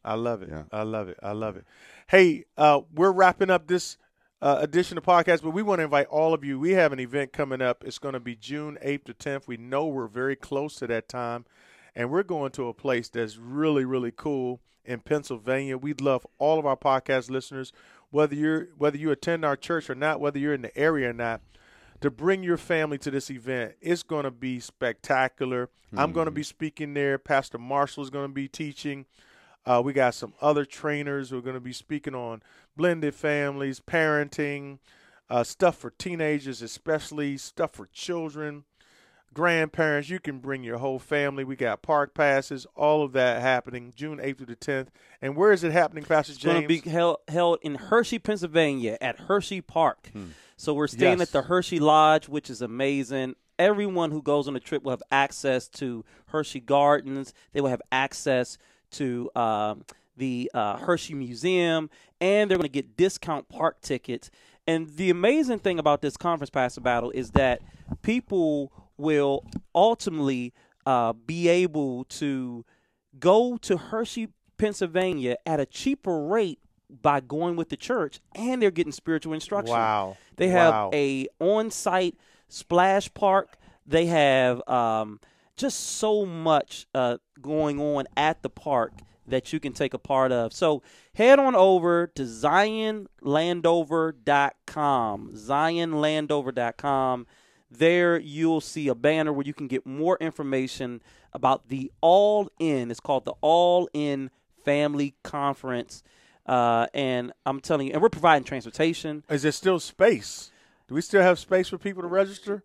[SPEAKER 1] I love it.
[SPEAKER 3] Yeah.
[SPEAKER 1] I love it. I love it. Hey, uh, we're wrapping up this uh, edition of podcast, but we want to invite all of you. We have an event coming up. It's going to be June 8th to 10th. We know we're very close to that time, and we're going to a place that's really, really cool in Pennsylvania. We'd love all of our podcast listeners, whether you're whether you attend our church or not, whether you're in the area or not to bring your family to this event. It's going to be spectacular. I'm going to be speaking there. Pastor Marshall is going to be teaching. Uh, we got some other trainers who are going to be speaking on blended families, parenting, uh, stuff for teenagers, especially stuff for children, grandparents. You can bring your whole family. We got park passes, all of that happening June 8th through the 10th. And where is it happening, Pastor
[SPEAKER 2] It's going
[SPEAKER 1] James?
[SPEAKER 2] to be held, held in Hershey, Pennsylvania at Hershey Park.
[SPEAKER 1] Hmm.
[SPEAKER 2] So we're staying
[SPEAKER 1] Yes.
[SPEAKER 2] at the Hershey Lodge, which is amazing. Everyone who goes on a trip will have access to Hershey Gardens. They will have access to um, the uh, Hershey Museum, and they're going to get discount park tickets. And the amazing thing about this conference pastor battle is that people will ultimately uh, be able to go to Hershey, Pennsylvania at a cheaper rate by going with the church and they're getting spiritual instruction.
[SPEAKER 1] Wow.
[SPEAKER 2] They have
[SPEAKER 1] Wow.
[SPEAKER 2] a on-site splash park. They have um, just so much uh, going on at the park that you can take a part of. So head on over to zionlandover.com. Zionlandover.com. There you'll see a banner where you can get more information about the All In. It's called the All In Family Conference. Uh, and I'm telling you, and we're providing transportation.
[SPEAKER 1] is there still space? Do we still have space for people to register?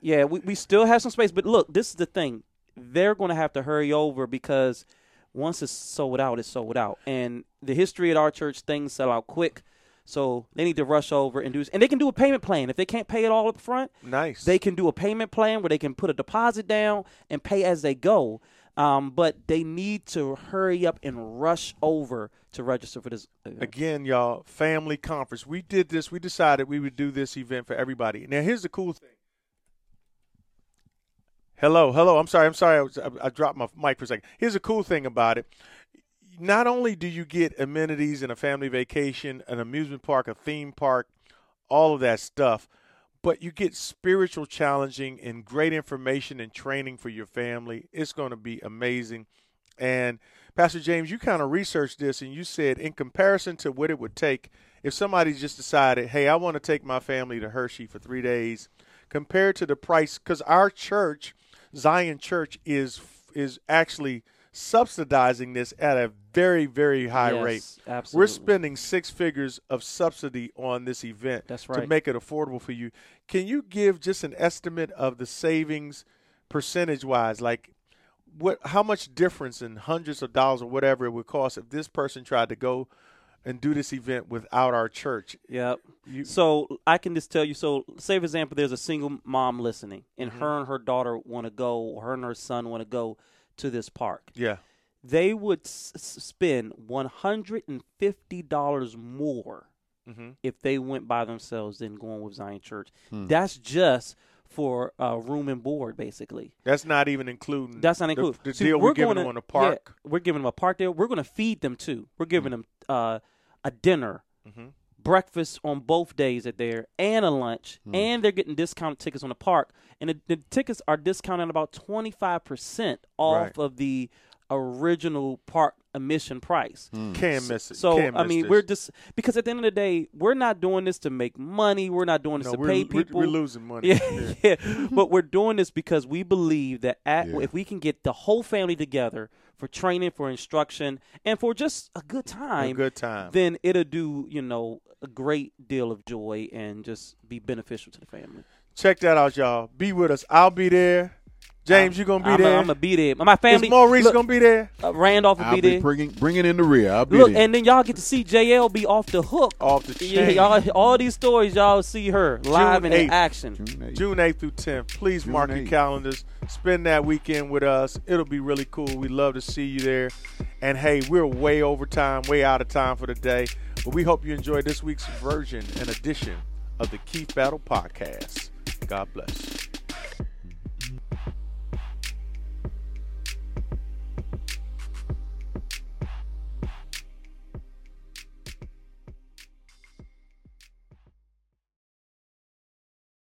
[SPEAKER 2] Yeah, we, we still have some space, but look, this is the thing. They're going to have to hurry over because once it's sold out, it's sold out. And the history at our church, things sell out quick. So they need to rush over and do this. And they can do a payment plan. If they can't pay it all up front,
[SPEAKER 1] Nice.
[SPEAKER 2] they can do a payment plan where they can put a deposit down and pay as they go. Um, but they need to hurry up and rush over to register for this. uh, event.
[SPEAKER 1] Again, y'all, family conference. We did this. We decided we would do this event for everybody. Now, here's the cool thing. Hello, hello. I'm sorry. I'm sorry. I, was, I, I dropped my mic for a second. Here's the cool thing about it. Not only do you get amenities and a family vacation, an amusement park, a theme park, all of that stuff, but you get spiritual challenging and great information and training for your family. It's going to be amazing. And Pastor James, you kind of researched this and you said, in comparison to what it would take if somebody just decided, hey, I want to take my family to Hershey for three days, compared to the price, because our church, Zion Church, is is actually subsidizing this at a very, very high
[SPEAKER 2] Yes,
[SPEAKER 1] rate.
[SPEAKER 2] absolutely.
[SPEAKER 1] We're spending six figures of subsidy on this event
[SPEAKER 2] That's
[SPEAKER 1] to
[SPEAKER 2] right.
[SPEAKER 1] make it affordable for you. Can you give just an estimate of the savings percentage wise? Like what how much difference in hundreds of dollars or whatever it would cost if this person tried to go and do this event without our church?
[SPEAKER 2] Yep.
[SPEAKER 1] You-
[SPEAKER 2] so I can just tell you. So, say for example, there's a single mom listening, and her and her daughter want to go, or her and her son want to go to this park.
[SPEAKER 1] Yeah.
[SPEAKER 2] They would s- s- spend one hundred and fifty dollars more
[SPEAKER 1] Mhm.
[SPEAKER 2] if they went by themselves than going with Zion Church. That's just for uh, room and board, basically.
[SPEAKER 1] That's not even including
[SPEAKER 2] That's not
[SPEAKER 1] the-
[SPEAKER 2] included.
[SPEAKER 1] The,
[SPEAKER 2] See,
[SPEAKER 1] deal we're, giving
[SPEAKER 2] gonna-
[SPEAKER 1] them on the
[SPEAKER 2] yeah,
[SPEAKER 1] park. Mm-hmm.
[SPEAKER 2] we're giving them a park there. We're going to feed them too. We're giving them uh, a dinner,
[SPEAKER 1] Mhm.
[SPEAKER 2] breakfast on both days at there, and a lunch,
[SPEAKER 1] Mm.
[SPEAKER 2] and they're getting discounted tickets on the park. And the, the tickets are discounted about twenty five percent off
[SPEAKER 1] Right.
[SPEAKER 2] of the original park admission price.
[SPEAKER 1] Can't miss it.
[SPEAKER 2] So
[SPEAKER 1] Mm. Can't
[SPEAKER 2] I
[SPEAKER 1] miss
[SPEAKER 2] mean,
[SPEAKER 1] this.
[SPEAKER 2] we're just because at the end of the day, we're not doing this to make money. We're not doing this
[SPEAKER 1] No,
[SPEAKER 2] to
[SPEAKER 1] we're,
[SPEAKER 2] pay
[SPEAKER 1] we're-
[SPEAKER 2] people.
[SPEAKER 1] we're losing money. (laughs)
[SPEAKER 2] Yeah, yeah. but we're doing this because we believe that at,
[SPEAKER 3] Yeah.
[SPEAKER 2] if we can get the whole family together for training, for instruction, and for just a good time,
[SPEAKER 1] A good time.
[SPEAKER 2] then it'll do you know a great deal of joy and just be beneficial to the family.
[SPEAKER 1] Check that out, y'all. Be with us. I'll be there. James, you gonna be
[SPEAKER 2] I'm
[SPEAKER 1] there?
[SPEAKER 2] gonna be there. My family,
[SPEAKER 1] Is Maurice
[SPEAKER 2] look,
[SPEAKER 1] gonna be there?
[SPEAKER 2] uh, Randolph will
[SPEAKER 3] I'll
[SPEAKER 2] be
[SPEAKER 3] be
[SPEAKER 2] there.
[SPEAKER 3] bringing bringing in the rear. I'll be
[SPEAKER 2] Look,
[SPEAKER 3] there.
[SPEAKER 2] and then y'all get to see JL be off the hook.
[SPEAKER 1] Off the
[SPEAKER 2] yeah,
[SPEAKER 1] chain.
[SPEAKER 2] y'all, all these stories, y'all see her live and
[SPEAKER 1] 8th.
[SPEAKER 2] in action.
[SPEAKER 3] June eighth.
[SPEAKER 1] June 8th through 10th. Please
[SPEAKER 3] June
[SPEAKER 1] mark your
[SPEAKER 3] 8th.
[SPEAKER 1] calendars. Spend that weekend with us. It'll be really cool. We love to see you there. And hey, we're way over time, way out of time for the day. But we hope you enjoyed this week's version and edition of the Keith Battle Podcast. God bless.